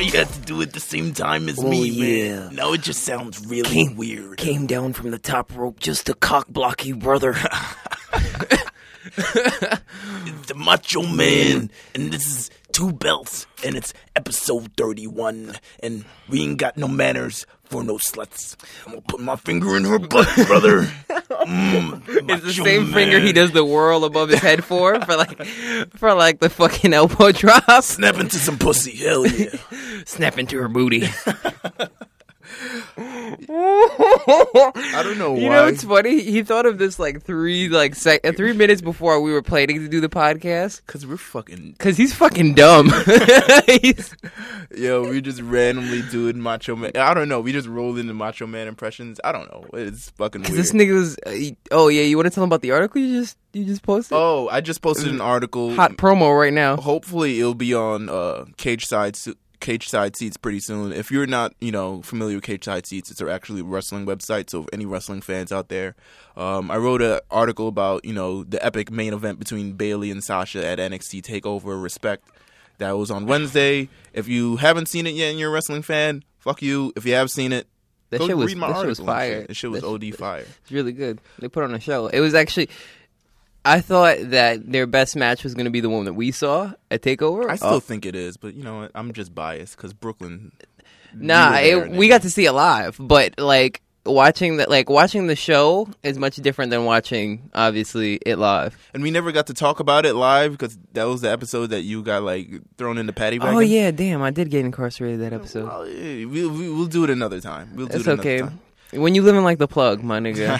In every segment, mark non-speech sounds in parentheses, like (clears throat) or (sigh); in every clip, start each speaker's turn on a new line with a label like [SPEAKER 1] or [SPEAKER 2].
[SPEAKER 1] you had to do it at the same time as
[SPEAKER 2] Oh,
[SPEAKER 1] me,
[SPEAKER 2] yeah.
[SPEAKER 1] man. Now it just sounds really
[SPEAKER 2] Came-
[SPEAKER 1] weird.
[SPEAKER 2] Came down from the top rope just to cock block you, brother.
[SPEAKER 1] The Macho Man, and this is Two Belts, and it's episode 31, and we ain't got no manners for no sluts. I'm gonna put my finger in her butt, brother. Mm,
[SPEAKER 3] It's the
[SPEAKER 1] Macho
[SPEAKER 3] same finger he
[SPEAKER 1] Man.
[SPEAKER 3] does the whirl above his head for, for like, for like the fucking elbow drop.
[SPEAKER 1] Snap into some pussy, hell yeah.
[SPEAKER 3] Snap into her (laughs) booty.
[SPEAKER 4] I don't know
[SPEAKER 3] You
[SPEAKER 4] why.
[SPEAKER 3] know what's funny? He thought of this like three like sec- uh, three minutes before we were planning to do the podcast
[SPEAKER 4] Cause we're fucking
[SPEAKER 3] because he's fucking dumb. (laughs) He's-
[SPEAKER 4] yo, we just randomly doing Macho Man. I don't know. We just rolled into Macho Man impressions. I don't know. It's fucking weird.
[SPEAKER 3] this nigga was. Uh, he- oh yeah, you want to tell him about the article you just you just posted?
[SPEAKER 4] oh, I just posted an article.
[SPEAKER 3] Hot promo right now.
[SPEAKER 4] Hopefully, it'll be on uh, Cage Side Su- Cage Side Seats pretty soon. If you're not, you know, familiar with Cage Side Seats, it's our actually wrestling website. So, if any wrestling fans out there, um, I wrote an article about you know the epic main event between Bailey and Sasha at NXT Takeover Respect. That was on Wednesday. If you haven't seen it yet and you're a wrestling fan, fuck you. If you have seen it,
[SPEAKER 3] That
[SPEAKER 4] go
[SPEAKER 3] shit was-
[SPEAKER 4] read my
[SPEAKER 3] that shit
[SPEAKER 4] article.
[SPEAKER 3] was
[SPEAKER 4] and shit.
[SPEAKER 3] fire.
[SPEAKER 4] That shit was
[SPEAKER 3] That-
[SPEAKER 4] OD fire.
[SPEAKER 3] It's really good. They put on a show. It was actually. I thought that their best match was going to be the one that we saw at Takeover.
[SPEAKER 4] I still
[SPEAKER 3] Uh,
[SPEAKER 4] think it is, but you know what? I'm just biased because Brooklyn.
[SPEAKER 3] Nah,
[SPEAKER 4] you
[SPEAKER 3] it,
[SPEAKER 4] were there,
[SPEAKER 3] we
[SPEAKER 4] nigga.
[SPEAKER 3] got to see it live, but like watching the like watching the show is much different than watching obviously it live.
[SPEAKER 4] and we never got to talk about it live because that was the episode that you got like thrown in the patty wagon.
[SPEAKER 3] Oh yeah, damn! I did get incarcerated that episode.
[SPEAKER 4] Well, yeah, we, we, we'll do it another time. We'll do
[SPEAKER 3] it's
[SPEAKER 4] it another
[SPEAKER 3] okay.
[SPEAKER 4] time.
[SPEAKER 3] When you live in like the plug, my
[SPEAKER 4] (laughs)
[SPEAKER 3] nigga,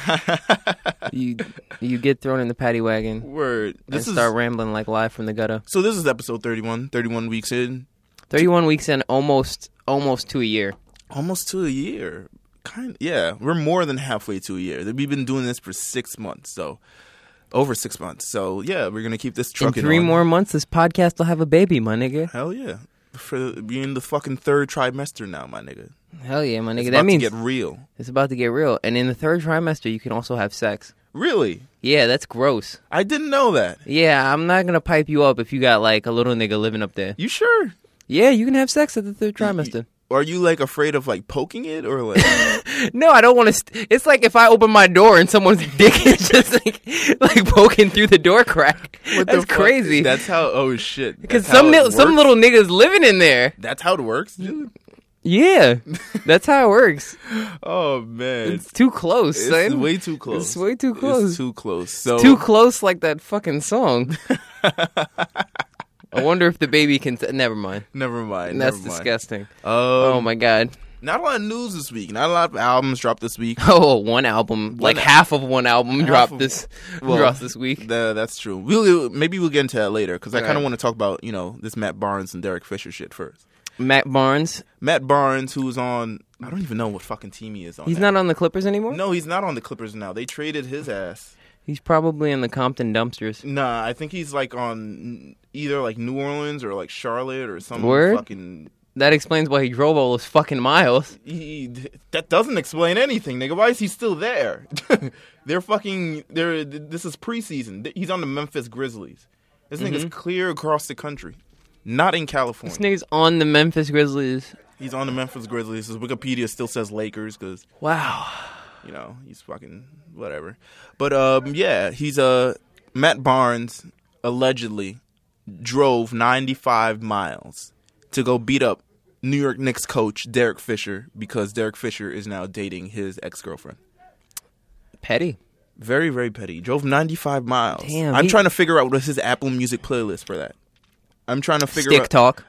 [SPEAKER 3] you you get thrown in the paddy wagon
[SPEAKER 4] Word. This
[SPEAKER 3] and
[SPEAKER 4] is
[SPEAKER 3] start rambling like live from the gutter.
[SPEAKER 4] so. This is episode 31, 31 weeks in,
[SPEAKER 3] Thirty-one weeks in, almost almost to a year.
[SPEAKER 4] almost to a year. Kind yeah, we're more than halfway to a year. We've been doing this for six months, so over six months. So yeah, we're gonna keep this
[SPEAKER 3] In
[SPEAKER 4] trucking.
[SPEAKER 3] three
[SPEAKER 4] on.
[SPEAKER 3] more months, this podcast will have a baby, my nigga.
[SPEAKER 4] Hell yeah, for being in the fucking third trimester now, my nigga.
[SPEAKER 3] Hell yeah, my nigga.
[SPEAKER 4] It's about
[SPEAKER 3] that means
[SPEAKER 4] to get real.
[SPEAKER 3] it's about to get real. And in the third trimester, you can also have sex.
[SPEAKER 4] Really,
[SPEAKER 3] Yeah, that's gross.
[SPEAKER 4] I didn't know that.
[SPEAKER 3] Yeah, I'm not gonna pipe you up if you got like a little nigga living up there.
[SPEAKER 4] You sure?
[SPEAKER 3] Yeah, you can have sex at the third
[SPEAKER 4] (laughs)
[SPEAKER 3] trimester.
[SPEAKER 4] Are you like afraid of like poking it
[SPEAKER 3] (laughs)
[SPEAKER 4] or like?
[SPEAKER 3] No, I don't want to. St- it's like if I open my door and someone's (laughs) dick is just like like poking through the door crack.
[SPEAKER 4] What the
[SPEAKER 3] That's
[SPEAKER 4] fuck?
[SPEAKER 3] crazy.
[SPEAKER 4] That's how. Oh shit.
[SPEAKER 3] Because
[SPEAKER 4] That's how
[SPEAKER 3] some
[SPEAKER 4] it
[SPEAKER 3] nil some
[SPEAKER 4] works?
[SPEAKER 3] little niggas living in there.
[SPEAKER 4] That's how it works, dude. (laughs)
[SPEAKER 3] Yeah, that's how it works.
[SPEAKER 4] Oh man,
[SPEAKER 3] It's too close.
[SPEAKER 4] It's
[SPEAKER 3] son.
[SPEAKER 4] way too close.
[SPEAKER 3] It's way too
[SPEAKER 4] It's
[SPEAKER 3] close.
[SPEAKER 4] too close. So
[SPEAKER 3] Too close, like that fucking song. I wonder if the baby can. T- Never mind.
[SPEAKER 4] never mind.
[SPEAKER 3] That's
[SPEAKER 4] never mind.
[SPEAKER 3] disgusting.
[SPEAKER 4] Oh,
[SPEAKER 3] oh my god. (laughs)
[SPEAKER 4] Not a lot of news this week. Not a lot of albums dropped this week.
[SPEAKER 3] Oh, one album, like
[SPEAKER 4] al-
[SPEAKER 3] half of one album dropped
[SPEAKER 4] of-
[SPEAKER 3] this
[SPEAKER 4] (laughs) Well,
[SPEAKER 3] dropped this week.
[SPEAKER 4] The, that's true. We'll maybe we'll get into that later because I kind
[SPEAKER 3] Alright.
[SPEAKER 4] of want to talk about you know this Matt Barnes and Derek Fisher shit first.
[SPEAKER 3] Matt Barnes.
[SPEAKER 4] Matt Barnes, who's on, I don't even know what fucking team he is on.
[SPEAKER 3] He's
[SPEAKER 4] now.
[SPEAKER 3] not on the Clippers anymore.
[SPEAKER 4] No, he's not on the Clippers now. They traded his ass.
[SPEAKER 3] He's probably in the Compton dumpsters.
[SPEAKER 4] Nah, I think he's like on either like New Orleans or like Charlotte or some
[SPEAKER 3] Word?
[SPEAKER 4] fucking.
[SPEAKER 3] That explains why he drove all those fucking miles.
[SPEAKER 4] He, that doesn't explain anything, nigga. Why is he still there? (laughs) they're fucking. They're. This is preseason. He's on the Memphis Grizzlies. This nigga's clear across the country, not in California.
[SPEAKER 3] This nigga's on the Memphis Grizzlies.
[SPEAKER 4] he's on the Memphis Grizzlies. His Wikipedia still says Lakers because
[SPEAKER 3] Wow.
[SPEAKER 4] you know he's fucking whatever. But um, yeah, he's uh, Matt Barnes allegedly drove 95 miles to go beat up New York Knicks coach Derek Fisher because Derek Fisher is now dating his ex girlfriend.
[SPEAKER 3] Petty.
[SPEAKER 4] Very very petty. Drove 95 miles.
[SPEAKER 3] Damn,
[SPEAKER 4] I'm
[SPEAKER 3] he-
[SPEAKER 4] trying to figure out what's his Apple Music playlist for that. I'm trying to figure
[SPEAKER 3] Stick
[SPEAKER 4] out. (laughs)
[SPEAKER 3] talk.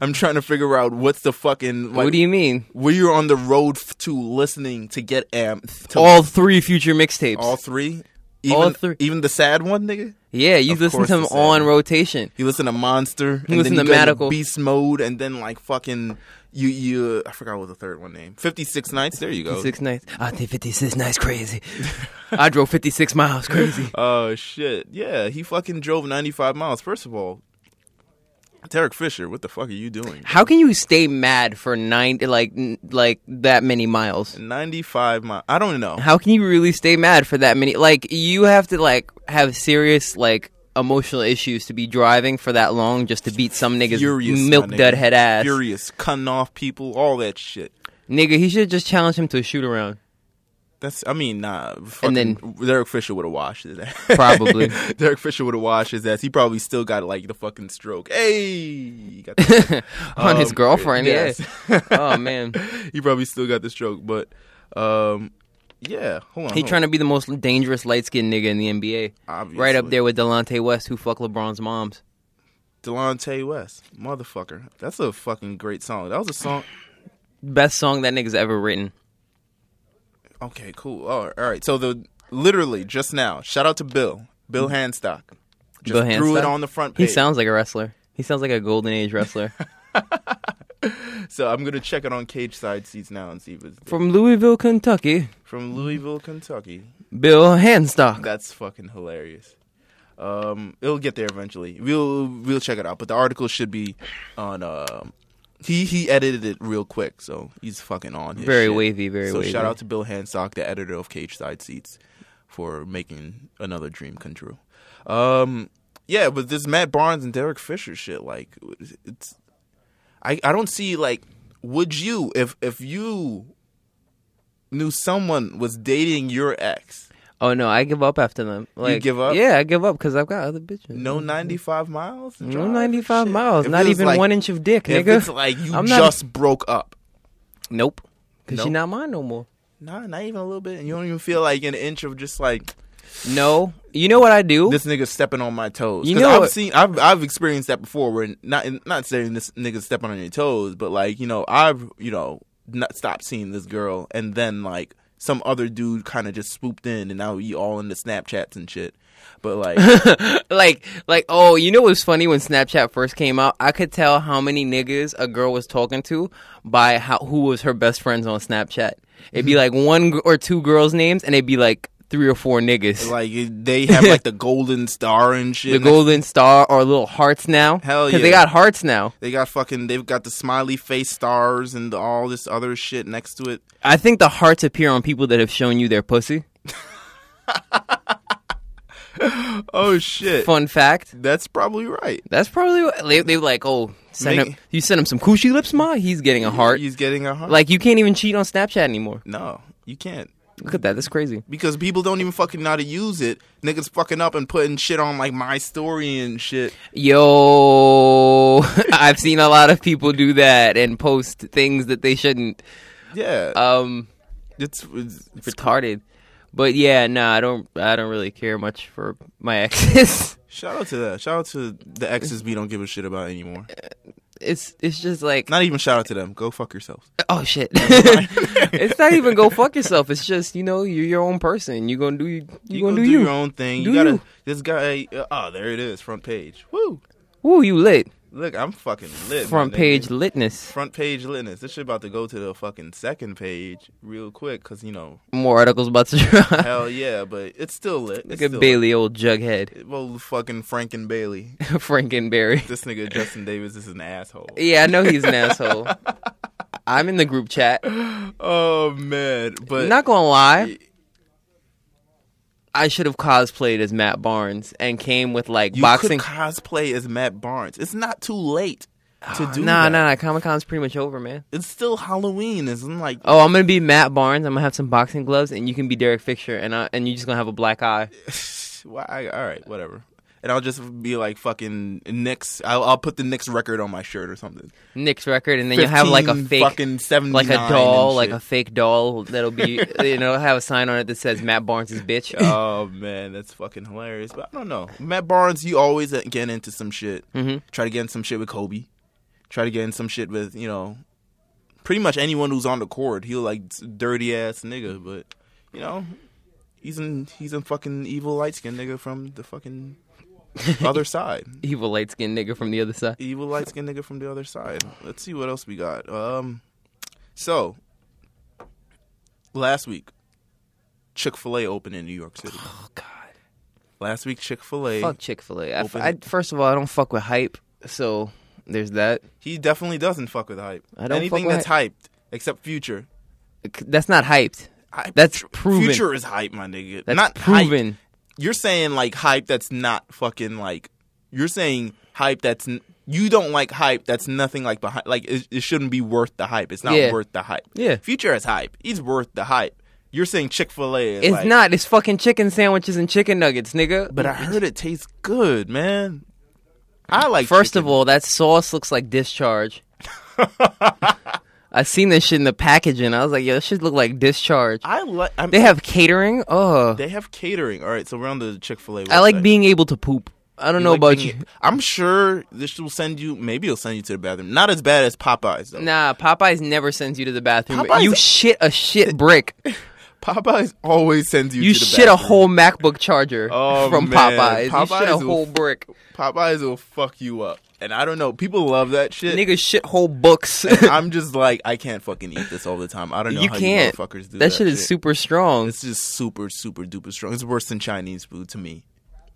[SPEAKER 4] I'm trying to figure out what's the fucking like,
[SPEAKER 3] what do you mean?
[SPEAKER 4] where you're on the road f- to listening to get amped to
[SPEAKER 3] All three future mixtapes.
[SPEAKER 4] all three? Even,
[SPEAKER 3] All three.
[SPEAKER 4] Even the sad one, nigga?
[SPEAKER 3] yeah, you
[SPEAKER 4] Of
[SPEAKER 3] listen
[SPEAKER 4] course
[SPEAKER 3] to him
[SPEAKER 4] it's
[SPEAKER 3] on
[SPEAKER 4] him.
[SPEAKER 3] rotation.
[SPEAKER 4] You listen to Monster. and
[SPEAKER 3] listen
[SPEAKER 4] then
[SPEAKER 3] to
[SPEAKER 4] you go into
[SPEAKER 3] Madical.
[SPEAKER 4] Beast Mode, and then, like, fucking... You, you, I forgot what the third one name. 56 Nights, there you go.
[SPEAKER 3] Six nights. I did 56 nights crazy. (laughs) I drove 56 miles crazy.
[SPEAKER 4] Oh, shit. Yeah, he fucking drove 95 miles. First of all, Tarek Fisher, what the fuck are you doing?
[SPEAKER 3] How can you stay mad for nine like n- like that many miles?
[SPEAKER 4] 95 miles. I don't know.
[SPEAKER 3] How can you really stay mad for that many? Like you have to like have serious like emotional issues to be driving for that long just to beat some nigga's
[SPEAKER 4] Furious, my
[SPEAKER 3] milk
[SPEAKER 4] nigga.
[SPEAKER 3] dud head ass.
[SPEAKER 4] Furious, cutting off people, all that shit.
[SPEAKER 3] Nigga, he should just challenge him to a shoot around.
[SPEAKER 4] That's I mean, nah. Fucking,
[SPEAKER 3] And
[SPEAKER 4] then
[SPEAKER 3] then-
[SPEAKER 4] Derek Fisher would have washed his ass.
[SPEAKER 3] Probably. (laughs)
[SPEAKER 4] (laughs) Derek Fisher would have washed his ass. He probably still got like the fucking stroke. Hey, he
[SPEAKER 3] (laughs)
[SPEAKER 4] got the-
[SPEAKER 3] On his
[SPEAKER 4] Um,
[SPEAKER 3] girlfriend,
[SPEAKER 4] yes.
[SPEAKER 3] yeah. (laughs) oh man.
[SPEAKER 4] he probably still got the stroke. But um, yeah, hold on.
[SPEAKER 3] He
[SPEAKER 4] hold
[SPEAKER 3] trying
[SPEAKER 4] on.
[SPEAKER 3] to be the most dangerous light skinned nigga in the NBA.
[SPEAKER 4] Obviously.
[SPEAKER 3] Right up there with Delonte West who fuck LeBron's moms.
[SPEAKER 4] Delonte West, motherfucker. That's a fucking great song. That was a song. (clears throat)
[SPEAKER 3] Best song that nigga's ever written.
[SPEAKER 4] Okay, cool. All right, all right. So the literally just now, shout out to Bill, Bill Handstock. Just
[SPEAKER 3] Mm-hmm. Bill
[SPEAKER 4] threw it
[SPEAKER 3] Handstock?
[SPEAKER 4] on the front
[SPEAKER 3] He
[SPEAKER 4] page.
[SPEAKER 3] sounds like a wrestler. He sounds like a golden age
[SPEAKER 4] (laughs)
[SPEAKER 3] wrestler.
[SPEAKER 4] so I'm gonna check it on Cage Side Seats now and see if it's
[SPEAKER 3] From Louisville, Kentucky,
[SPEAKER 4] from Louisville, Kentucky.
[SPEAKER 3] Bill Handstock.
[SPEAKER 4] That's fucking hilarious. Um, it'll get there eventually. We'll we'll check it out. But the article should be on. Uh, he he edited it real quick, so he's fucking on. His
[SPEAKER 3] Very
[SPEAKER 4] shit.
[SPEAKER 3] wavy, very
[SPEAKER 4] so
[SPEAKER 3] wavy.
[SPEAKER 4] shout out to Bill Hansock, the editor of Cage Side Seats, for making another dream come true. Um, yeah, but this Matt Barnes and Derek Fisher shit, like it's, I I don't see like, would you if if you knew someone was dating your ex,
[SPEAKER 3] Oh no, I give up after them. Like,
[SPEAKER 4] give up?
[SPEAKER 3] Yeah, I give up because I've got other bitches.
[SPEAKER 4] no ninety five miles, to
[SPEAKER 3] no
[SPEAKER 4] drive?
[SPEAKER 3] ninety five
[SPEAKER 4] Shit.
[SPEAKER 3] miles,
[SPEAKER 4] If
[SPEAKER 3] not
[SPEAKER 4] it's
[SPEAKER 3] even
[SPEAKER 4] like-
[SPEAKER 3] one inch of dick,
[SPEAKER 4] If
[SPEAKER 3] nigga.
[SPEAKER 4] it's like you
[SPEAKER 3] I'm not-
[SPEAKER 4] just broke up,
[SPEAKER 3] nope, because
[SPEAKER 4] Nope.
[SPEAKER 3] she not mine no more.
[SPEAKER 4] nah, not even a little bit, and you don't even feel like an inch of just like
[SPEAKER 3] No, you know what I do?
[SPEAKER 4] this nigga stepping on my toes.
[SPEAKER 3] You
[SPEAKER 4] Because
[SPEAKER 3] know
[SPEAKER 4] I've
[SPEAKER 3] what-
[SPEAKER 4] seen, I've I've experienced that before. Where not not saying this nigga stepping on your toes, but like you know, I've you know not stopped seeing this girl, and then like some other dude kind of just swooped in, and now we all in the Snapchats and shit. But (laughs) like,
[SPEAKER 3] like, like, oh, you know what's funny? When Snapchat first came out, I could tell how many niggas a girl was talking to by how who was her best friends on Snapchat. It'd be
[SPEAKER 4] Mm-hmm.
[SPEAKER 3] like one gr- or two girls' names, and it'd be like three or four niggas.
[SPEAKER 4] like they have like the golden star and shit.
[SPEAKER 3] the Golden Star or little hearts now.
[SPEAKER 4] Hell
[SPEAKER 3] they
[SPEAKER 4] yeah.
[SPEAKER 3] got hearts now.
[SPEAKER 4] They got fucking. They've got the smiley face stars and all this other shit next to it.
[SPEAKER 3] I think the hearts appear on people that have shown you their pussy.
[SPEAKER 4] Oh shit!
[SPEAKER 3] Fun fact.
[SPEAKER 4] That's probably right.
[SPEAKER 3] That's probably what they they were like. Oh, send
[SPEAKER 4] Make-
[SPEAKER 3] him. You send him some cushy lips, ma. He's getting a heart.
[SPEAKER 4] He's getting a heart.
[SPEAKER 3] Like you can't even cheat on Snapchat anymore.
[SPEAKER 4] no, you can't.
[SPEAKER 3] Look at that. That's crazy.
[SPEAKER 4] because people don't even fucking know how to use it. Niggas fucking up and putting shit on like my story and shit.
[SPEAKER 3] Yo, (laughs) I've seen a lot of people do that and post things that they shouldn't.
[SPEAKER 4] Yeah,
[SPEAKER 3] Um,
[SPEAKER 4] it's, it's, it's-
[SPEAKER 3] retarded. But yeah, no, I don't. I don't really care much for my (laughs) exes.
[SPEAKER 4] shout out to that. Shout out to the exes we don't give a shit about anymore.
[SPEAKER 3] it's it's just like
[SPEAKER 4] Not even shout out to them. Go fuck yourselves.
[SPEAKER 3] Oh shit! (laughs)
[SPEAKER 4] (laughs)
[SPEAKER 3] it's not even go fuck yourself. It's just you know you're your own person. You gonna do you, you
[SPEAKER 4] You
[SPEAKER 3] gonna
[SPEAKER 4] go
[SPEAKER 3] do,
[SPEAKER 4] do,
[SPEAKER 3] you.
[SPEAKER 4] your own thing. you
[SPEAKER 3] Do
[SPEAKER 4] gotta.
[SPEAKER 3] you.
[SPEAKER 4] This guy. Uh, oh, there it is. Front page. Woo.
[SPEAKER 3] Woo, you lit
[SPEAKER 4] Look, I'm fucking lit. my
[SPEAKER 3] front
[SPEAKER 4] nigga.
[SPEAKER 3] page litness.
[SPEAKER 4] Front page litness. This shit about to go to the fucking second page real quick, cause you know,
[SPEAKER 3] More articles about to drop.
[SPEAKER 4] hell yeah, but it's still lit. It's
[SPEAKER 3] Look at
[SPEAKER 4] still
[SPEAKER 3] Bailey, old jughead, (laughs)
[SPEAKER 4] Lit. Well, fucking Frank and Bailey.
[SPEAKER 3] Frankenberry.
[SPEAKER 4] This
[SPEAKER 3] (laughs)
[SPEAKER 4] nigga Justin Davis is an asshole.
[SPEAKER 3] Yeah, I know he's an
[SPEAKER 4] (laughs)
[SPEAKER 3] asshole. I'm in the group chat.
[SPEAKER 4] Oh man, but
[SPEAKER 3] Not gonna lie, I should have cosplayed as Matt Barnes and came with like
[SPEAKER 4] you
[SPEAKER 3] boxing.
[SPEAKER 4] could cosplay as Matt Barnes. It's not too late to do
[SPEAKER 3] Ah, nah,
[SPEAKER 4] that.
[SPEAKER 3] nah, nah. Comic Con's pretty much over, man.
[SPEAKER 4] It's still Halloween. Isn't like
[SPEAKER 3] Oh, I'm gonna be Matt Barnes. I'm gonna have some boxing gloves, and you can be Derek Fisher, and I, and you just gonna have a black eye.
[SPEAKER 4] why? all right, whatever. And I'll just be like fucking Knicks. I'll, I'll put the Knicks record on my shirt or something.
[SPEAKER 3] Nick's record, and then you'll have like a
[SPEAKER 4] 15
[SPEAKER 3] fake,
[SPEAKER 4] fucking seventy,
[SPEAKER 3] like a doll, like a fake doll that'll be, (laughs) you know, have a sign on it that says Matt Barnes is
[SPEAKER 4] (laughs)
[SPEAKER 3] bitch. Uh,
[SPEAKER 4] oh man, that's fucking hilarious. But I don't know, Matt Barnes. You always uh, get into some shit. Mm-hmm. Try to get in some shit with Kobe. Try to get in some shit with you know, pretty much anyone who's on the court. He'll like dirty ass nigga, but you know, he's in he's in fucking evil light skinned nigga from the fucking other side.
[SPEAKER 3] Evil light skinned nigga from the other side.
[SPEAKER 4] Evil light skinned nigga from the other side. Let's see what else we got. Um, so last week, Chick Fil A opened in New York City.
[SPEAKER 3] Oh God,
[SPEAKER 4] Last week, Chick Fil A.
[SPEAKER 3] fuck Chick Fil A. I f
[SPEAKER 4] Open
[SPEAKER 3] I
[SPEAKER 4] it.
[SPEAKER 3] first of all, I don't fuck with hype, so there's that.
[SPEAKER 4] He definitely doesn't fuck with hype.
[SPEAKER 3] I don't
[SPEAKER 4] Anything
[SPEAKER 3] fuck with
[SPEAKER 4] that's hyped, except Future.
[SPEAKER 3] That's not hyped.
[SPEAKER 4] Hype-
[SPEAKER 3] That's proven.
[SPEAKER 4] Future is hype, my nigga.
[SPEAKER 3] That's
[SPEAKER 4] Not hype.
[SPEAKER 3] proven.
[SPEAKER 4] you're saying like hype that's not fucking like you're saying hype that's n- you don't like hype that's nothing like behind like it, it shouldn't be worth the hype. It's not
[SPEAKER 3] Yeah.
[SPEAKER 4] worth the hype.
[SPEAKER 3] Yeah.
[SPEAKER 4] Future is hype. He's worth the hype. You're saying Chick Fil A is
[SPEAKER 3] It's
[SPEAKER 4] like,
[SPEAKER 3] not. It's fucking chicken sandwiches and chicken nuggets, nigga.
[SPEAKER 4] But I heard it tastes good, man. I like.
[SPEAKER 3] First
[SPEAKER 4] chicken.
[SPEAKER 3] of all, that sauce looks like
[SPEAKER 4] (laughs)
[SPEAKER 3] discharge. I seen this shit in the packaging. I was like, yo, this shit look like discharge.
[SPEAKER 4] I like.
[SPEAKER 3] They have catering. Oh,
[SPEAKER 4] They have catering. All right, so we're on the Chick Fil A.
[SPEAKER 3] I like being able to poop. I don't know about you.
[SPEAKER 4] (laughs) I'm sure this will send you. Maybe it'll send you to the bathroom. Not as bad as Popeyes though.
[SPEAKER 3] Nah, Popeyes never sends you to the bathroom. but
[SPEAKER 4] Popeyes-
[SPEAKER 3] you shit a
[SPEAKER 4] (laughs)
[SPEAKER 3] shit brick.
[SPEAKER 4] Popeyes always sends you.
[SPEAKER 3] You
[SPEAKER 4] to the
[SPEAKER 3] shit a
[SPEAKER 4] bathroom.
[SPEAKER 3] whole MacBook charger
[SPEAKER 4] Oh,
[SPEAKER 3] from
[SPEAKER 4] man.
[SPEAKER 3] Popeyes. You shit a
[SPEAKER 4] Popeyes will-
[SPEAKER 3] whole
[SPEAKER 4] (laughs)
[SPEAKER 3] brick.
[SPEAKER 4] Popeyes will fuck you up, and I don't know. People love that shit.
[SPEAKER 3] (laughs) Niggas shit whole books.
[SPEAKER 4] I'm just like, I can't fucking eat this all the time. I don't know
[SPEAKER 3] you
[SPEAKER 4] how
[SPEAKER 3] can't.
[SPEAKER 4] you motherfuckers do that.
[SPEAKER 3] that shit is super strong.
[SPEAKER 4] It's just super, super duper strong. It's worse than Chinese food to me.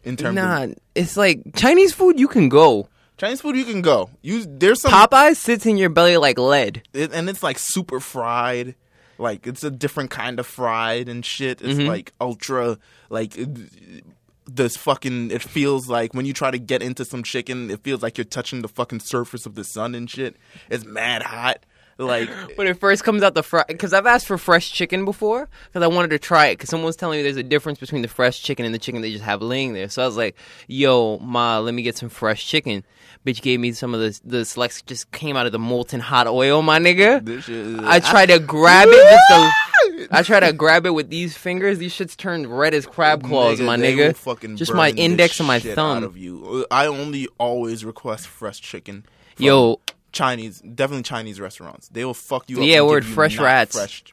[SPEAKER 4] In terms of
[SPEAKER 3] Nah, it's like Chinese food. You can go.
[SPEAKER 4] Chinese food, you can go. You there's some,
[SPEAKER 3] Popeyes sits in your belly like lead.
[SPEAKER 4] it, and it's like super fried. Like it's a different kind of fried and shit. It's
[SPEAKER 3] Mm-hmm.
[SPEAKER 4] like ultra, like it- this fucking. It feels like when you try to get into some chicken, it feels like you're touching the fucking surface of the sun and shit. It's mad hot.
[SPEAKER 3] (laughs)
[SPEAKER 4] Like
[SPEAKER 3] When it first comes out the fry, because I've asked for fresh chicken before, because I wanted to try it. Because someone was telling me there's a difference between the fresh chicken and the chicken they just have laying there. So I was like, "Yo, ma, let me get some fresh chicken." Bitch gave me some of the the selects just came out of the molten hot oil, my nigga.
[SPEAKER 4] (laughs) this shit. Is,
[SPEAKER 3] I tried to grab it just to. I tried to grab it with these fingers. These shits turned red as crab claws, my
[SPEAKER 4] they will
[SPEAKER 3] nigga.
[SPEAKER 4] fucking
[SPEAKER 3] just
[SPEAKER 4] burn
[SPEAKER 3] my
[SPEAKER 4] this
[SPEAKER 3] index and my
[SPEAKER 4] shit
[SPEAKER 3] thumb.
[SPEAKER 4] Out of you. I only always request fresh chicken. from
[SPEAKER 3] Yo.
[SPEAKER 4] Chinese, definitely Chinese restaurants. They will fuck you up.
[SPEAKER 3] Yeah,
[SPEAKER 4] and
[SPEAKER 3] word,
[SPEAKER 4] give you
[SPEAKER 3] fresh
[SPEAKER 4] not
[SPEAKER 3] rats.
[SPEAKER 4] Fresh.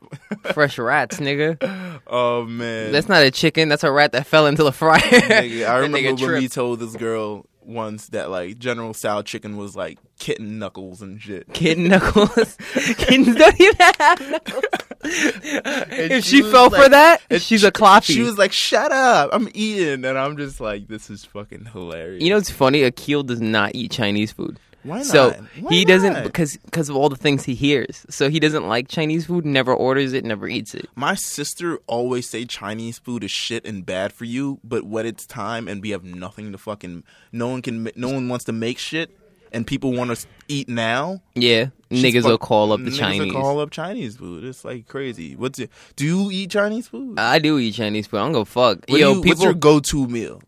[SPEAKER 3] Fresh rats, nigga.
[SPEAKER 4] (laughs) oh man,
[SPEAKER 3] That's not a chicken. That's a rat that fell into the fryer. (laughs)
[SPEAKER 4] Nigga, I
[SPEAKER 3] That
[SPEAKER 4] remember when
[SPEAKER 3] nigga
[SPEAKER 4] we
[SPEAKER 3] tripped.
[SPEAKER 4] told this girl once that like General Sal chicken was like kitten knuckles and shit.
[SPEAKER 3] kitten knuckles. (laughs) Kittens don't even have knuckles. if
[SPEAKER 4] she
[SPEAKER 3] she,
[SPEAKER 4] was
[SPEAKER 3] fell for
[SPEAKER 4] like-
[SPEAKER 3] that,
[SPEAKER 4] and
[SPEAKER 3] she's a cloppy.
[SPEAKER 4] She was like, "Shut up, I'm eating," and I'm just like, "This is fucking hilarious."
[SPEAKER 3] you know what's funny? Akil does not eat Chinese food.
[SPEAKER 4] Why not?
[SPEAKER 3] So
[SPEAKER 4] Why
[SPEAKER 3] he doesn't
[SPEAKER 4] not?
[SPEAKER 3] because because of all the things he hears. So he doesn't like Chinese food. Never orders it. Never eats it.
[SPEAKER 4] My sister always say Chinese food is shit and bad for you, but when it's time and we have nothing to fucking, no one can, ma- no one wants to make shit, and people want to eat now.
[SPEAKER 3] Yeah,
[SPEAKER 4] she's
[SPEAKER 3] niggas
[SPEAKER 4] fuck-
[SPEAKER 3] will call up the
[SPEAKER 4] niggas
[SPEAKER 3] Chinese.
[SPEAKER 4] Will call up Chinese food. It's like crazy. What's it? Do you eat Chinese food?
[SPEAKER 3] I do eat Chinese food. I don't go fuck.
[SPEAKER 4] What do
[SPEAKER 3] Yo,
[SPEAKER 4] you- what's
[SPEAKER 3] people.
[SPEAKER 4] your go-to meal?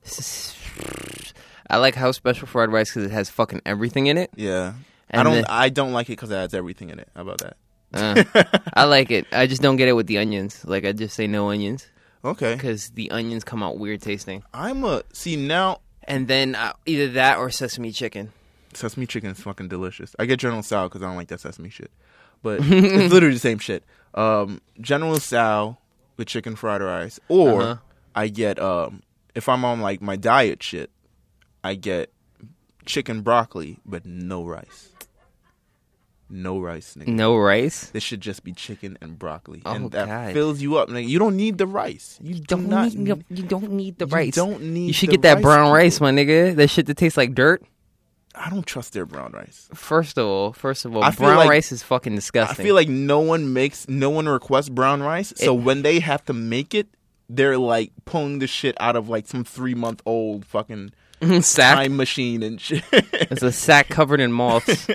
[SPEAKER 3] I like house special fried rice because it has fucking everything in it.
[SPEAKER 4] Yeah, I
[SPEAKER 3] And
[SPEAKER 4] don't.
[SPEAKER 3] the-
[SPEAKER 4] I don't like it because it has everything in it. How about that?
[SPEAKER 3] Uh, I like it. I just don't get it with the onions. Like I just say no onions
[SPEAKER 4] Okay,
[SPEAKER 3] because the onions come out weird tasting.
[SPEAKER 4] I'm a see now.
[SPEAKER 3] And then uh, either that or sesame chicken.
[SPEAKER 4] Sesame chicken is fucking delicious. I get General Sal because I don't like that sesame shit,
[SPEAKER 3] (laughs)
[SPEAKER 4] but it's literally the same shit. Um, General Sal with chicken fried rice, or
[SPEAKER 3] Uh-huh.
[SPEAKER 4] I get um, if I'm on like my diet shit, I get chicken broccoli but no rice. No rice, nigga.
[SPEAKER 3] No rice.
[SPEAKER 4] This should just be chicken and broccoli,
[SPEAKER 3] Oh,
[SPEAKER 4] and that
[SPEAKER 3] God.
[SPEAKER 4] fills you up. Nigga. You don't need the rice. You do not
[SPEAKER 3] need, no- you don't need the
[SPEAKER 4] You
[SPEAKER 3] rice.
[SPEAKER 4] don't need
[SPEAKER 3] You should
[SPEAKER 4] the
[SPEAKER 3] get that
[SPEAKER 4] rice,
[SPEAKER 3] brown
[SPEAKER 4] people.
[SPEAKER 3] rice, my nigga. That shit that tastes like dirt.
[SPEAKER 4] I don't trust their brown rice.
[SPEAKER 3] First of all, first of all,
[SPEAKER 4] I feel
[SPEAKER 3] brown
[SPEAKER 4] like-
[SPEAKER 3] rice is fucking
[SPEAKER 4] I
[SPEAKER 3] disgusting.
[SPEAKER 4] feel like no one makes, no one requests brown rice. So when they have to make it, they're like pulling the shit out of like some three month old fucking
[SPEAKER 3] like (laughs) sack.
[SPEAKER 4] time machine and shit. (laughs)
[SPEAKER 3] It's a sack covered in (laughs) moths,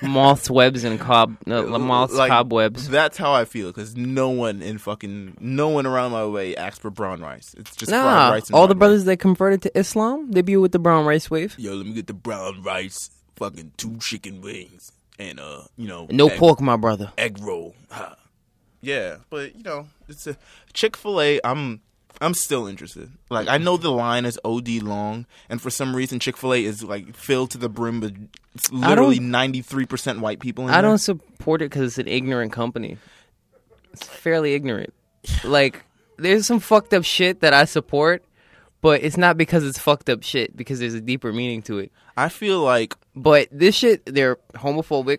[SPEAKER 3] moths, webs, and cob uh, moths
[SPEAKER 4] Like,
[SPEAKER 3] cobwebs.
[SPEAKER 4] That's how I feel because no one in fucking, no one around my way asks for brown rice. It's just fried
[SPEAKER 3] Nah,
[SPEAKER 4] rice. And
[SPEAKER 3] all the
[SPEAKER 4] white
[SPEAKER 3] brothers that converted to Islam, they be with the brown rice wave.
[SPEAKER 4] rice. Yo, let me get the brown rice, fucking two chicken wings, and uh, you know,
[SPEAKER 3] No
[SPEAKER 4] egg-
[SPEAKER 3] pork, my brother.
[SPEAKER 4] egg roll. Ha. Yeah, but you know, it's a Chick Fil A. I'm I'm still interested. Like I know the line is OD long, and for some reason Chick Fil A is like filled to the brim with
[SPEAKER 3] I
[SPEAKER 4] s-
[SPEAKER 3] don't-
[SPEAKER 4] literally ninety three percent white people. In
[SPEAKER 3] I
[SPEAKER 4] there.
[SPEAKER 3] don't support it because it's an ignorant company. It's fairly ignorant. Like, there's some fucked up shit that I support, but it's not because it's fucked up shit, because there's a deeper meaning to it.
[SPEAKER 4] I feel like
[SPEAKER 3] But this shit, they're homophobic.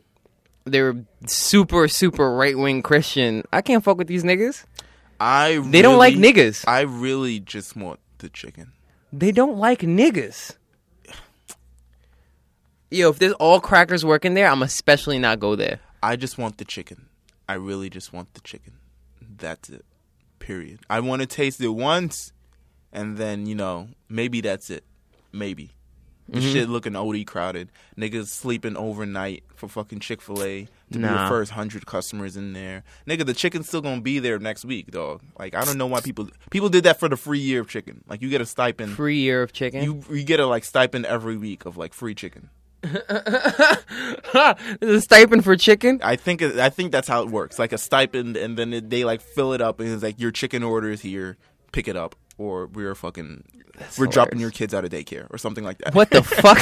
[SPEAKER 3] They're super, super right wing Christian. I can't fuck with these niggas.
[SPEAKER 4] I
[SPEAKER 3] They don't like
[SPEAKER 4] really-
[SPEAKER 3] niggas.
[SPEAKER 4] I really just want the chicken.
[SPEAKER 3] They don't like niggas. Yo, if there's all crackers working there, I'm especially not go there.
[SPEAKER 4] I just want the chicken. I really just want the chicken. That's it. Period. I want to taste it once, and then you know maybe that's it, maybe. This shit looking OD crowded. Niggas sleeping overnight for fucking Chick Fil A to be the
[SPEAKER 3] Nah.
[SPEAKER 4] first hundred customers in there. Nigga, the chicken's still gonna be there next week, dog. Like I don't know why people people did that for the free year of chicken. Like you get a stipend,
[SPEAKER 3] Free year of chicken.
[SPEAKER 4] you you get a like stipend every week of like free chicken.
[SPEAKER 3] There's a stipend for chicken.
[SPEAKER 4] I think it, I think that's how it works. Like a stipend, and then it, they like fill it up, and it's like your chicken order is here, pick it up, or we're fucking we're dropping your
[SPEAKER 3] hilarious.
[SPEAKER 4] kids out of daycare or something like that.
[SPEAKER 3] What the
[SPEAKER 4] (laughs)
[SPEAKER 3] fuck?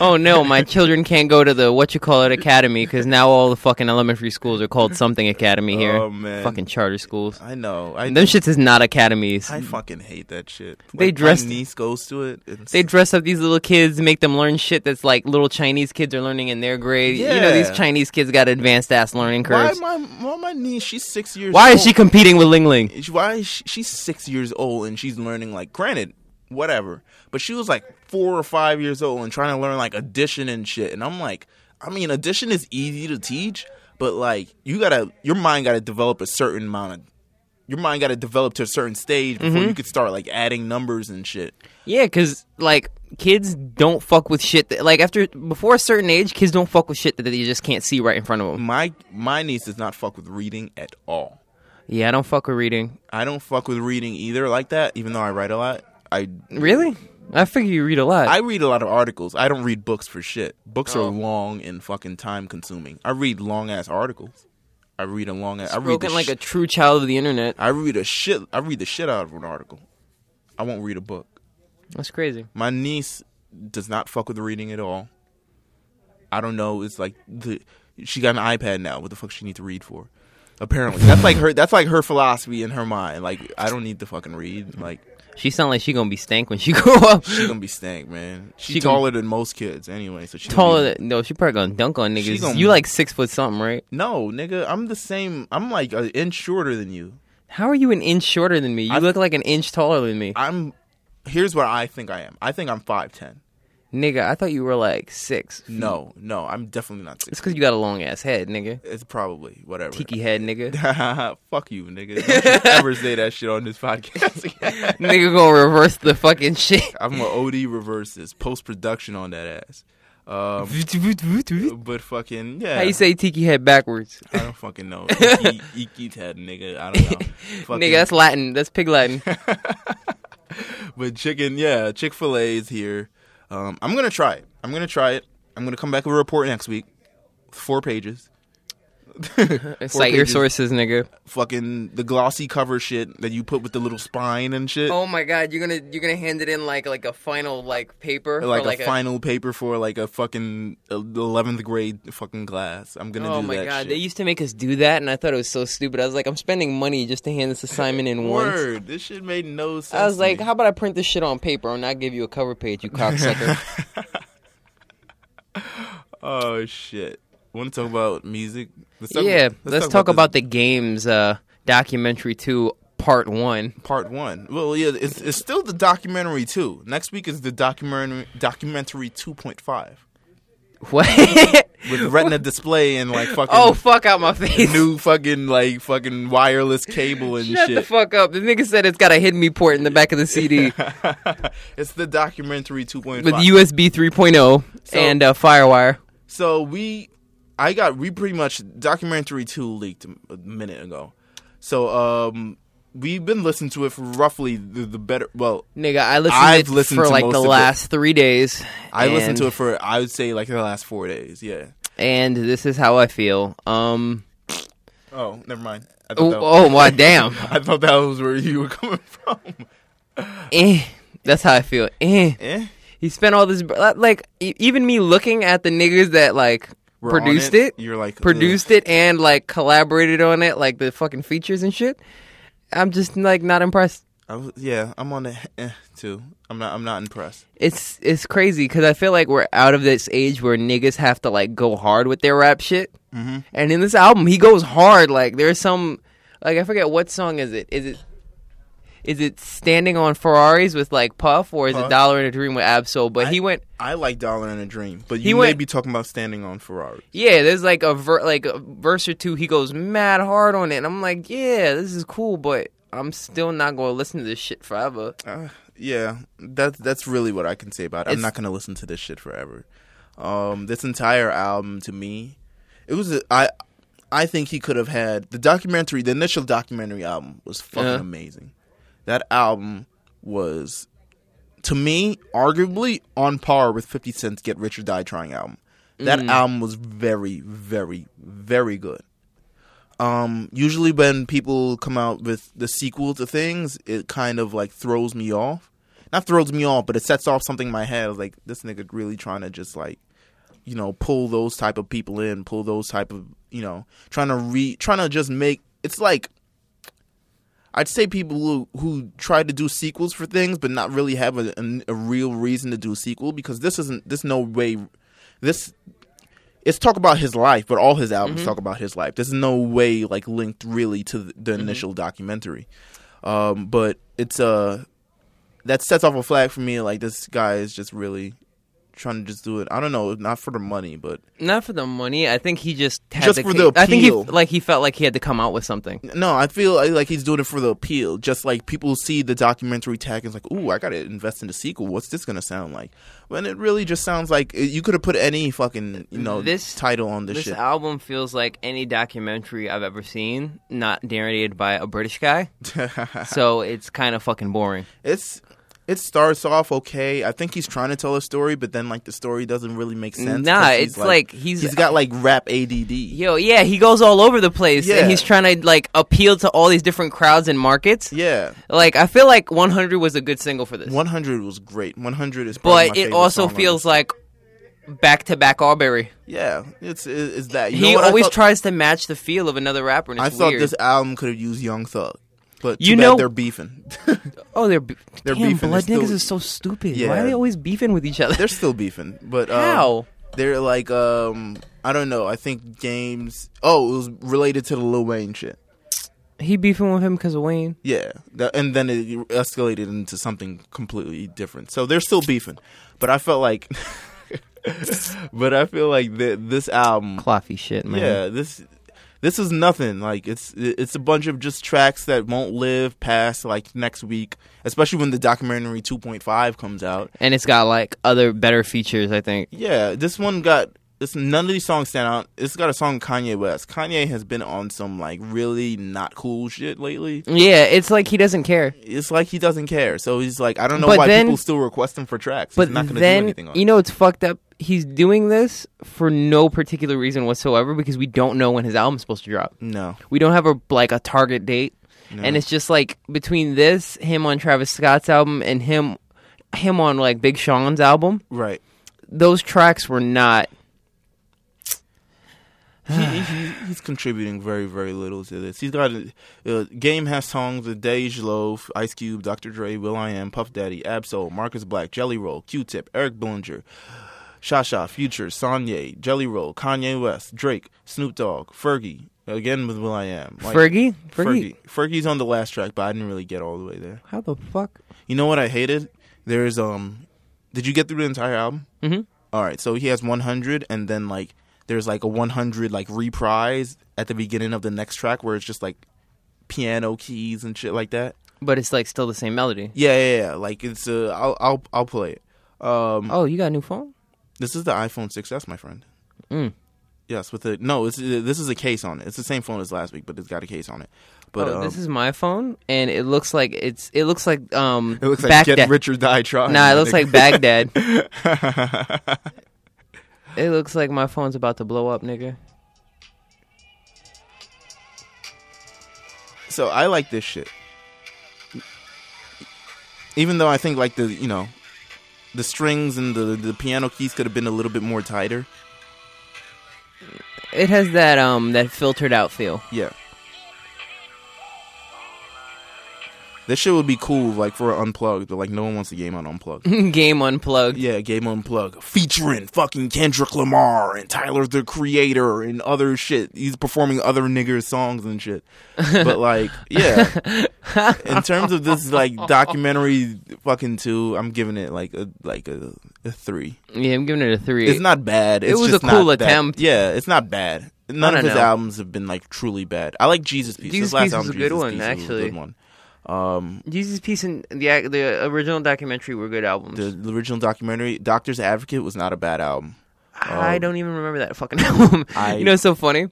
[SPEAKER 3] oh no, my children can't go to the what you call it academy because now all the fucking elementary schools are called something academy here.
[SPEAKER 4] Oh, man.
[SPEAKER 3] fucking charter schools.
[SPEAKER 4] I know. I
[SPEAKER 3] Them shits is not academies.
[SPEAKER 4] I fucking hate that shit.
[SPEAKER 3] Mm. They
[SPEAKER 4] Like,
[SPEAKER 3] dressed-
[SPEAKER 4] My niece goes to it. and
[SPEAKER 3] they dress up these little kids, make them learn shit that's like little Chinese kids are learning in their grade. You know, these
[SPEAKER 4] Yeah.
[SPEAKER 3] Chinese kids got advanced ass learning
[SPEAKER 4] why
[SPEAKER 3] curves. Why,
[SPEAKER 4] my why my niece? She's six years.
[SPEAKER 3] is she
[SPEAKER 4] old.
[SPEAKER 3] competing with Ling Ling?
[SPEAKER 4] She- Why is she, she's six years old and she's learning like granted whatever, but she was like four or five years old and trying to learn like addition and shit. And I'm like, I mean, addition is easy to teach, but like you gotta your mind gotta develop a certain amount of your mind gotta develop to a certain stage before you could start like adding numbers and shit.
[SPEAKER 3] Yeah, because like kids don't fuck with shit. That, like after before a certain age, kids don't fuck with shit that they just can't see right in front of them.
[SPEAKER 4] My my niece does not fuck with reading at all.
[SPEAKER 3] Yeah, I don't fuck with reading.
[SPEAKER 4] I don't fuck with reading either like that, even though I write a lot. I
[SPEAKER 3] Really? I figure you read a lot.
[SPEAKER 4] I read a lot of articles. I don't read books for shit. Books
[SPEAKER 3] Oh.
[SPEAKER 4] are long and fucking time consuming. I read long ass articles. I read a long ass. I read the
[SPEAKER 3] Broken like
[SPEAKER 4] sh-
[SPEAKER 3] a true child of the internet.
[SPEAKER 4] I read a shit. I read the shit out of an article. I won't read a book.
[SPEAKER 3] That's crazy.
[SPEAKER 4] My niece does not fuck with reading at all. I don't know. It's like the she got an iPad now. What the fuck she need to read for? Apparently, that's like her. That's like her philosophy in her mind. Like I don't need to fucking read. Like
[SPEAKER 3] She sound like she gonna be stank when she (laughs) grow up.
[SPEAKER 4] she gonna be stank, man. She's
[SPEAKER 3] She gonna-
[SPEAKER 4] taller than most kids anyway. So she's
[SPEAKER 3] Taller than no, she probably gonna dunk on
[SPEAKER 4] She
[SPEAKER 3] niggas.
[SPEAKER 4] gonna-
[SPEAKER 3] You like six foot something, right?
[SPEAKER 4] No, nigga, I'm the same. I'm like an inch shorter than you.
[SPEAKER 3] How are you an inch shorter than me? You look like an inch taller than me,
[SPEAKER 4] I'm. Here's what I think I am. I think I'm five ten.
[SPEAKER 3] nigga. I thought you were like six.
[SPEAKER 4] No, no, I'm definitely not
[SPEAKER 3] It's
[SPEAKER 4] six.
[SPEAKER 3] because you got a long ass head, nigga.
[SPEAKER 4] It's probably whatever.
[SPEAKER 3] Tiki head, nigga.
[SPEAKER 4] (laughs) Fuck you, nigga. Don't you ever say that shit on this podcast. (laughs)
[SPEAKER 3] nigga gonna reverse the fucking shit.
[SPEAKER 4] I'm gonna OD reverse this post production on that ass. Um, but fucking yeah.
[SPEAKER 3] How you say tiki head backwards,
[SPEAKER 4] I don't fucking know. Iki- Iki head, nigga.
[SPEAKER 3] (laughs)
[SPEAKER 4] I don't know. Fucking-
[SPEAKER 3] nigga? That's Latin. That's pig
[SPEAKER 4] (laughs)
[SPEAKER 3] Latin.
[SPEAKER 4] But chicken, yeah, Chick Fil A is here. Um, I'm gonna try it. I'm gonna try it. I'm gonna come back with a report next week. Four pages.
[SPEAKER 3] Cite your
[SPEAKER 4] pages.
[SPEAKER 3] sources, nigga.
[SPEAKER 4] Fucking the glossy cover shit that you put with the little spine and shit.
[SPEAKER 3] Oh my god, you're gonna you're gonna hand it in like like a final like paper,
[SPEAKER 4] like,
[SPEAKER 3] or
[SPEAKER 4] a, final paper for like a fucking uh, eleventh grade fucking class. I'm gonna
[SPEAKER 3] Oh
[SPEAKER 4] do
[SPEAKER 3] my
[SPEAKER 4] that
[SPEAKER 3] god,
[SPEAKER 4] shit.
[SPEAKER 3] they used to make us do that, and I thought it was so stupid. I was like, I'm spending money just to hand this assignment
[SPEAKER 4] (laughs)
[SPEAKER 3] in once.
[SPEAKER 4] Word. This shit made no sense.
[SPEAKER 3] I was
[SPEAKER 4] to
[SPEAKER 3] like,
[SPEAKER 4] me.
[SPEAKER 3] how about I print this shit on paper and not give you a cover page,
[SPEAKER 4] (laughs)
[SPEAKER 3] you cocksucker?
[SPEAKER 4] oh shit. Want to talk about music? Let's talk-
[SPEAKER 3] yeah, let's, talk
[SPEAKER 4] this
[SPEAKER 3] about, the games uh, documentary two, part one. (laughs)
[SPEAKER 4] part one. Well, yeah, it's, it's still the documentary two. Next week is the documentary documentary two point five
[SPEAKER 3] What?
[SPEAKER 4] with retina display and like fucking
[SPEAKER 3] (laughs) oh fuck out my face!
[SPEAKER 4] new fucking like fucking wireless cable and
[SPEAKER 3] Shut
[SPEAKER 4] shit.
[SPEAKER 3] the fuck up! The nigga said it's got a hidden me port in the back of the
[SPEAKER 4] (laughs)
[SPEAKER 3] CD
[SPEAKER 4] it's the documentary two point
[SPEAKER 3] with
[SPEAKER 4] five.
[SPEAKER 3] USB 3.0
[SPEAKER 4] So-
[SPEAKER 3] and uh, FireWire.
[SPEAKER 4] so we, I got we pretty much documentary two leaked a a minute ago. So um, we've been listening to it for roughly the, the better. Well,
[SPEAKER 3] Nigga, I listened,
[SPEAKER 4] I've
[SPEAKER 3] it
[SPEAKER 4] listened
[SPEAKER 3] for
[SPEAKER 4] to
[SPEAKER 3] like
[SPEAKER 4] most
[SPEAKER 3] the
[SPEAKER 4] of it.
[SPEAKER 3] last three days.
[SPEAKER 4] I listened
[SPEAKER 3] and-
[SPEAKER 4] to it for I would say like the last four days. Yeah.
[SPEAKER 3] and this is how I feel. Um,
[SPEAKER 4] Oh, never mind. I thought
[SPEAKER 3] oh,
[SPEAKER 4] that-
[SPEAKER 3] oh my damn, (laughs)
[SPEAKER 4] I thought that was where you were coming (laughs) from.
[SPEAKER 3] eh, that's how I feel. Eh,
[SPEAKER 4] Eh?
[SPEAKER 3] he spent all this like e- even me looking at the niggas that like
[SPEAKER 4] We're on
[SPEAKER 3] produced it,
[SPEAKER 4] it, you're like,
[SPEAKER 3] produced it and like collaborated on it, like the fucking features and shit. I'm just like not impressed.
[SPEAKER 4] I was, yeah, I'm on the eh, too. I'm not. I'm not impressed.
[SPEAKER 3] It's it's crazy because I feel like we're out of this age where niggas have to like go hard with their rap shit. Mm-hmm. And in this album, he goes hard. Like there's some, like I forget what song is it? Is it is it standing on Ferraris with like Puff or is it
[SPEAKER 4] Puff.
[SPEAKER 3] Dollar in a Dream with Absol? But he went,
[SPEAKER 4] I like Dollar in a Dream, but
[SPEAKER 3] He
[SPEAKER 4] you may
[SPEAKER 3] went-
[SPEAKER 4] be talking about standing on Ferrari.
[SPEAKER 3] yeah. There's like a ver- like a verse or two. He goes mad hard on it, and I'm like, yeah, this is cool, but I'm still not going to listen to this shit forever.
[SPEAKER 4] Uh, yeah, that that's really what I can say about it. I'm
[SPEAKER 3] It's-
[SPEAKER 4] not gonna listen to this shit forever. Um, this entire album to me, it was a, I, I think he could have had the documentary. The initial documentary album was fucking
[SPEAKER 3] Uh-huh.
[SPEAKER 4] amazing. That album was, to me, arguably on par with Fifty Cent's "Get Rich or Die Trying" album. That album was very, very, very good. Um, usually when people come out with the sequel to things, it kind of like throws me off. Not throws me off, but it sets off something in my head. Like this nigga really trying to just like, you know, pull those type of people in, pull those type of you know, trying to re, trying to just make. It's like I'd say people who who try to do sequels for things, but not really have a, a, a real reason to do a sequel because this isn't this no way this it's talk about his life, but all his albums talk about his life. There's no way like linked really to the, the initial documentary, um, but it's uh that sets off a flag for me. Like this guy is just really trying to just do it. I don't know, not for the money, but
[SPEAKER 3] Not for the money. I think he just had
[SPEAKER 4] Just
[SPEAKER 3] to
[SPEAKER 4] for the
[SPEAKER 3] I think he
[SPEAKER 4] appeal.
[SPEAKER 3] like he felt like he had to come out with something.
[SPEAKER 4] No, I feel like, like he's doing it for the appeal. Just like people see the documentary tag and it's like, ooh, I gotta invest in the sequel. What's this gonna sound like? When it really just sounds like uh, you could have put any fucking you know
[SPEAKER 3] This-
[SPEAKER 4] this title on this,
[SPEAKER 3] This
[SPEAKER 4] shit.
[SPEAKER 3] album feels like any documentary I've ever seen, not narrated by a British
[SPEAKER 4] (laughs)
[SPEAKER 3] guy. so it's kind of fucking boring.
[SPEAKER 4] it's it starts off okay. I think he's trying to tell a story, but then like the story doesn't really make sense.
[SPEAKER 3] Nah,
[SPEAKER 4] 'cause he's,
[SPEAKER 3] it's like, he's-
[SPEAKER 4] he's got like rap ADD. Yeah,
[SPEAKER 3] Yo, yeah, he goes all over the place
[SPEAKER 4] Yeah.
[SPEAKER 3] and he's trying to like appeal to all these different crowds and markets.
[SPEAKER 4] yeah.
[SPEAKER 3] Like I feel like 100 was a good single for this.
[SPEAKER 4] One hundred was great. One hundred is. probably
[SPEAKER 3] but
[SPEAKER 4] my
[SPEAKER 3] it
[SPEAKER 4] favorite
[SPEAKER 3] also
[SPEAKER 4] song on
[SPEAKER 3] feels
[SPEAKER 4] this.
[SPEAKER 3] like back to back Arbery.
[SPEAKER 4] yeah. It's it's that You know
[SPEAKER 3] He
[SPEAKER 4] what I
[SPEAKER 3] always
[SPEAKER 4] thought-
[SPEAKER 3] tries to match the feel of another rapper. And it's
[SPEAKER 4] I thought
[SPEAKER 3] weird.
[SPEAKER 4] this album could have used Young Thug, but too
[SPEAKER 3] You
[SPEAKER 4] bad
[SPEAKER 3] know-
[SPEAKER 4] they're beefing. (laughs)
[SPEAKER 3] Oh, they're be-
[SPEAKER 4] They're
[SPEAKER 3] damn
[SPEAKER 4] beefing,
[SPEAKER 3] blood
[SPEAKER 4] they're
[SPEAKER 3] niggas
[SPEAKER 4] still-
[SPEAKER 3] is so stupid. Why
[SPEAKER 4] Yeah.
[SPEAKER 3] are they always beefing with each other?
[SPEAKER 4] they're still beefing, but um,
[SPEAKER 3] How?
[SPEAKER 4] They're like um, I don't know. I think James. Oh, it was related to the Lil Wayne shit.
[SPEAKER 3] he beefing with him because of Wayne.
[SPEAKER 4] Yeah, that, and then it escalated into something completely different. So they're still beefing, but I felt like, (laughs) but I feel like th- this album
[SPEAKER 3] Cloffy shit, man.
[SPEAKER 4] Yeah, this this is nothing. Like it's it's a bunch of just tracks that won't live past like next week, especially when the documentary 2.5 comes out.
[SPEAKER 3] And it's got like other better features, I think.
[SPEAKER 4] Yeah, this one got this none of these songs stand out. It's got a song Kanye West. Kanye has been on some like really not cool shit lately.
[SPEAKER 3] Yeah, it's like he doesn't care.
[SPEAKER 4] It's like he doesn't care. So he's like, I don't know
[SPEAKER 3] But
[SPEAKER 4] why
[SPEAKER 3] then-
[SPEAKER 4] people still request him for tracks.
[SPEAKER 3] But
[SPEAKER 4] he's not gonna do
[SPEAKER 3] then
[SPEAKER 4] anything on
[SPEAKER 3] you
[SPEAKER 4] it.
[SPEAKER 3] know it's fucked up. He's doing this for no particular reason whatsoever because we don't know when his album's supposed to drop.
[SPEAKER 4] No.
[SPEAKER 3] We don't have a like a target date, and it's just like between this, him on Travis Scott's album, and him, him on like Big Sean's album.
[SPEAKER 4] Right.
[SPEAKER 3] Those tracks were not
[SPEAKER 4] he, he, he's contributing very, very little to this. He's got a, uh, Game has songs with Dej Loaf, Ice Cube, Dr. Dre, Will I Am, Puff Daddy, Absol, Marcus Black, Jelly Roll, Q Tip, Eric Bullinger, Shasha, Future, Sonye, Jelly Roll, Kanye West, Drake, Snoop Dogg, Fergie, again with Will I Am. Like,
[SPEAKER 3] Fergie. Fergie.
[SPEAKER 4] Fergie. Fergie's on the last track, but I didn't really get all the way there.
[SPEAKER 3] How the fuck?
[SPEAKER 4] You know what I hated? There's um. Did you get through the entire album? Mm-hmm. All right. So he has 100, and then like there's like a 100 like reprise at the beginning of the next track where it's just like piano keys and shit like that.
[SPEAKER 3] But it's like still the same melody.
[SPEAKER 4] Yeah, yeah, yeah. Like it's uh, I'll I'll I'll play it. Um,
[SPEAKER 3] Oh, you got a new phone?
[SPEAKER 4] this is the iPhone 6s, my friend.
[SPEAKER 3] Mm.
[SPEAKER 4] Yes, with the no, it's uh, this is a case on it. It's the same phone as last week, but it's got a case on it. But
[SPEAKER 3] oh,
[SPEAKER 4] um,
[SPEAKER 3] this is my phone, and it looks like it's it looks like um
[SPEAKER 4] it looks like
[SPEAKER 3] Baghdad.
[SPEAKER 4] Get Rich or Die Trying.
[SPEAKER 3] Nah,
[SPEAKER 4] my
[SPEAKER 3] it looks like
[SPEAKER 4] (laughs) nigga.
[SPEAKER 3] Baghdad.
[SPEAKER 4] (laughs)
[SPEAKER 3] it looks like my phone's about to blow up, nigga.
[SPEAKER 4] So I like this shit. Even though I think like the you know, the strings and the the piano keys could have been a little bit more tighter.
[SPEAKER 3] It has that um that filtered out feel. (laughs)
[SPEAKER 4] Yeah. This shit would be cool like for unplugged, but like no one wants the game on unplugged.
[SPEAKER 3] Game unplugged.
[SPEAKER 4] yeah, game unplugged. Featuring fucking Kendrick Lamar and Tyler the Creator and other shit. He's performing other niggers songs and shit. But like, yeah. in terms of this like documentary fucking two, I'm giving it like a like a, a three.
[SPEAKER 3] Yeah, I'm giving it a three.
[SPEAKER 4] It's not bad. It's
[SPEAKER 3] was
[SPEAKER 4] just
[SPEAKER 3] a cool
[SPEAKER 4] not that-
[SPEAKER 3] attempt.
[SPEAKER 4] yeah, it's not bad. None
[SPEAKER 3] I
[SPEAKER 4] of
[SPEAKER 3] don't
[SPEAKER 4] his
[SPEAKER 3] know.
[SPEAKER 4] albums have been like truly bad. I like Jesus Piece.
[SPEAKER 3] Jesus
[SPEAKER 4] His last
[SPEAKER 3] Piece was
[SPEAKER 4] album,
[SPEAKER 3] a good
[SPEAKER 4] Jesus
[SPEAKER 3] one,
[SPEAKER 4] Piece, was a
[SPEAKER 3] actually.
[SPEAKER 4] good one. Um,
[SPEAKER 3] Jesus Peace and the the original documentary were good albums.
[SPEAKER 4] the, the original documentary, Doctor's Advocate, was not a bad album.
[SPEAKER 3] I don't even remember that fucking (laughs) album.
[SPEAKER 4] um, I-
[SPEAKER 3] you know, it's so funny.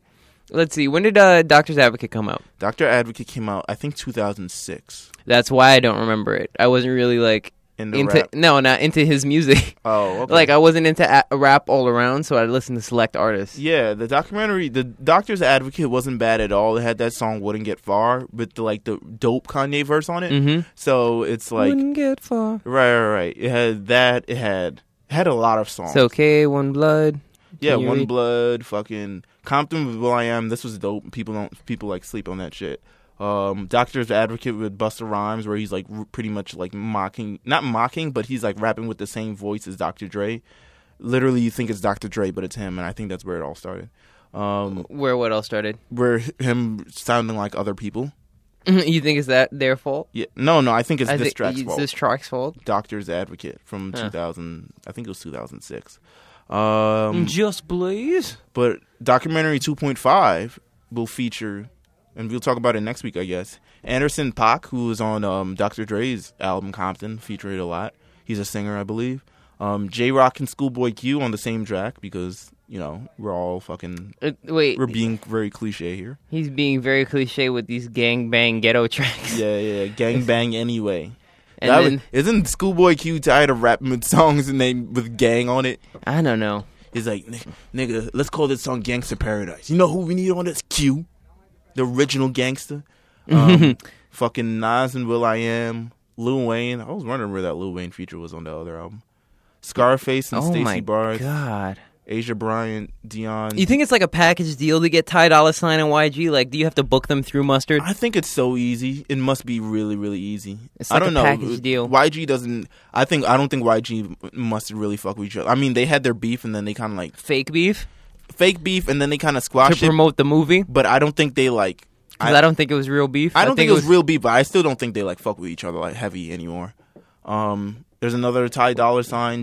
[SPEAKER 3] Let's see. When did uh, Doctor's Advocate come out?
[SPEAKER 4] Doctor Advocate came out, I think, 2006.
[SPEAKER 3] That's why I don't remember it. I wasn't really like
[SPEAKER 4] In the
[SPEAKER 3] into
[SPEAKER 4] rap.
[SPEAKER 3] no, not into his music.
[SPEAKER 4] Oh, okay.
[SPEAKER 3] Like uh, I wasn't into a- rap all around, so I listened to select artists.
[SPEAKER 4] Yeah, the documentary, the Doctor's Advocate wasn't bad at all. It had that song "Wouldn't Get Far" with the, like the dope Kanye verse on it.
[SPEAKER 3] Mhm.
[SPEAKER 4] So it's like
[SPEAKER 3] Wouldn't get far.
[SPEAKER 4] right, right, right. It had that. It had it had a lot of songs.
[SPEAKER 3] It's okay, one blood.
[SPEAKER 4] yeah,
[SPEAKER 3] Can you
[SPEAKER 4] One
[SPEAKER 3] read-
[SPEAKER 4] Blood, fucking Compton with Will I Am. This was dope. People don't people like sleep on that shit. Um, Doctor's Advocate with Buster Rhymes, where he's like r- pretty much like mocking, not mocking, but he's like rapping with the same voice as Dr. Dre. Literally, you think it's Dr. Dre, but it's him, and I think that's where it all started. Um,
[SPEAKER 3] Where what else started?
[SPEAKER 4] where him sounding like other people.
[SPEAKER 3] Mm-hmm. you think it's that their fault?
[SPEAKER 4] Yeah, no, no. I think it's
[SPEAKER 3] I
[SPEAKER 4] this
[SPEAKER 3] think
[SPEAKER 4] track's
[SPEAKER 3] it's
[SPEAKER 4] fault.
[SPEAKER 3] this track's fault.
[SPEAKER 4] Doctor's Advocate from 2000. I think it was 2006. Um,
[SPEAKER 3] Just please.
[SPEAKER 4] but documentary 2.5 will feature, and we'll talk about it next week, I guess. Anderson Pac, who was on um, Dr. Dre's album Compton, featured a lot. He's a singer, I believe. Um, J Rock and Schoolboy Q on the same track because you know we're all fucking
[SPEAKER 3] Uh, wait,
[SPEAKER 4] we're being very cliche here.
[SPEAKER 3] he's being very cliche with these gang bang ghetto tracks.
[SPEAKER 4] Yeah, yeah, gang bang anyway.
[SPEAKER 3] And
[SPEAKER 4] That would-
[SPEAKER 3] then
[SPEAKER 4] isn't Schoolboy Q tired of rapping with songs and they with gang on it?
[SPEAKER 3] I don't know.
[SPEAKER 4] He's like, "Ni- nigga, let's call this song Gangster Paradise. You know who we need on this? Q, the original gangster.
[SPEAKER 3] (laughs)
[SPEAKER 4] Um, fucking Nas and Will I Am, Lil Wayne. I was wondering where that Lil Wayne feature was on the other album. Scarface and
[SPEAKER 3] oh my
[SPEAKER 4] Stacey Barnes,
[SPEAKER 3] god.
[SPEAKER 4] Asia Bryant, Dion.
[SPEAKER 3] You think it's like a package deal to get Ty Dolla Sign and YG? Like, do you have to book them through Mustard?
[SPEAKER 4] I think it's so easy. It must be really, really easy.
[SPEAKER 3] It's
[SPEAKER 4] I
[SPEAKER 3] like
[SPEAKER 4] don't
[SPEAKER 3] a
[SPEAKER 4] know.
[SPEAKER 3] package deal.
[SPEAKER 4] YG doesn't. I think I don't think YG must really fuck with each other. I mean, they had their beef and then they kind of like
[SPEAKER 3] Fake beef
[SPEAKER 4] fake beef and then they kind of
[SPEAKER 3] to
[SPEAKER 4] squash it.
[SPEAKER 3] promote the movie?
[SPEAKER 4] But I don't think they like. I,
[SPEAKER 3] Because I, don't think it was real beef.
[SPEAKER 4] I don't think, it was real beef, but I still don't think they like fuck with each other like heavy anymore. Um, there's another Ty Dollar Sign,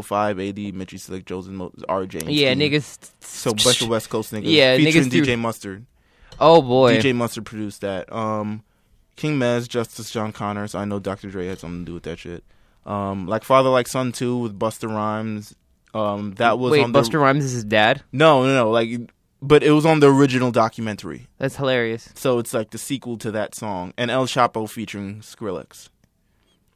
[SPEAKER 4] J305, AD, Mitchie Slick, Joseph, Mo- RJ. and
[SPEAKER 3] Yeah,
[SPEAKER 4] Steve.
[SPEAKER 3] niggas.
[SPEAKER 4] So bunch of West Coast niggas.
[SPEAKER 3] Yeah,
[SPEAKER 4] featuring
[SPEAKER 3] niggas threw-
[SPEAKER 4] DJ Mustard.
[SPEAKER 3] Oh boy.
[SPEAKER 4] DJ Mustard produced that. Um, King Mez, Justice John Connors. I know Dr. Dre had something to do with that shit. Um, like Father Like Son 2 with Buster Rhymes. Um, that was
[SPEAKER 3] Wait,
[SPEAKER 4] on the-
[SPEAKER 3] Buster Rhymes is his dad.
[SPEAKER 4] No, no, no. Like, but it was on the original documentary,
[SPEAKER 3] That's hilarious.
[SPEAKER 4] so it's like the sequel to that song. And El Chapo featuring Skrillex,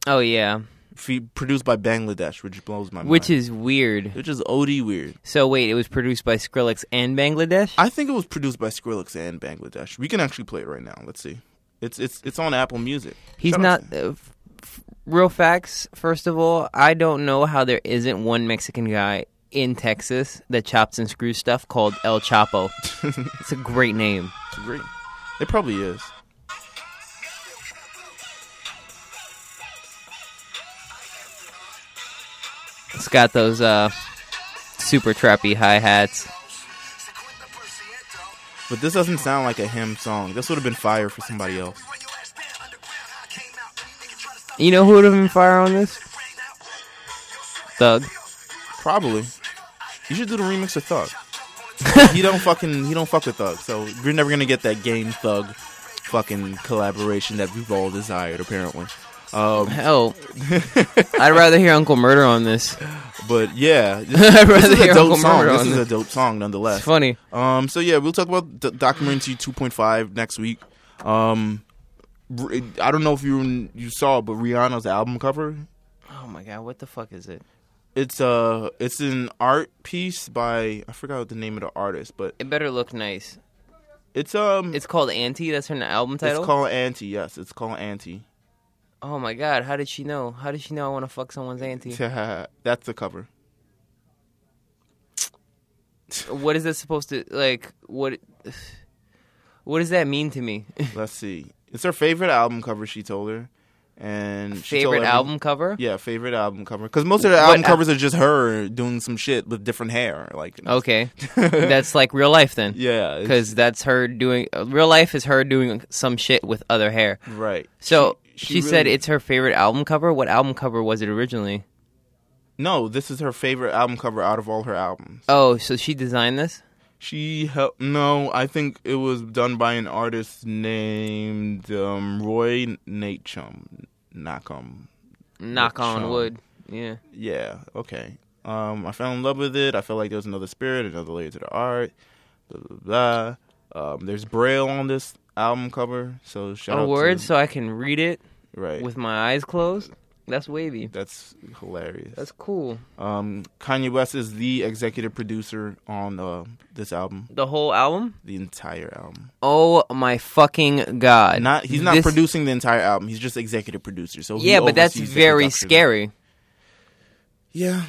[SPEAKER 3] Oh yeah,
[SPEAKER 4] Fe- produced by Bangladesh, which blows my mind.
[SPEAKER 3] which is weird.
[SPEAKER 4] which is od weird.
[SPEAKER 3] So wait, it was produced by Skrillex and Bangladesh.
[SPEAKER 4] I think it was produced by Skrillex and Bangladesh. We can actually play it right now. Let's see. It's it's it's on Apple Music.
[SPEAKER 3] He's
[SPEAKER 4] Shout out
[SPEAKER 3] not.
[SPEAKER 4] to-
[SPEAKER 3] Uh, f- f- real facts. First of all, I don't know how there isn't one Mexican guy in Texas that chops and screws stuff called El
[SPEAKER 4] (laughs)
[SPEAKER 3] Chapo. it's a great name.
[SPEAKER 4] It's great. It probably is.
[SPEAKER 3] It's got those uh, super trappy hi hats.
[SPEAKER 4] But this doesn't sound like a him song. This would have been fire for somebody else.
[SPEAKER 3] You know who would have been fire on this? Thug.
[SPEAKER 4] Probably. You should do the remix
[SPEAKER 3] (laughs)
[SPEAKER 4] of Thug. he don't fucking he don't fuck with Thug, so you're never gonna get that game Thug fucking collaboration that we've all desired apparently. Um, (laughs)
[SPEAKER 3] Hell, I'd rather hear Uncle Murder on this. (laughs)
[SPEAKER 4] but yeah, this,
[SPEAKER 3] I'd
[SPEAKER 4] this
[SPEAKER 3] rather
[SPEAKER 4] is a
[SPEAKER 3] hear
[SPEAKER 4] dope
[SPEAKER 3] Uncle
[SPEAKER 4] song.
[SPEAKER 3] Murder
[SPEAKER 4] This
[SPEAKER 3] on
[SPEAKER 4] is a
[SPEAKER 3] this.
[SPEAKER 4] dope song nonetheless.
[SPEAKER 3] It's funny.
[SPEAKER 4] Um, so yeah, we'll talk about the documentary 2.5 next week. Um, r- I don't know if you you saw, but Rihanna's album cover
[SPEAKER 3] Oh my god, what the fuck is it?
[SPEAKER 4] it's uh it's an art piece by I forgot what the name of the artist, but
[SPEAKER 3] It better look nice.
[SPEAKER 4] it's um
[SPEAKER 3] It's called Auntie. That's her album title.
[SPEAKER 4] It's called Auntie. Yes, it's called Auntie.
[SPEAKER 3] oh my god, how did she know? How did she know I want to fuck someone's auntie?
[SPEAKER 4] (laughs) That's the cover.
[SPEAKER 3] what is that supposed to like what what does that mean to me
[SPEAKER 4] Let's see. It's her favorite album cover. She told her, and (laughs) she told
[SPEAKER 3] favorite
[SPEAKER 4] every-
[SPEAKER 3] album cover
[SPEAKER 4] Yeah, favorite album cover. Because most of the album covers are just her doing some shit with different hair. Like (laughs)
[SPEAKER 3] okay that's like real life then
[SPEAKER 4] yeah, it's-
[SPEAKER 3] because that's her doing uh, real life is her doing some shit with other hair
[SPEAKER 4] right.
[SPEAKER 3] so she,
[SPEAKER 4] She- she
[SPEAKER 3] said
[SPEAKER 4] really-
[SPEAKER 3] it's her favorite album cover what album cover was it originally
[SPEAKER 4] No, this is her favorite album cover out of all her albums.
[SPEAKER 3] oh so she designed this
[SPEAKER 4] She helped. No, I think it was done by an artist named um, Roy Nachum. Nachum.
[SPEAKER 3] Knock on
[SPEAKER 4] Sean.
[SPEAKER 3] wood. Yeah.
[SPEAKER 4] Yeah. Okay. Um, I fell in love with it. I felt like there was another spirit, another layer to the art. Blah blah blah. Um, there's braille on this album cover, so shout
[SPEAKER 3] A
[SPEAKER 4] out
[SPEAKER 3] word
[SPEAKER 4] to
[SPEAKER 3] so I can read it
[SPEAKER 4] right.
[SPEAKER 3] with my eyes closed. That's wavy.
[SPEAKER 4] That's hilarious.
[SPEAKER 3] That's cool.
[SPEAKER 4] Um, Kanye West is the executive producer on uh, this album,
[SPEAKER 3] The whole album?
[SPEAKER 4] the entire album.
[SPEAKER 3] Oh my fucking god.
[SPEAKER 4] Not he's not
[SPEAKER 3] This-
[SPEAKER 4] producing the entire album. He's just executive producer. So he
[SPEAKER 3] Yeah, but that's
[SPEAKER 4] oversees the
[SPEAKER 3] very
[SPEAKER 4] production.
[SPEAKER 3] scary.
[SPEAKER 4] Yeah,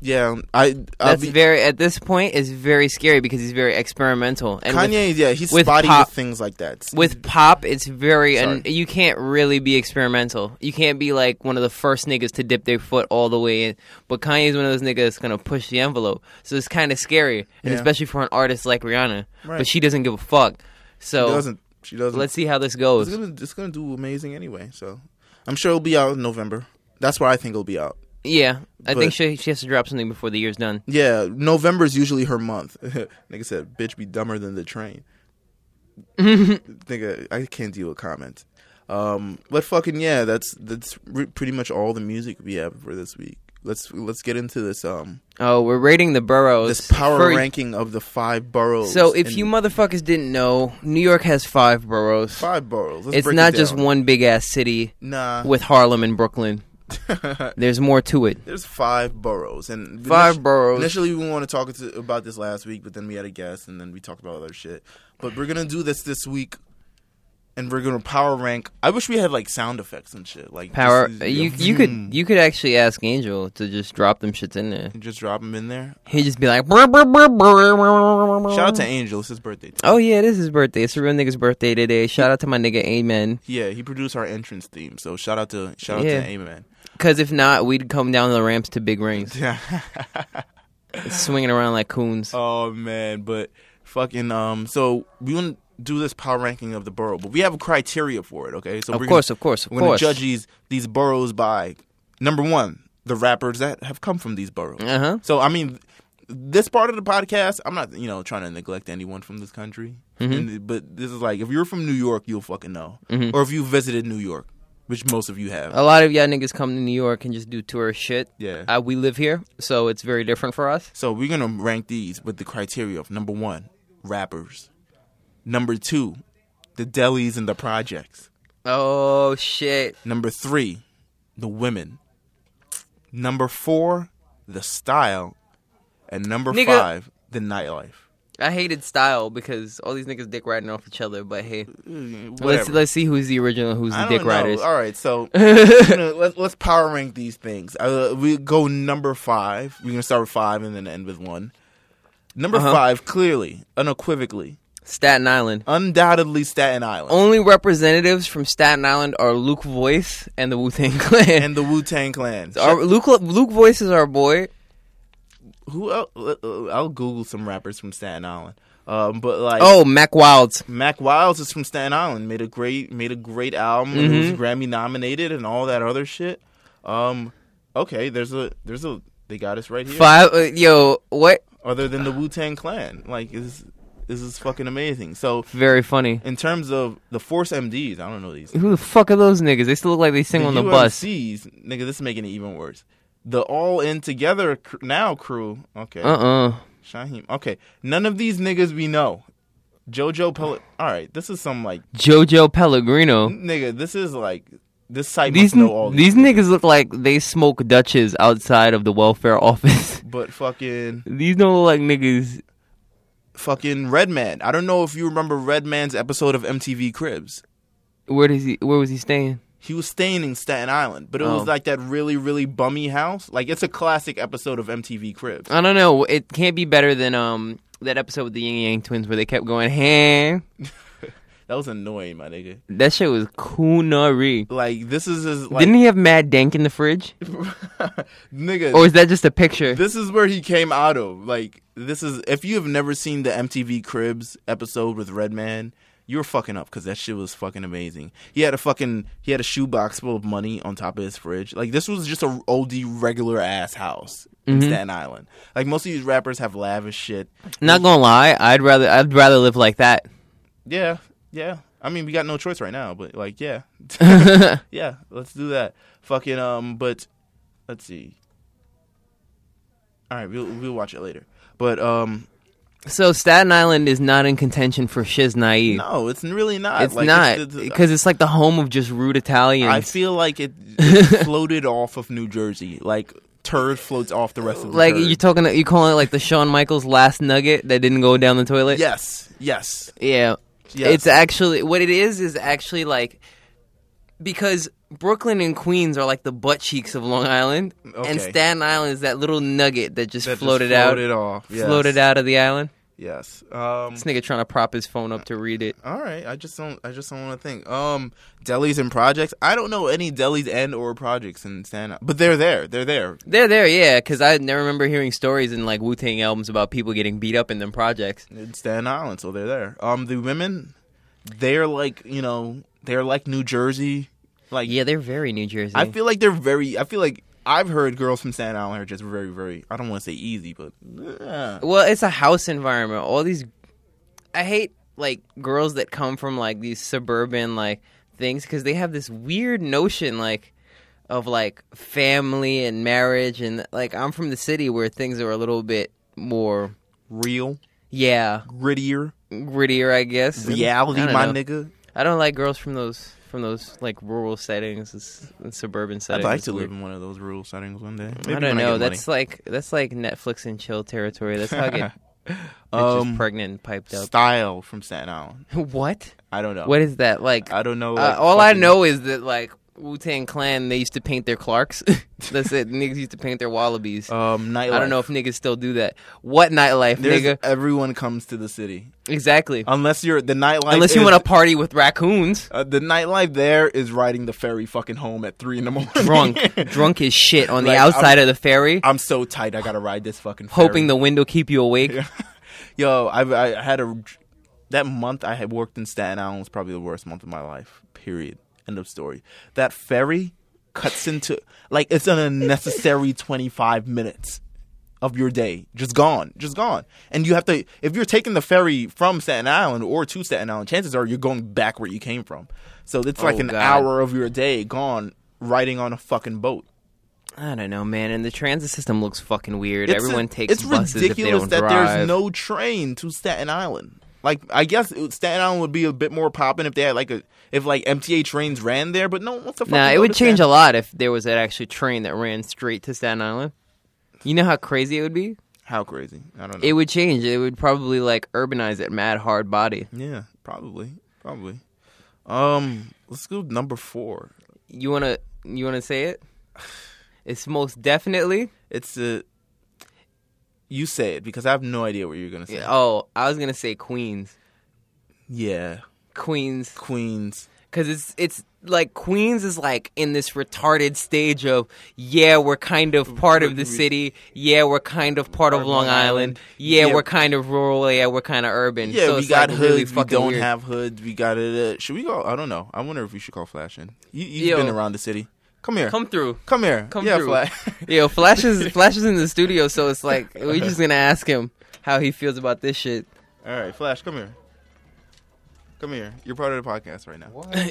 [SPEAKER 4] yeah. um, I I'll
[SPEAKER 3] That's
[SPEAKER 4] Uh, be,
[SPEAKER 3] very at this point is very scary because he's very experimental. And with-
[SPEAKER 4] Kanye. yeah, he's
[SPEAKER 3] with
[SPEAKER 4] spotty
[SPEAKER 3] pop-
[SPEAKER 4] with things like that.
[SPEAKER 3] with pop it's very un-
[SPEAKER 4] Sorry.
[SPEAKER 3] you can't really be experimental you can't be like one of the first niggas to dip their foot all the way in but kanye's one of those niggas that's gonna push the envelope so it's kind of scary and
[SPEAKER 4] Yeah.
[SPEAKER 3] especially for an artist like rihanna but
[SPEAKER 4] Right.
[SPEAKER 3] she doesn't give a fuck
[SPEAKER 4] she
[SPEAKER 3] so
[SPEAKER 4] doesn't. She doesn't.
[SPEAKER 3] let's see how this
[SPEAKER 4] it's
[SPEAKER 3] goes
[SPEAKER 4] gonna it's gonna do amazing anyway. So I'm sure it'll be out in November. That's where I think it'll be out.
[SPEAKER 3] yeah i think
[SPEAKER 4] but-
[SPEAKER 3] she, she has to drop something before the year's done
[SPEAKER 4] Yeah, November is usually her month. (laughs) Nigga said, "Bitch, be dumber than the
[SPEAKER 3] (laughs)
[SPEAKER 4] train." Nigga, I can't deal with comments. Um, but fucking yeah, that's that's re- pretty much all the music we have for this week. Let's let's get into this um
[SPEAKER 3] oh we're rating the boroughs
[SPEAKER 4] this power
[SPEAKER 3] for-
[SPEAKER 4] ranking of the five boroughs.
[SPEAKER 3] so if
[SPEAKER 4] in-
[SPEAKER 3] you motherfuckers didn't know new york has five boroughs
[SPEAKER 4] five boroughs, let's
[SPEAKER 3] it's
[SPEAKER 4] break it
[SPEAKER 3] not just
[SPEAKER 4] down.
[SPEAKER 3] one big ass city
[SPEAKER 4] Nah,
[SPEAKER 3] with harlem and
[SPEAKER 4] (laughs)
[SPEAKER 3] brooklyn there's more to it
[SPEAKER 4] there's five boroughs and
[SPEAKER 3] Five
[SPEAKER 4] initi-
[SPEAKER 3] boroughs.
[SPEAKER 4] Initially, we wanted to talk to, about this last week, but then we had a guest, and then we talked about other shit. But we're gonna do this this week, and we're gonna power rank. I wish we had like sound effects and shit, like
[SPEAKER 3] Power.
[SPEAKER 4] just-
[SPEAKER 3] You you
[SPEAKER 4] Hmm.
[SPEAKER 3] could you could actually ask Angel to just drop them shits in there.
[SPEAKER 4] just drop them in there.
[SPEAKER 3] He'd just be like, "Brr, brr, brr, brr, brr, brr, brr."
[SPEAKER 4] Shout out to Angel. It's his birthday.
[SPEAKER 3] Oh yeah, it is his birthday. It's a real nigga's birthday today. Shout out to my nigga Amen.
[SPEAKER 4] Yeah, he produced our entrance theme, so shout out to shout out
[SPEAKER 3] Yeah.
[SPEAKER 4] to Amen.
[SPEAKER 3] Cause if not, we'd come down the ramps to big rings, (laughs)
[SPEAKER 4] Yeah.
[SPEAKER 3] swinging around like coons.
[SPEAKER 4] oh man, but fucking um. So we want to do this power ranking of the borough, but we have a criteria for it. Okay, so
[SPEAKER 3] of
[SPEAKER 4] we're
[SPEAKER 3] course,
[SPEAKER 4] gonna,
[SPEAKER 3] of course, of
[SPEAKER 4] We're going
[SPEAKER 3] course.
[SPEAKER 4] to judge these these boroughs by number one, the rappers that have come from these boroughs.
[SPEAKER 3] Uh-huh.
[SPEAKER 4] So I mean, this part of the podcast, I'm not you know trying to neglect anyone from this country, And- but this is like if you're from New York, you'll fucking know, or if you visited New York, which most of you have.
[SPEAKER 3] A lot of y'all niggas come to New York and just do tourist shit.
[SPEAKER 4] Yeah.
[SPEAKER 3] uh, we live here, so it's very different for us.
[SPEAKER 4] so we're gonna rank these with the criteria of number one, rappers, number two, the delis and the projects.
[SPEAKER 3] Oh shit!
[SPEAKER 4] Number three, the women. Number four, the style. And number
[SPEAKER 3] Nigga.
[SPEAKER 4] five, the nightlife.
[SPEAKER 3] I hated style because all these niggas dick riding off each other. But hey, let's
[SPEAKER 4] Whatever.
[SPEAKER 3] let's see who's the original, who's the
[SPEAKER 4] I
[SPEAKER 3] dick
[SPEAKER 4] don't know.
[SPEAKER 3] riders.
[SPEAKER 4] All
[SPEAKER 3] (laughs)
[SPEAKER 4] right, so you know, let's, let's power rank these things. Uh, we go number five. We're gonna start with five and then end with one. Number
[SPEAKER 3] Uh-huh.
[SPEAKER 4] five, clearly, unequivocally,
[SPEAKER 3] Staten Island.
[SPEAKER 4] undoubtedly, Staten Island
[SPEAKER 3] Only representatives from Staten Island are Luke Voice and the Wu Tang Clan.
[SPEAKER 4] and the Wu Tang Clan.
[SPEAKER 3] (laughs) our, Luke Luke Voice is our boy.
[SPEAKER 4] Who else? uh, uh, I'll Google some rappers from Staten Island. Um, but like,
[SPEAKER 3] Oh, Mac Wilds.
[SPEAKER 4] Mac Wiles is from Staten Island. Made a great made a great album. and it was
[SPEAKER 3] Mm-hmm.
[SPEAKER 4] Grammy nominated and all that other shit. Um, okay, there's a there's a they got us right here.
[SPEAKER 3] Five. Uh, yo, what?
[SPEAKER 4] Other than the Wu Tang Clan, like is this is fucking amazing. So
[SPEAKER 3] Very funny.
[SPEAKER 4] in terms of the Force MDs, I don't know these.
[SPEAKER 3] Who the fuck are those niggas? They still look like they sing (laughs) on the bus.
[SPEAKER 4] UMCs, nigga, this is making it even worse. The All In Together cr- now crew. Okay,
[SPEAKER 3] Uh uh
[SPEAKER 4] Shaheem. Okay, none of these niggas we know. JoJo Pelli. All right, this is some like
[SPEAKER 3] Jojo Pellegrino.
[SPEAKER 4] nigga, this is like this site
[SPEAKER 3] These
[SPEAKER 4] must know all
[SPEAKER 3] these niggas look like they smoke Dutches outside of the welfare (laughs) office.
[SPEAKER 4] But fucking
[SPEAKER 3] these don't look like niggas.
[SPEAKER 4] fucking Redman. I don't know if you remember Redman's episode of MTV Cribs.
[SPEAKER 3] Where does he? Where was he staying?
[SPEAKER 4] He was staying in Staten Island, but it
[SPEAKER 3] Oh.
[SPEAKER 4] was like that really, really bummy house. Like it's a classic episode of MTV Cribs.
[SPEAKER 3] I don't know. It can't be better than um that episode with the Yin Yang twins where they kept going, hey.
[SPEAKER 4] That was annoying, my nigga.
[SPEAKER 3] That shit was coonery.
[SPEAKER 4] Like this is his like
[SPEAKER 3] Didn't he have Mad Dank in the fridge?
[SPEAKER 4] nigga.
[SPEAKER 3] Or is that just a picture?
[SPEAKER 4] this is where he came out of. Like this is if you have never seen the MTV Cribs episode with Redman, you're fucking up because that shit was fucking amazing. He had a fucking he had a shoebox full of money on top of his fridge. Like this was just a OD regular ass house.
[SPEAKER 3] Mm-hmm.
[SPEAKER 4] in Staten Island. Like most of these rappers have lavish shit.
[SPEAKER 3] Not gonna lie, I'd rather I'd rather live like that.
[SPEAKER 4] Yeah, yeah. I mean, we got no choice right now, but
[SPEAKER 3] (laughs)
[SPEAKER 4] like, yeah, (laughs) yeah. Let's do that. Fucking um, but let's see. All right, we'll we'll watch it later. But um,
[SPEAKER 3] So Staten Island is not in contention for Shiz Naive.
[SPEAKER 4] no, it's really not.
[SPEAKER 3] it's
[SPEAKER 4] Like, uh,
[SPEAKER 3] not
[SPEAKER 4] the- the-
[SPEAKER 3] because it's like the home of just rude Italians.
[SPEAKER 4] I feel
[SPEAKER 3] (laughs)
[SPEAKER 4] like it, it floated off of New Jersey. Like turd floats off the rest of the
[SPEAKER 3] like
[SPEAKER 4] turd.
[SPEAKER 3] you're talking, you calling it like the Shawn Michaels last nugget that didn't go down the toilet.
[SPEAKER 4] yes, yes,
[SPEAKER 3] yeah.
[SPEAKER 4] yes.
[SPEAKER 3] It's actually what it is is actually like because Brooklyn and Queens are like the butt cheeks of Long Island,
[SPEAKER 4] Okay.
[SPEAKER 3] and Staten Island is that little nugget that just
[SPEAKER 4] That just
[SPEAKER 3] floated
[SPEAKER 4] floated
[SPEAKER 3] out,
[SPEAKER 4] off. Yes.
[SPEAKER 3] floated out of the island.
[SPEAKER 4] Yes. Um,
[SPEAKER 3] This nigga trying to prop his phone up to read it.
[SPEAKER 4] All right, I just don't. I just don't want to think. Um, delis and projects. I don't know any delis and or projects in Staten Island, but they're there. They're there.
[SPEAKER 3] They're there, yeah, because I never remember hearing stories in like Wu Tang albums about people getting beat up in them projects.
[SPEAKER 4] in Staten Island, so they're there. Um, the women, they're like you know, they're like New Jersey. Like
[SPEAKER 3] Yeah, they're very New Jersey.
[SPEAKER 4] I feel like they're very. I feel like I've heard girls from Staten Island are just very, very. I don't want to say easy, but uh,
[SPEAKER 3] well, it's a house environment. All these, I hate like girls that come from like these suburban like things because they have this weird notion like of like family and marriage and like I'm from the city where things are a little bit more
[SPEAKER 4] real,
[SPEAKER 3] yeah
[SPEAKER 4] grittier,
[SPEAKER 3] grittier, I guess.
[SPEAKER 4] reality,
[SPEAKER 3] I don't
[SPEAKER 4] my
[SPEAKER 3] know.
[SPEAKER 4] nigga.
[SPEAKER 3] I don't like girls from those from those like rural settings s- and suburban
[SPEAKER 4] I'd
[SPEAKER 3] settings.
[SPEAKER 4] like
[SPEAKER 3] It's
[SPEAKER 4] to
[SPEAKER 3] weird.
[SPEAKER 4] live in one of those rural settings one day.
[SPEAKER 3] I
[SPEAKER 4] Maybe
[SPEAKER 3] don't know.
[SPEAKER 4] when get money.
[SPEAKER 3] That's like that's like Netflix and chill territory. That's how I
[SPEAKER 4] (laughs)
[SPEAKER 3] get bitches
[SPEAKER 4] um,
[SPEAKER 3] pregnant and piped up.
[SPEAKER 4] style from Staten Island.
[SPEAKER 3] (laughs) What?
[SPEAKER 4] I don't know.
[SPEAKER 3] What is that like?
[SPEAKER 4] Uh, I don't know.
[SPEAKER 3] uh,
[SPEAKER 4] like,
[SPEAKER 3] all I
[SPEAKER 4] fucking-
[SPEAKER 3] know is that like Wu Tang Clan, they used to paint their Clarks. (laughs) that's it. Niggas used to paint their wallabies.
[SPEAKER 4] Um, nightlife.
[SPEAKER 3] I don't know if niggas still do that. What nightlife,
[SPEAKER 4] There's,
[SPEAKER 3] nigga?
[SPEAKER 4] Everyone comes to the city
[SPEAKER 3] Exactly.
[SPEAKER 4] unless you're the nightlife.
[SPEAKER 3] Unless you
[SPEAKER 4] is-
[SPEAKER 3] want to party with
[SPEAKER 4] (laughs)
[SPEAKER 3] raccoons,
[SPEAKER 4] Uh, the nightlife there is riding the ferry fucking home at three in the (laughs) morning.
[SPEAKER 3] drunk, drunk as shit on the
[SPEAKER 4] Like, I'm-
[SPEAKER 3] outside of the ferry,
[SPEAKER 4] I'm so tight. I gotta ride this fucking. Ferry.
[SPEAKER 3] hoping the wind will keep you awake.
[SPEAKER 4] Yo, I I had a that month I had worked in Staten Island was probably the worst month of my life. Period. End of story. That ferry cuts into like it's an unnecessary 25 minutes of your day just gone, just gone. And you have to if you're taking the ferry from Staten Island or to Staten Island, chances are you're going back where you came from. So it's like an
[SPEAKER 3] God.
[SPEAKER 4] hour of your day gone riding on a fucking boat.
[SPEAKER 3] I don't know, man. And the transit system looks fucking weird.
[SPEAKER 4] It's-
[SPEAKER 3] Everyone takes
[SPEAKER 4] it's
[SPEAKER 3] buses
[SPEAKER 4] ridiculous
[SPEAKER 3] if they don't drive.
[SPEAKER 4] that there's no train to Staten Island. Like I guess it- Staten Island would be a bit more popping if they had like a if like MTA trains ran there, but no, what the fuck?
[SPEAKER 3] Nah,
[SPEAKER 4] you
[SPEAKER 3] it
[SPEAKER 4] go
[SPEAKER 3] would
[SPEAKER 4] to
[SPEAKER 3] change
[SPEAKER 4] Staten-
[SPEAKER 3] a lot if there was an actually train that ran straight to Staten Island. You know how crazy it would be?
[SPEAKER 4] How crazy? I don't know.
[SPEAKER 3] It would change. It would probably like urbanize it mad hard body.
[SPEAKER 4] yeah, probably, probably. Um, let's go number four.
[SPEAKER 3] You wanna you wanna say it? (sighs) It's most definitely.
[SPEAKER 4] It's a. You say it because I have no idea what you're gonna say. Yeah,
[SPEAKER 3] Oh, I was gonna say Queens, Queens,
[SPEAKER 4] Queens.
[SPEAKER 3] because it's it's like Queens is like in this retarded stage of yeah we're kind of part of the city, yeah we're kind of part of Long Island, yeah,
[SPEAKER 4] Yeah.
[SPEAKER 3] we're kind of rural, yeah we're kind of urban.
[SPEAKER 4] Yeah,
[SPEAKER 3] so
[SPEAKER 4] we
[SPEAKER 3] it's,
[SPEAKER 4] got
[SPEAKER 3] like,
[SPEAKER 4] hoods.
[SPEAKER 3] Really
[SPEAKER 4] we
[SPEAKER 3] fucking
[SPEAKER 4] don't
[SPEAKER 3] weird.
[SPEAKER 4] have hoods. We got it. Uh, should we go? I don't know. I wonder if we should call Flash in. You, you've
[SPEAKER 3] Yo.
[SPEAKER 4] been around the city. Come here.
[SPEAKER 3] Come through.
[SPEAKER 4] Come here.
[SPEAKER 3] Come
[SPEAKER 4] yeah,
[SPEAKER 3] through. (laughs)
[SPEAKER 4] Flash.
[SPEAKER 3] Yo, Flash is Flash is in the studio, so it's like we're
[SPEAKER 4] (laughs)
[SPEAKER 3] just gonna ask him how he feels about this shit.
[SPEAKER 4] All right, Flash, come here. Come here. You're part of the podcast right now.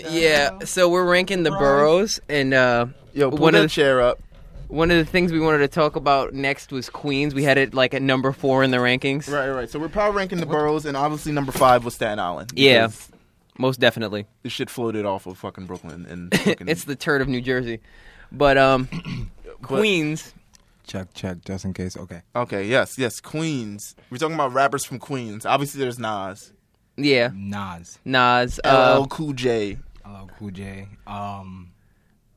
[SPEAKER 3] yeah, so we're ranking the boroughs, and uh,
[SPEAKER 4] Yo, pull
[SPEAKER 3] one
[SPEAKER 4] that
[SPEAKER 3] of the,
[SPEAKER 4] chair up.
[SPEAKER 3] one of the things we wanted to talk about next was Queens. We had it like at number four in the rankings,
[SPEAKER 4] Right, right, right. So we're power ranking the boroughs, and obviously number five was Staten Island.
[SPEAKER 3] Yeah.
[SPEAKER 4] because
[SPEAKER 3] most definitely. (laughs)
[SPEAKER 4] This shit floated off of fucking Brooklyn and fucking
[SPEAKER 3] It's the turd of New Jersey, but um, Queens.
[SPEAKER 5] Check, check, just in case. Okay.
[SPEAKER 4] Okay, yes, yes, Queens. We're talking about rappers from Queens. Obviously, there's Nas,
[SPEAKER 3] Yeah,
[SPEAKER 5] Nas,
[SPEAKER 3] Nas,
[SPEAKER 4] LL
[SPEAKER 3] uh,
[SPEAKER 4] Cool J,
[SPEAKER 5] LL Cool J. Um,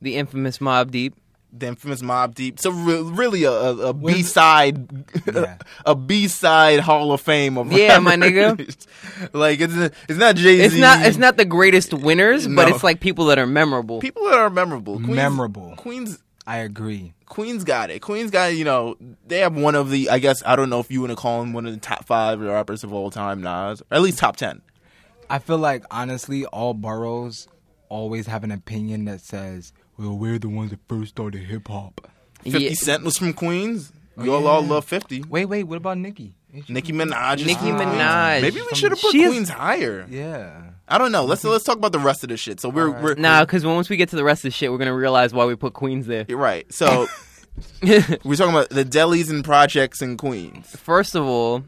[SPEAKER 3] the infamous Mob Deep.
[SPEAKER 4] the infamous Mob Deep. So re- really, a, a, a B side,
[SPEAKER 5] Yeah.
[SPEAKER 4] (laughs) a B side Hall of Fame of
[SPEAKER 3] Yeah, my
[SPEAKER 4] rappers. (laughs) like it's it's not Jay Z.
[SPEAKER 3] It's not it's not the greatest winners, but
[SPEAKER 4] No.
[SPEAKER 3] it's like people that are memorable.
[SPEAKER 4] people that are memorable. Queens,
[SPEAKER 5] Memorable.
[SPEAKER 4] Queens.
[SPEAKER 5] I agree.
[SPEAKER 4] Queens got it. Queens got you know they have one of the I guess I don't know if you want to call him one of the top five rappers of all time Nas or at least top ten.
[SPEAKER 5] I feel like honestly, all boroughs always have an opinion that says, "Well, we're the ones that first started hip hop."
[SPEAKER 4] Fifty
[SPEAKER 3] Yeah.
[SPEAKER 4] Cent was from Queens. We
[SPEAKER 3] Oh,
[SPEAKER 4] all all love fifty.
[SPEAKER 5] Wait, wait. What about Nicki? Ain't she-
[SPEAKER 4] Nicki Minaj. is-
[SPEAKER 3] Nicki Minaj.
[SPEAKER 4] Maybe we should have put
[SPEAKER 3] She is-
[SPEAKER 4] Queens higher.
[SPEAKER 5] Yeah.
[SPEAKER 4] I don't know. Let's let's talk about the rest of this shit. So we're we're
[SPEAKER 3] Nah, because once we get to the rest of the shit, we're gonna realize why we put Queens there.
[SPEAKER 4] You're right.
[SPEAKER 3] (laughs)
[SPEAKER 4] So we're talking about the delis and projects in Queens.
[SPEAKER 3] First of all,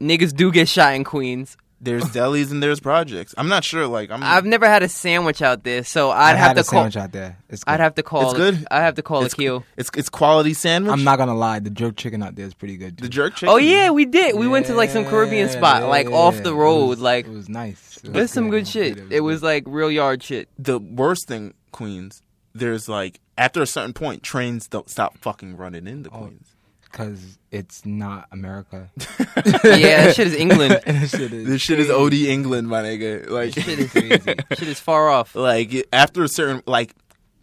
[SPEAKER 3] niggas do get shot in Queens. (laughs)
[SPEAKER 4] There's delis and there's projects. I'm not sure. Like I'm.
[SPEAKER 3] I've never had a sandwich out there, so I'd
[SPEAKER 5] I
[SPEAKER 3] have
[SPEAKER 5] had
[SPEAKER 3] to
[SPEAKER 5] a
[SPEAKER 3] call.
[SPEAKER 5] sandwich out there. It's good.
[SPEAKER 3] I'd have to call.
[SPEAKER 4] It's good?
[SPEAKER 3] I'd have to call
[SPEAKER 4] it's,
[SPEAKER 3] a queue.
[SPEAKER 4] It's it's quality sandwich.
[SPEAKER 5] I'm not gonna lie. The jerk chicken out there is pretty good.
[SPEAKER 4] the
[SPEAKER 5] Dude.
[SPEAKER 4] jerk chicken.
[SPEAKER 3] Oh yeah, we did. We went to like some Caribbean spot, like off the road. like
[SPEAKER 5] it was nice. It
[SPEAKER 3] there's
[SPEAKER 5] was
[SPEAKER 3] some
[SPEAKER 5] good.
[SPEAKER 3] good shit.
[SPEAKER 5] was
[SPEAKER 3] It was like real yard
[SPEAKER 5] (laughs)
[SPEAKER 3] shit.
[SPEAKER 4] The worst thing, Queens. There's like after a certain point, trains don't stop fucking running into Queens.
[SPEAKER 5] because it's not
[SPEAKER 3] (laughs)
[SPEAKER 5] America.
[SPEAKER 3] yeah, that shit is
[SPEAKER 5] (laughs)
[SPEAKER 3] England.
[SPEAKER 5] This shit is
[SPEAKER 4] This shit is OD England, my nigga. Like
[SPEAKER 3] (laughs) shit is crazy. Shit is far off.
[SPEAKER 4] like after a certain like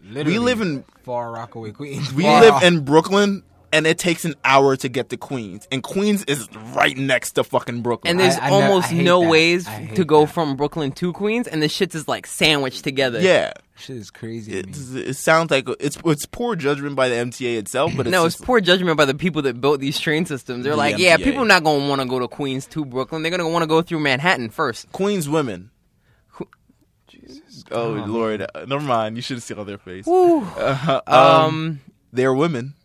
[SPEAKER 5] literally
[SPEAKER 4] live in-
[SPEAKER 5] Far Rockaway, Queens.
[SPEAKER 4] we
[SPEAKER 5] Far
[SPEAKER 4] live
[SPEAKER 5] Rock-
[SPEAKER 4] in Brooklyn. And it takes an hour to get to Queens, and Queens is right next to fucking Brooklyn.
[SPEAKER 3] And there's
[SPEAKER 5] I- I nev- I
[SPEAKER 3] almost
[SPEAKER 5] hate
[SPEAKER 3] no
[SPEAKER 5] that.
[SPEAKER 3] ways
[SPEAKER 5] I hate
[SPEAKER 3] to go
[SPEAKER 5] that.
[SPEAKER 3] from Brooklyn to Queens, and the shits is like sandwiched together.
[SPEAKER 4] yeah,
[SPEAKER 5] shit is crazy. to me.
[SPEAKER 4] It's, it sounds like it's it's poor judgment by the MTA itself, but it's
[SPEAKER 3] No, it's
[SPEAKER 4] just,
[SPEAKER 3] poor judgment by the people that built these train systems. They're
[SPEAKER 4] The
[SPEAKER 3] like, yeah,
[SPEAKER 4] MTA.
[SPEAKER 3] people not gonna want to go to Queens to Brooklyn. They're gonna want to go through Manhattan first.
[SPEAKER 4] Queens women.
[SPEAKER 3] Who-
[SPEAKER 4] Oh Lord, Uh, never mind. You should have seen all their face.
[SPEAKER 3] Woo.
[SPEAKER 5] Uh,
[SPEAKER 4] um,
[SPEAKER 3] Um,
[SPEAKER 4] they're women.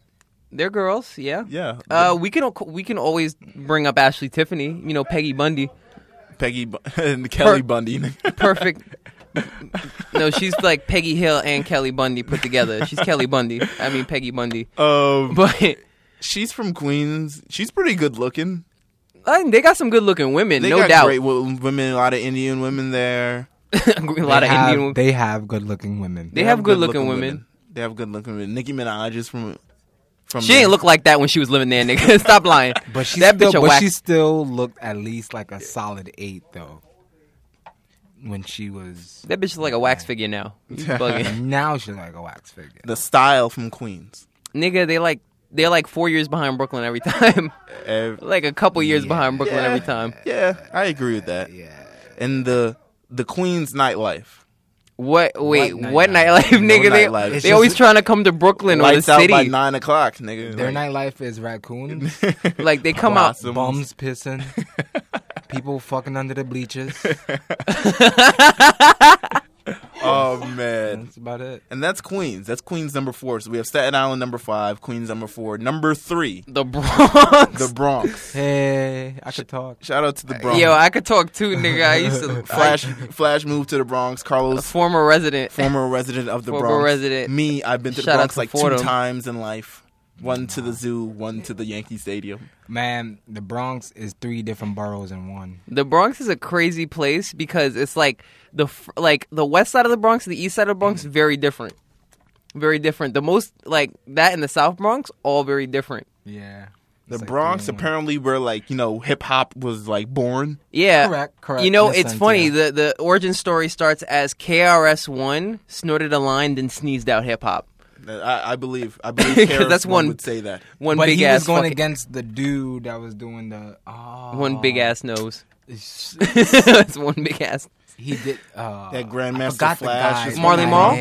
[SPEAKER 3] they're girls, yeah.
[SPEAKER 4] Yeah,
[SPEAKER 3] Uh, we can al- we can always bring up Ashley Tiffany. You know, Peggy Bundy.
[SPEAKER 4] Peggy Bu- (laughs) and Kelly
[SPEAKER 3] her-
[SPEAKER 4] Bundy. (laughs)
[SPEAKER 5] (laughs)
[SPEAKER 3] Perfect. no, she's like Peggy Hill and Kelly Bundy put together. She's Kelly Bundy. I mean Peggy Bundy.
[SPEAKER 4] um, but
[SPEAKER 3] But
[SPEAKER 4] she's from Queens. She's pretty good looking.
[SPEAKER 3] I mean, they got some good looking women,
[SPEAKER 4] They
[SPEAKER 3] no
[SPEAKER 4] got
[SPEAKER 3] doubt. (laughs)
[SPEAKER 4] great wo- women. A lot of Indian women there.
[SPEAKER 3] a lot
[SPEAKER 5] they
[SPEAKER 3] of
[SPEAKER 5] have,
[SPEAKER 3] Indian women.
[SPEAKER 5] They have good-looking women.
[SPEAKER 3] They have good looking women.
[SPEAKER 4] They have good looking women. Nicki Minaj is from. From
[SPEAKER 3] She ain't look like that when she was living there, nigga. (laughs) Stop lying.
[SPEAKER 5] but she
[SPEAKER 3] that
[SPEAKER 5] still,
[SPEAKER 3] bitch a
[SPEAKER 5] but
[SPEAKER 3] whack.
[SPEAKER 5] she still looked at least like a solid eight though. When she was
[SPEAKER 3] That bitch is like a wax figure now. You
[SPEAKER 4] (laughs)
[SPEAKER 3] bugging.
[SPEAKER 5] now, she's like a wax figure.
[SPEAKER 4] the style from Queens.
[SPEAKER 3] nigga, they like they're like four years behind Brooklyn every time. (laughs)
[SPEAKER 4] Ev-
[SPEAKER 3] like a couple years behind Brooklyn every
[SPEAKER 4] Yeah.
[SPEAKER 3] time.
[SPEAKER 4] Yeah, I agree with that.
[SPEAKER 5] Yeah.
[SPEAKER 4] And the the Queens nightlife.
[SPEAKER 3] What? Wait,
[SPEAKER 5] What
[SPEAKER 3] what
[SPEAKER 5] nightlife?
[SPEAKER 3] nightlife, nigga? they
[SPEAKER 4] nightlife.
[SPEAKER 3] they
[SPEAKER 4] It's
[SPEAKER 3] always trying to come to Brooklyn or the
[SPEAKER 4] Lights out by
[SPEAKER 3] city.
[SPEAKER 4] nine o'clock, nigga.
[SPEAKER 5] Their
[SPEAKER 4] Like-
[SPEAKER 5] nightlife is raccoons,
[SPEAKER 3] (laughs) Like they come out.
[SPEAKER 4] Blossoms.
[SPEAKER 5] bums
[SPEAKER 3] (laughs)
[SPEAKER 5] pissing, people fucking under the bleachers.
[SPEAKER 4] Oh man.
[SPEAKER 5] That's about it.
[SPEAKER 4] And that's Queens. That's Queens number four. So we have Staten Island number five, Queens number four, number three,
[SPEAKER 3] The Bronx.
[SPEAKER 4] the Bronx.
[SPEAKER 5] Hey, I could talk.
[SPEAKER 4] Shout out to the Bronx.
[SPEAKER 3] Yo, I could talk too, nigga. I used
[SPEAKER 4] (laughs)
[SPEAKER 3] to
[SPEAKER 4] Flash, Flash moved to the Bronx. Carlos,
[SPEAKER 3] former resident.
[SPEAKER 4] former resident of the
[SPEAKER 3] Former
[SPEAKER 4] Bronx.
[SPEAKER 3] resident.
[SPEAKER 4] Me, I've been to the
[SPEAKER 3] Shout out
[SPEAKER 4] Bronx
[SPEAKER 3] to
[SPEAKER 4] like
[SPEAKER 3] Fordham.
[SPEAKER 4] two times in life. One to the zoo, one to the Yankee Stadium.
[SPEAKER 5] Man, the Bronx is three different boroughs in one.
[SPEAKER 3] The Bronx is a crazy place because it's like the f- like the west side of the Bronx, and the east side of the Bronx,
[SPEAKER 4] Mm-hmm.
[SPEAKER 3] very different, very different. The most like that and the South Bronx, all very different.
[SPEAKER 5] Yeah.
[SPEAKER 4] The
[SPEAKER 5] It's like
[SPEAKER 4] Bronx,
[SPEAKER 5] three in one.
[SPEAKER 4] apparently, where like you know hip hop was like born.
[SPEAKER 3] Yeah,
[SPEAKER 5] Correct, correct.
[SPEAKER 3] You know,
[SPEAKER 5] In a
[SPEAKER 3] it's
[SPEAKER 5] sense,
[SPEAKER 3] funny.
[SPEAKER 5] yeah.
[SPEAKER 3] The the origin story starts as KRS One snorted a line, then sneezed out hip hop.
[SPEAKER 4] I, I believe.
[SPEAKER 3] (laughs)
[SPEAKER 4] I believe.
[SPEAKER 3] 'Cause
[SPEAKER 4] Harris
[SPEAKER 3] that's
[SPEAKER 4] one
[SPEAKER 3] one-
[SPEAKER 4] would say that.
[SPEAKER 3] One
[SPEAKER 5] But
[SPEAKER 3] big
[SPEAKER 5] he
[SPEAKER 3] ass
[SPEAKER 5] was going
[SPEAKER 3] fucking-
[SPEAKER 5] against the dude that was doing the oh,
[SPEAKER 3] one big ass (laughs) nose.
[SPEAKER 5] He
[SPEAKER 3] That's one big ass.
[SPEAKER 5] did
[SPEAKER 4] (laughs)
[SPEAKER 5] uh,
[SPEAKER 4] That
[SPEAKER 5] I
[SPEAKER 4] Grandmaster
[SPEAKER 5] forgot the
[SPEAKER 4] Flash
[SPEAKER 5] guy's
[SPEAKER 4] is
[SPEAKER 3] Marley
[SPEAKER 5] name.
[SPEAKER 3] Marl?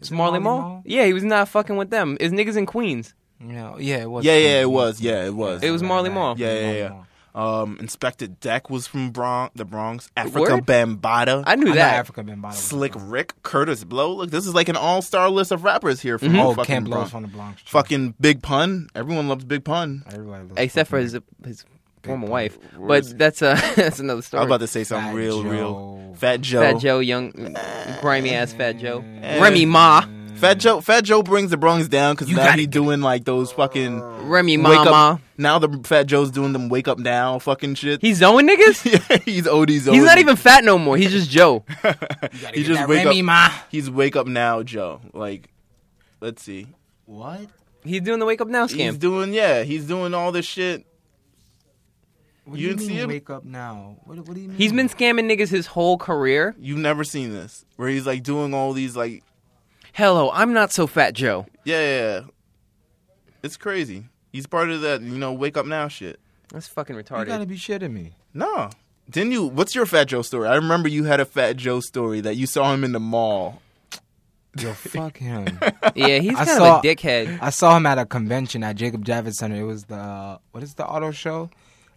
[SPEAKER 5] Is it
[SPEAKER 3] Marley Mall? Yeah, he was not fucking with them. It's niggas in Queens.
[SPEAKER 5] No, yeah, it was.
[SPEAKER 4] Yeah, yeah, it was. Yeah, it was.
[SPEAKER 3] It was Marley Mall.
[SPEAKER 4] Yeah, yeah,
[SPEAKER 5] Marley
[SPEAKER 4] yeah.
[SPEAKER 5] Mall.
[SPEAKER 4] Um, Inspector Deck was from Bronx, the Bronx. Africa
[SPEAKER 3] Word?
[SPEAKER 4] Bambata.
[SPEAKER 3] I knew
[SPEAKER 5] I know
[SPEAKER 3] that.
[SPEAKER 5] Africa been bottled.
[SPEAKER 4] Slick Rick, Curtis Blow. Look, this is like an all-star list of rappers here from the
[SPEAKER 5] Oh,
[SPEAKER 4] fucking
[SPEAKER 5] Camp Lowe's
[SPEAKER 4] Bronx.
[SPEAKER 5] from the Bronx. true.
[SPEAKER 4] Fucking Big Pun. Everyone loves Big Pun.
[SPEAKER 5] Everybody loves
[SPEAKER 3] Except for
[SPEAKER 5] fucking
[SPEAKER 3] his his former wife. But that's uh (laughs) that's another
[SPEAKER 4] I was
[SPEAKER 3] story.
[SPEAKER 4] about to say something
[SPEAKER 5] Fat
[SPEAKER 4] real,
[SPEAKER 5] Joe.
[SPEAKER 4] real. Fat Joe.
[SPEAKER 3] Fat Joe, young grimy ass Fat Joe, Remy Ma,
[SPEAKER 4] Fat Joe. Fat Joe brings the Bronx down because now
[SPEAKER 3] gotta
[SPEAKER 4] he doing like those fucking
[SPEAKER 3] Remy
[SPEAKER 4] wake up.
[SPEAKER 3] Mama.
[SPEAKER 4] Now the Fat Joe's doing them wake up now fucking shit.
[SPEAKER 3] He's zoning niggas.
[SPEAKER 4] yeah, (laughs) he's OD's.
[SPEAKER 3] He's not
[SPEAKER 4] (laughs)
[SPEAKER 3] even fat no more. He's just Joe.
[SPEAKER 4] he just
[SPEAKER 5] that
[SPEAKER 4] wake
[SPEAKER 5] Remy
[SPEAKER 4] up.
[SPEAKER 5] Ma.
[SPEAKER 4] He's wake up now, Joe. Like, let's see.
[SPEAKER 5] What?
[SPEAKER 3] He's doing the wake up now
[SPEAKER 4] He's
[SPEAKER 3] scam.
[SPEAKER 4] doing yeah. He's doing all this shit.
[SPEAKER 5] What do
[SPEAKER 4] You
[SPEAKER 5] you,
[SPEAKER 4] didn't see
[SPEAKER 5] mean
[SPEAKER 4] him?
[SPEAKER 5] wake up now? What, what do you mean?
[SPEAKER 3] He's been scamming niggas his whole career.
[SPEAKER 4] You've never seen this where he's like doing all these like
[SPEAKER 3] Hello, I'm not so fat Joe.
[SPEAKER 4] yeah, yeah, yeah. It's crazy. He's part of that you know wake up now shit.
[SPEAKER 3] That's fucking
[SPEAKER 5] You gotta
[SPEAKER 3] retarded.
[SPEAKER 5] be shitting me.
[SPEAKER 4] No. Didn't you? What's your Fat Joe story? I remember you had a Fat Joe story that you saw him in the mall
[SPEAKER 5] Yo,
[SPEAKER 4] (laughs)
[SPEAKER 5] fuck him.
[SPEAKER 3] Yeah, he's
[SPEAKER 5] I
[SPEAKER 3] kind
[SPEAKER 5] saw-
[SPEAKER 3] of a dickhead.
[SPEAKER 5] I saw him at a convention at Jacob Javits Center. It was the what is the auto show?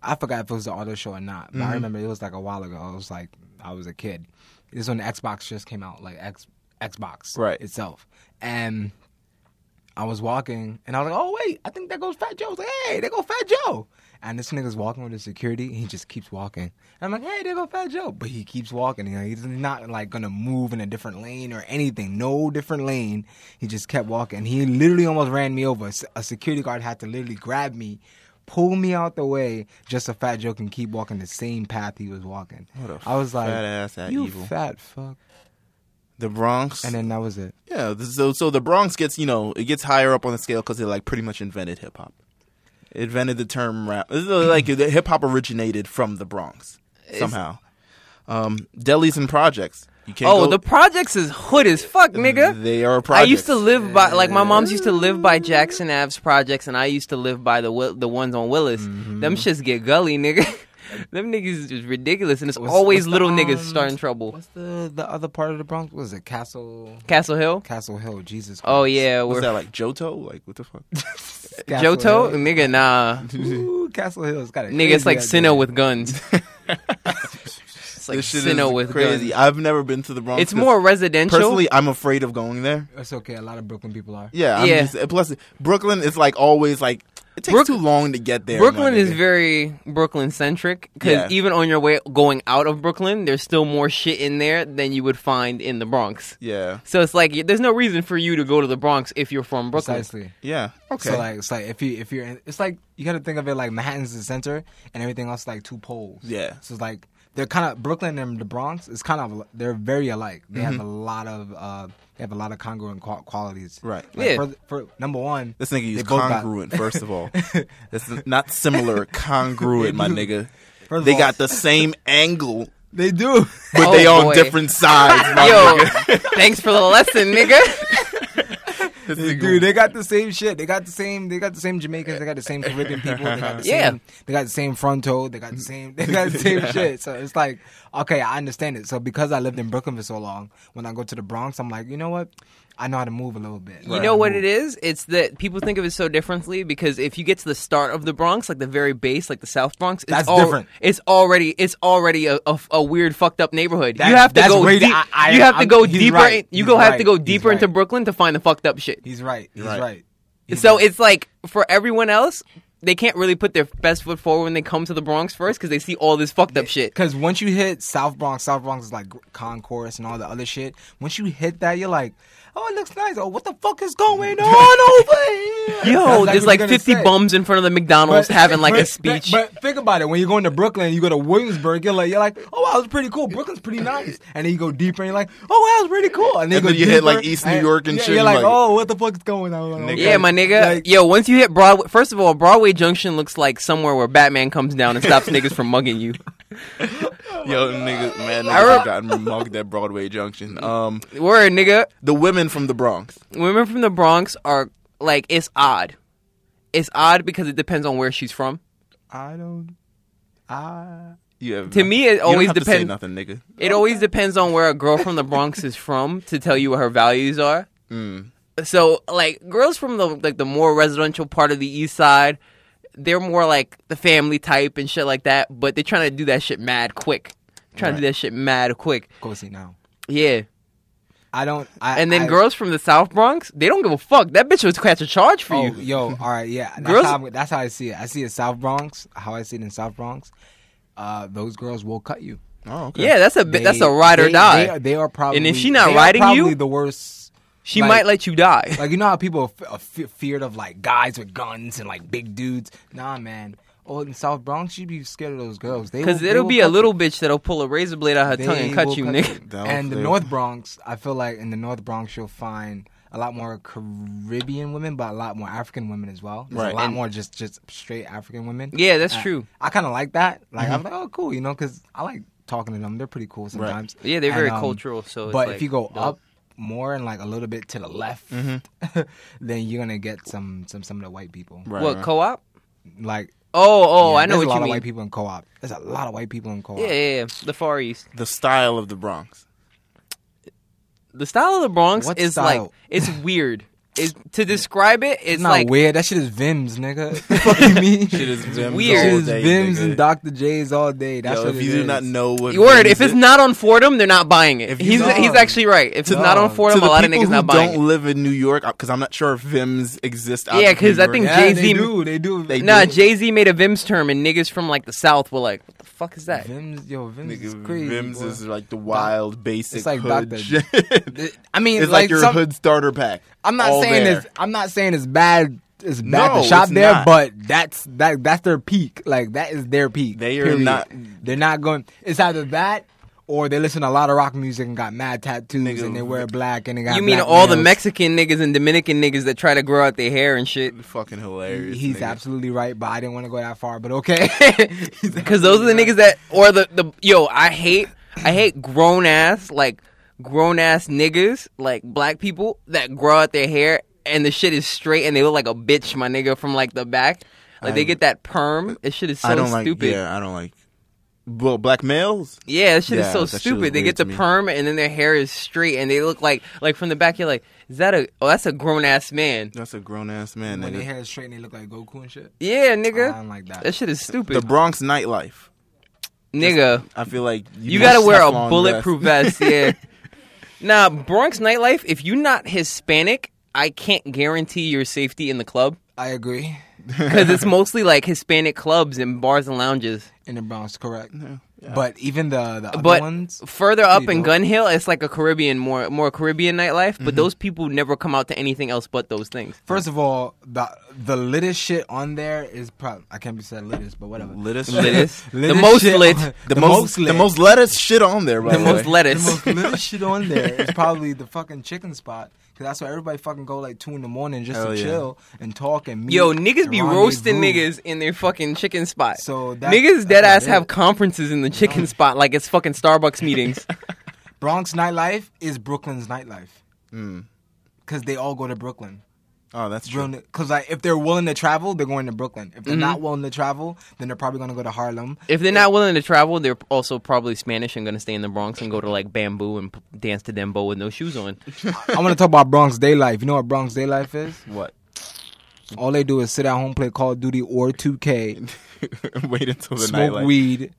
[SPEAKER 5] I forgot if it was the auto show or not, but I remember it was like a while ago. It was like I was a kid. This is when the Xbox just came out, like X Xbox
[SPEAKER 4] Right.
[SPEAKER 5] itself. And I was walking, and I was like, "Oh wait, I think that goes Fat Joe." I was like, "Hey, there go Fat Joe!" And this nigga's walking with the security. and He just keeps walking. And I'm like, "Hey, there go Fat Joe!" But he keeps walking. You know, he's not like gonna move in a different lane or anything. No different lane. He just kept walking. He literally almost ran me over. S- A security guard had to literally grab me. Pull me out the way, just so Fat Joe can keep walking the same path he was walking.
[SPEAKER 4] What a
[SPEAKER 5] I was like,
[SPEAKER 4] fat ass, that
[SPEAKER 5] "You
[SPEAKER 4] evil."
[SPEAKER 5] fat fuck!"
[SPEAKER 4] The Bronx.
[SPEAKER 5] And then that was it.
[SPEAKER 4] yeah, th- so so the Bronx gets you know it gets higher up on the scale because they like pretty much invented hip hop. It Invented the term rap. This is uh, like hip hop originated from the Bronx somehow. Um, delis and projects. You can't
[SPEAKER 3] Oh,
[SPEAKER 4] go-
[SPEAKER 3] the projects is hood as fuck, nigga.
[SPEAKER 4] They are
[SPEAKER 3] I
[SPEAKER 4] projects.
[SPEAKER 3] used to live by like my mom's used to live by Jackson Ave's projects, and I used to live by the Will- the ones on Willis. Them shits get gully, nigga. (laughs) Them niggas is ridiculous, and it's
[SPEAKER 5] What's-
[SPEAKER 3] always
[SPEAKER 5] what's the,
[SPEAKER 3] little niggas
[SPEAKER 5] um,
[SPEAKER 3] starting trouble.
[SPEAKER 5] What's the the other part of the Bronx? What is it Castle
[SPEAKER 3] Castle Hill.
[SPEAKER 5] Castle Hill? Jesus. Christ.
[SPEAKER 3] Oh yeah,
[SPEAKER 4] What's
[SPEAKER 3] we're
[SPEAKER 4] that like Johto? Like what the fuck?
[SPEAKER 5] Castle
[SPEAKER 3] Johto,
[SPEAKER 5] Hill.
[SPEAKER 3] nigga. Nah,
[SPEAKER 5] Ooh, Castle Hill. It's got a
[SPEAKER 3] nigga. It's
[SPEAKER 5] crazy
[SPEAKER 3] like
[SPEAKER 5] idea.
[SPEAKER 3] Sinnoh with guns. it's like
[SPEAKER 4] This shit
[SPEAKER 3] Sinnoh
[SPEAKER 4] is
[SPEAKER 3] with
[SPEAKER 4] crazy.
[SPEAKER 3] guns.
[SPEAKER 4] I've never been to the Bronx.
[SPEAKER 3] It's
[SPEAKER 4] 'cause
[SPEAKER 3] more residential.
[SPEAKER 4] personally. I'm afraid of going there.
[SPEAKER 5] It's okay. A lot of Brooklyn people are.
[SPEAKER 4] Yeah, I'm
[SPEAKER 3] Yeah.
[SPEAKER 4] Just, plus, Brooklyn is like always like it takes
[SPEAKER 3] Brook-
[SPEAKER 4] too long to get there.
[SPEAKER 3] Brooklyn
[SPEAKER 4] my
[SPEAKER 3] is
[SPEAKER 4] nigga.
[SPEAKER 3] very Brooklyn centric because
[SPEAKER 4] Yeah.
[SPEAKER 3] even on your way going out of Brooklyn, there's still more shit in there than you would find in the Bronx.
[SPEAKER 4] yeah,
[SPEAKER 3] So it's like y- there's no reason for you to go to the Bronx if you're from Brooklyn.
[SPEAKER 5] Precisely.
[SPEAKER 4] yeah. Okay,
[SPEAKER 5] So like, it's like if you if you're in, it's like you got to think of it like Manhattan's the center and everything else is like two poles.
[SPEAKER 4] Yeah.
[SPEAKER 5] So it's like they're kind of Brooklyn and the Bronx is kind of they're very alike. They
[SPEAKER 3] Mm-hmm.
[SPEAKER 5] have a lot of uh they have a lot of congruent qual- qualities.
[SPEAKER 4] Right.
[SPEAKER 5] Like,
[SPEAKER 3] Yeah.
[SPEAKER 5] For, for number one,
[SPEAKER 4] this nigga
[SPEAKER 5] they
[SPEAKER 4] used
[SPEAKER 5] both got-
[SPEAKER 4] congruent. First
[SPEAKER 5] (laughs)
[SPEAKER 4] of all, it's not similar. Congruent, my nigga.
[SPEAKER 5] First of
[SPEAKER 4] They
[SPEAKER 5] all-
[SPEAKER 4] got the same angle,
[SPEAKER 5] (laughs) They do.
[SPEAKER 4] but
[SPEAKER 3] Oh,
[SPEAKER 4] they on
[SPEAKER 3] boy.
[SPEAKER 4] different sides.
[SPEAKER 3] (laughs)
[SPEAKER 4] My
[SPEAKER 3] Yo,
[SPEAKER 4] nigga.
[SPEAKER 3] thanks for the lesson,
[SPEAKER 5] (laughs)
[SPEAKER 3] nigga.
[SPEAKER 4] This
[SPEAKER 5] They
[SPEAKER 4] nigga-
[SPEAKER 5] do. They got the same shit. They got the same. They got the same Jamaicans. They got the same Caribbean people. They got
[SPEAKER 3] (laughs)
[SPEAKER 5] the
[SPEAKER 3] Yeah.
[SPEAKER 5] same. They got the same fronto. They got the same. They got the
[SPEAKER 3] (laughs)
[SPEAKER 5] same shit. So it's like, okay, I understand it. So because I lived in Brooklyn for so long, when I go to the Bronx, I'm like, you know what? I know how to move a little bit.
[SPEAKER 3] You know what it is? It's that people think of it so differently because if you get to the start of the Bronx, like the very base, like the South Bronx, it's
[SPEAKER 5] That's
[SPEAKER 3] al-
[SPEAKER 5] different.
[SPEAKER 3] It's already it's already a, a, a weird fucked up neighborhood.
[SPEAKER 5] That-
[SPEAKER 3] you have to
[SPEAKER 5] that's
[SPEAKER 3] go
[SPEAKER 5] way-
[SPEAKER 3] deep.
[SPEAKER 5] I- I-
[SPEAKER 3] you have to
[SPEAKER 5] I'm-
[SPEAKER 3] go
[SPEAKER 5] he's
[SPEAKER 3] deeper.
[SPEAKER 5] right.
[SPEAKER 3] in- you
[SPEAKER 5] He's
[SPEAKER 3] go have to
[SPEAKER 5] right.
[SPEAKER 3] go
[SPEAKER 5] He's
[SPEAKER 3] deeper into
[SPEAKER 5] right.
[SPEAKER 3] Brooklyn to find the fucked up shit.
[SPEAKER 5] He's right. He's
[SPEAKER 4] Right.
[SPEAKER 5] right. He's
[SPEAKER 3] So it's like for everyone else, they can't really put their best foot forward when they come to the Bronx first because they see all this fucked up shit.
[SPEAKER 5] Because once you hit South Bronx, South Bronx is like concourse and all the other shit. Once you hit that, you're like, oh, it looks nice. Oh, what the fuck is
[SPEAKER 3] (laughs)
[SPEAKER 5] going on over here? That's
[SPEAKER 3] Yo,
[SPEAKER 5] what
[SPEAKER 3] there's
[SPEAKER 5] you're
[SPEAKER 3] like
[SPEAKER 5] gonna
[SPEAKER 3] 50
[SPEAKER 5] say.
[SPEAKER 3] bums in front of the McDonald's having like a
[SPEAKER 5] but-
[SPEAKER 3] speech.
[SPEAKER 5] But, but think about it. When you go into Brooklyn, you go to Williamsburg, you're like, you're like, oh wow, it's pretty cool. Brooklyn's pretty nice. And then you go deeper, and you're like, oh wow, it's pretty cool. And then,
[SPEAKER 4] And
[SPEAKER 5] you, go
[SPEAKER 4] then you hit, like,
[SPEAKER 5] deeper,
[SPEAKER 4] East New York and
[SPEAKER 5] yeah,
[SPEAKER 4] shit, and
[SPEAKER 5] You're like,
[SPEAKER 4] like-
[SPEAKER 5] oh, what the fuck's going on?
[SPEAKER 4] Nigga.
[SPEAKER 3] yeah, my nigga.
[SPEAKER 5] Like-
[SPEAKER 3] Yo, once you hit Broadway, first of all, Broadway Junction looks like somewhere where Batman comes down and stops niggas from mugging
[SPEAKER 5] (laughs)
[SPEAKER 3] you.
[SPEAKER 4] Yo, nigga, man, niggas
[SPEAKER 3] re-
[SPEAKER 4] have gotten mugged at Broadway Junction. Um,
[SPEAKER 3] Word, nigga.
[SPEAKER 4] the women from the Bronx.
[SPEAKER 3] Women from the Bronx are like, it's odd. It's odd because it depends on where she's from.
[SPEAKER 5] I don't. I
[SPEAKER 4] You have
[SPEAKER 3] To
[SPEAKER 4] nothing-
[SPEAKER 3] me, it
[SPEAKER 4] you don't
[SPEAKER 3] always
[SPEAKER 4] have to say
[SPEAKER 3] depend-
[SPEAKER 4] Nothing, nigga.
[SPEAKER 3] It always depends on where a girl from the Bronx is from to tell you what her values are.
[SPEAKER 5] Mm.
[SPEAKER 3] So, like girls from the like the more residential part of the East Side, they're more like the family type and shit like that. But they're trying to do that shit mad quick. Trying to do that shit mad quick.
[SPEAKER 5] go see now.
[SPEAKER 3] Yeah.
[SPEAKER 5] I don't. I,
[SPEAKER 3] And then
[SPEAKER 5] I,
[SPEAKER 3] girls from the South Bronx, they don't give a fuck. That bitch will catch a charge for
[SPEAKER 5] Oh,
[SPEAKER 3] you.
[SPEAKER 5] yo, all right, yeah. That's,
[SPEAKER 3] Girls-
[SPEAKER 5] how I'm- that's how I see it. I see it South Bronx. How I see it in South Bronx, uh, those girls will cut you.
[SPEAKER 4] Oh, okay.
[SPEAKER 3] Yeah, that's a bi-
[SPEAKER 5] They-
[SPEAKER 3] that's a ride or
[SPEAKER 5] they-
[SPEAKER 3] die.
[SPEAKER 5] They are, they are probably
[SPEAKER 3] and if she not
[SPEAKER 5] they are
[SPEAKER 3] riding
[SPEAKER 5] probably
[SPEAKER 3] you,
[SPEAKER 5] the worst.
[SPEAKER 3] she
[SPEAKER 5] like-
[SPEAKER 3] might let you die. (laughs)
[SPEAKER 5] Like you know how people are, f- are fe- feared of like guys with guns and like big dudes. Nah, man. Oh, in South Bronx, you'd be scared of those girls. They
[SPEAKER 3] Because
[SPEAKER 5] will- they
[SPEAKER 3] it'll
[SPEAKER 5] will
[SPEAKER 3] be a
[SPEAKER 5] cut you.
[SPEAKER 3] little bitch that'll pull a razor blade out her
[SPEAKER 5] They
[SPEAKER 3] tongue and cut
[SPEAKER 5] will
[SPEAKER 3] you, nigga.
[SPEAKER 4] (laughs) That'll
[SPEAKER 5] And the
[SPEAKER 4] fail.
[SPEAKER 5] North Bronx, I feel like in the North Bronx, you'll find a lot more Caribbean women, but a lot more African women as well. There's
[SPEAKER 4] Right.
[SPEAKER 5] A lot
[SPEAKER 4] And-
[SPEAKER 5] more just just straight African women.
[SPEAKER 3] (laughs) Yeah, that's
[SPEAKER 5] I-
[SPEAKER 3] true.
[SPEAKER 5] I kind of like that. Like I'm
[SPEAKER 4] Mm-hmm.
[SPEAKER 5] like, oh, cool, you know, because I like talking to them. They're pretty cool sometimes.
[SPEAKER 3] Yeah, they're very
[SPEAKER 5] And, um,
[SPEAKER 3] cultural, so it's
[SPEAKER 5] but
[SPEAKER 3] like,
[SPEAKER 5] if you go
[SPEAKER 3] dope.
[SPEAKER 5] up more and like a little bit to the left,
[SPEAKER 3] Mm-hmm.
[SPEAKER 5] (laughs) then you're gonna get some some some of the white people.
[SPEAKER 4] Right,
[SPEAKER 3] what
[SPEAKER 4] right.
[SPEAKER 3] co-op?
[SPEAKER 5] Like,
[SPEAKER 3] Oh, oh,
[SPEAKER 5] yeah,
[SPEAKER 3] I know what
[SPEAKER 5] there's a lot
[SPEAKER 3] you
[SPEAKER 5] of
[SPEAKER 3] mean.
[SPEAKER 5] white people in co-op. There's a lot of white people in co-op.
[SPEAKER 3] Yeah, yeah, yeah, the Far East.
[SPEAKER 4] the style of the Bronx.
[SPEAKER 3] The style of the Bronx
[SPEAKER 5] What
[SPEAKER 3] is
[SPEAKER 5] style?
[SPEAKER 3] like
[SPEAKER 5] (laughs)
[SPEAKER 3] it's weird. It, to describe it, it's
[SPEAKER 5] It's not
[SPEAKER 3] like
[SPEAKER 5] weird. That shit is
[SPEAKER 3] (laughs)
[SPEAKER 5] Vims, nigga. (laughs) Fuck you mean?
[SPEAKER 4] Shit is Vims
[SPEAKER 3] weird.
[SPEAKER 4] all
[SPEAKER 5] Shit is
[SPEAKER 4] day,
[SPEAKER 5] Vims
[SPEAKER 4] nigga.
[SPEAKER 5] and Dr. J's all day. That's
[SPEAKER 4] Yo,
[SPEAKER 5] what
[SPEAKER 4] if
[SPEAKER 5] it
[SPEAKER 4] you do
[SPEAKER 5] is.
[SPEAKER 4] not know
[SPEAKER 3] word.
[SPEAKER 4] what Vims
[SPEAKER 3] If it's
[SPEAKER 4] is-
[SPEAKER 3] not on Fordham, they're not buying it.
[SPEAKER 4] If
[SPEAKER 3] He's
[SPEAKER 4] you-
[SPEAKER 3] he's
[SPEAKER 5] Dog.
[SPEAKER 3] actually right. If it's not on
[SPEAKER 5] Dog.
[SPEAKER 4] to
[SPEAKER 3] Fordham,
[SPEAKER 4] the
[SPEAKER 3] a lot of
[SPEAKER 4] people
[SPEAKER 3] niggas
[SPEAKER 4] who
[SPEAKER 3] not buying
[SPEAKER 4] don't
[SPEAKER 3] it.
[SPEAKER 4] live in New York, because I'm not sure if Vims exist. out
[SPEAKER 3] Yeah,
[SPEAKER 4] of New
[SPEAKER 3] 'cause I
[SPEAKER 4] York.
[SPEAKER 3] think
[SPEAKER 5] Yeah,
[SPEAKER 3] Jay-Z
[SPEAKER 5] they do. They do.
[SPEAKER 4] They
[SPEAKER 3] Nah,
[SPEAKER 4] do.
[SPEAKER 3] Jay Z made a Vims term, and niggas from like the South were like, "What the fuck is that?"
[SPEAKER 5] Vims, yo, Vims is
[SPEAKER 4] Nigga,
[SPEAKER 5] crazy.
[SPEAKER 4] Vims
[SPEAKER 5] boy.
[SPEAKER 4] is like the wild, basic
[SPEAKER 5] like
[SPEAKER 4] hood
[SPEAKER 5] Dr.
[SPEAKER 4] shit. (laughs)
[SPEAKER 5] I mean,
[SPEAKER 4] it's like, your
[SPEAKER 5] some-
[SPEAKER 4] hood starter pack.
[SPEAKER 5] I'm not
[SPEAKER 4] All
[SPEAKER 5] saying
[SPEAKER 4] there.
[SPEAKER 5] it's I'm not saying it's bad it's bad
[SPEAKER 4] No,
[SPEAKER 5] to shop
[SPEAKER 4] it's
[SPEAKER 5] there,
[SPEAKER 4] not.
[SPEAKER 5] but that's that that's their peak. Like that is their peak.
[SPEAKER 4] They are
[SPEAKER 5] period.
[SPEAKER 4] not-
[SPEAKER 5] They're not going. It's either that or they listen to a lot of rock music and got mad tattoos
[SPEAKER 4] Nigga,
[SPEAKER 5] and they wear black and they got.
[SPEAKER 3] You mean
[SPEAKER 5] black
[SPEAKER 3] all the
[SPEAKER 5] nails.
[SPEAKER 3] Mexican niggas and Dominican niggas that try to grow out their hair and shit?
[SPEAKER 4] Fucking hilarious.
[SPEAKER 5] He's
[SPEAKER 4] nigga.
[SPEAKER 5] absolutely right, but I didn't want to go that far. But okay, (laughs)
[SPEAKER 3] Because those are the niggas that or the the yo. I hate I hate grown ass like grown ass niggas like black people that grow out their hair and the shit is straight and they look like a bitch, my nigga, from like the back. Like they
[SPEAKER 4] I-
[SPEAKER 3] get that perm. This shit is so
[SPEAKER 4] I don't like.
[SPEAKER 3] stupid. yeah.
[SPEAKER 4] Yeah, I don't like. Well, black males.
[SPEAKER 3] that shit is
[SPEAKER 4] Yeah,
[SPEAKER 3] so
[SPEAKER 4] that shit was
[SPEAKER 3] stupid. They
[SPEAKER 4] weird
[SPEAKER 3] get the
[SPEAKER 4] to me.
[SPEAKER 3] perm and then their hair is straight and they look like like from the back. You're like, is that a? Oh, that's a grown ass man.
[SPEAKER 4] That's a grown ass man.
[SPEAKER 5] when they
[SPEAKER 4] Nigga.
[SPEAKER 5] hair is straight and they look like Goku and shit.
[SPEAKER 3] Yeah, nigga.
[SPEAKER 5] I don't like that.
[SPEAKER 3] That shit is stupid,
[SPEAKER 4] The Bronx nightlife.
[SPEAKER 3] nigga.
[SPEAKER 4] I feel like
[SPEAKER 3] You
[SPEAKER 4] need
[SPEAKER 3] gotta wear a
[SPEAKER 4] Teflon
[SPEAKER 3] bulletproof vest,
[SPEAKER 5] (laughs)
[SPEAKER 3] yeah. Now, Bronx nightlife, if you're not Hispanic, I can't guarantee your safety in the club
[SPEAKER 5] I agree.
[SPEAKER 3] because
[SPEAKER 5] (laughs)
[SPEAKER 3] it's mostly like Hispanic clubs and bars and lounges.
[SPEAKER 5] In the Bronx, correct. But even the the other
[SPEAKER 3] But
[SPEAKER 5] ones,
[SPEAKER 3] further up in
[SPEAKER 5] dope.
[SPEAKER 3] Gun Hill, it's like a Caribbean, more more Caribbean nightlife.
[SPEAKER 5] Mm-hmm.
[SPEAKER 3] But those people never come out to anything else but those things.
[SPEAKER 5] First of all, the the littest shit on there is probably I can't be said littest, but whatever.
[SPEAKER 4] Lettuce.
[SPEAKER 3] Littest. the
[SPEAKER 5] Littest
[SPEAKER 3] most
[SPEAKER 5] shit (laughs)
[SPEAKER 3] lit,
[SPEAKER 5] on-
[SPEAKER 4] The, most, the most lettuce shit on there. By
[SPEAKER 3] the
[SPEAKER 4] the,
[SPEAKER 3] most
[SPEAKER 4] way.
[SPEAKER 5] eh? the
[SPEAKER 3] lettuce.
[SPEAKER 5] most littest shit on there is probably the fucking chicken spot. Cause that's where everybody fucking go like two in the morning just
[SPEAKER 4] Hell
[SPEAKER 5] to
[SPEAKER 4] yeah.
[SPEAKER 5] chill and talk and meet.
[SPEAKER 3] (laughs) Yo, niggas be
[SPEAKER 5] and
[SPEAKER 3] roasting
[SPEAKER 5] rendezvous.
[SPEAKER 3] niggas in their fucking chicken spot.
[SPEAKER 5] So that-
[SPEAKER 3] niggas
[SPEAKER 5] that's
[SPEAKER 3] dead
[SPEAKER 5] not
[SPEAKER 3] ass
[SPEAKER 5] it.
[SPEAKER 3] have conferences in the chicken spot like it's fucking Starbucks
[SPEAKER 5] (laughs)
[SPEAKER 3] meetings.
[SPEAKER 5] Bronx nightlife is Brooklyn's nightlife. Cause they all go to Brooklyn.
[SPEAKER 4] Oh, that's true.
[SPEAKER 5] Because like if they're willing to travel, they're going to Brooklyn. If they're
[SPEAKER 3] Mm-hmm.
[SPEAKER 5] not willing to travel, then they're probably gonna go to Harlem.
[SPEAKER 3] If they're not willing to travel, they're also probably Spanish and going to stay in the Bronx and go to like bamboo and p- dance to dembo with no shoes on.
[SPEAKER 5] I want to talk about Bronx daylife. You know what Bronx daylife is?
[SPEAKER 4] What?
[SPEAKER 5] All they do is sit at home, play Call of Duty or 2K,
[SPEAKER 4] (laughs) Wait until the
[SPEAKER 5] smoke
[SPEAKER 4] nightlife.
[SPEAKER 5] weed,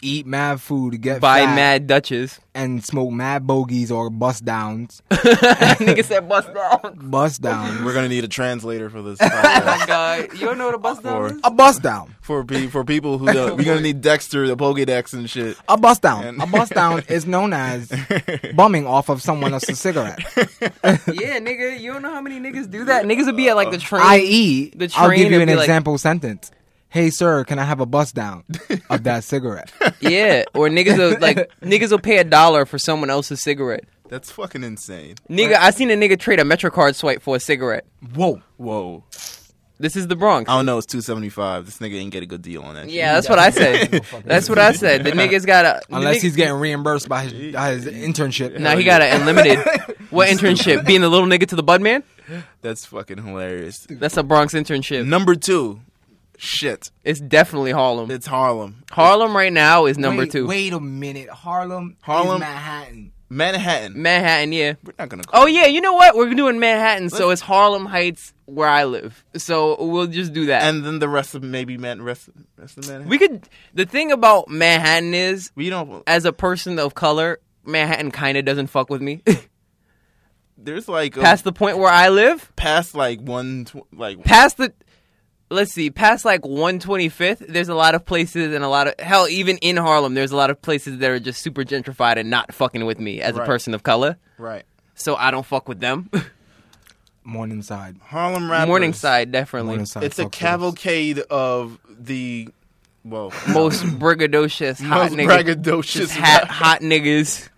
[SPEAKER 5] eat mad food, get
[SPEAKER 3] Buy
[SPEAKER 5] fat,
[SPEAKER 3] mad
[SPEAKER 5] (laughs)
[SPEAKER 3] Dutches. (laughs)
[SPEAKER 5] and smoke mad bogeys or bust downs.
[SPEAKER 3] Nigga said bust down.
[SPEAKER 5] bust down.
[SPEAKER 4] We're gonna need a translator for (laughs) this.
[SPEAKER 3] My
[SPEAKER 4] podcast.
[SPEAKER 3] God, you don't know what a bust down
[SPEAKER 4] Or-
[SPEAKER 3] is?
[SPEAKER 5] A bust down.
[SPEAKER 4] for pe- for people (laughs) who don't, we're gonna need Dexter, the Pokedex and shit.
[SPEAKER 5] A bust down.
[SPEAKER 4] And-
[SPEAKER 5] A bust down is known as
[SPEAKER 4] (laughs)
[SPEAKER 5] bumming off of someone
[SPEAKER 3] (laughs)
[SPEAKER 5] else's cigarette.
[SPEAKER 3] yeah, nigga, you don't know how many niggas do that. Niggas would be at like
[SPEAKER 5] Uh,
[SPEAKER 3] the train.
[SPEAKER 5] I.e.,
[SPEAKER 3] The
[SPEAKER 5] E, I'll
[SPEAKER 3] train
[SPEAKER 5] give you
[SPEAKER 3] would
[SPEAKER 5] an
[SPEAKER 3] be like-
[SPEAKER 5] example sentence. Hey, sir, can I have a
[SPEAKER 4] (laughs)
[SPEAKER 5] bust down of that cigarette?
[SPEAKER 3] yeah, or niggas will,
[SPEAKER 5] (laughs)
[SPEAKER 3] like niggas will pay a dollar for someone else's cigarette.
[SPEAKER 4] That's fucking insane.
[SPEAKER 3] Nigga, I seen a nigga trade a MetroCard swipe for a cigarette.
[SPEAKER 5] Whoa.
[SPEAKER 4] Whoa.
[SPEAKER 3] This is the Bronx.
[SPEAKER 4] I don't know. It's two seventy five. This nigga ain't get a good deal on that. shit.
[SPEAKER 3] yeah, that's what I
[SPEAKER 5] (laughs)
[SPEAKER 3] said. That's what I said. The niggas got a
[SPEAKER 5] Unless
[SPEAKER 3] he's.
[SPEAKER 5] he's getting reimbursed by his, by his internship.
[SPEAKER 3] Now he got an
[SPEAKER 5] (laughs)
[SPEAKER 3] unlimited. What internship? Being the little nigga to the bud man?
[SPEAKER 4] That's fucking hilarious.
[SPEAKER 3] That's a Bronx internship.
[SPEAKER 4] Number two, shit.
[SPEAKER 3] It's definitely Harlem.
[SPEAKER 4] It's Harlem.
[SPEAKER 3] Harlem right now is number
[SPEAKER 5] wait,
[SPEAKER 3] two.
[SPEAKER 5] Wait a minute. Harlem,
[SPEAKER 4] Harlem-
[SPEAKER 5] Harlem is Manhattan.
[SPEAKER 4] Manhattan.
[SPEAKER 3] Manhattan, yeah.
[SPEAKER 4] We're not gonna. Call
[SPEAKER 3] Oh yeah, you know what? We're doing Manhattan, so it's Harlem Heights where I live. So we'll just do that.
[SPEAKER 4] And then the rest of maybe man rest rest of Manhattan.
[SPEAKER 3] we could. The thing about Manhattan is,
[SPEAKER 4] we don't.
[SPEAKER 3] as a person of color, Manhattan kind of doesn't fuck with me. (laughs)
[SPEAKER 4] There's like a,
[SPEAKER 3] past the point where I live,
[SPEAKER 4] past like one tw- like
[SPEAKER 3] past the let's see past like 125th there's a lot of places and a lot of hell even in harlem there's a lot of places that are just super gentrified and not fucking with me as a
[SPEAKER 4] Right.
[SPEAKER 3] person of color
[SPEAKER 4] right
[SPEAKER 3] so i don't fuck with them (laughs)
[SPEAKER 5] Morningside.
[SPEAKER 4] Harlem rappers.
[SPEAKER 3] morningside definitely
[SPEAKER 5] Morningside.
[SPEAKER 4] It's a
[SPEAKER 5] fucks with us.
[SPEAKER 4] cavalcade of the well
[SPEAKER 3] (laughs)
[SPEAKER 4] (laughs)
[SPEAKER 3] most braggadocious hot
[SPEAKER 4] most
[SPEAKER 3] niggas
[SPEAKER 4] braggadocious
[SPEAKER 3] hat, hot niggas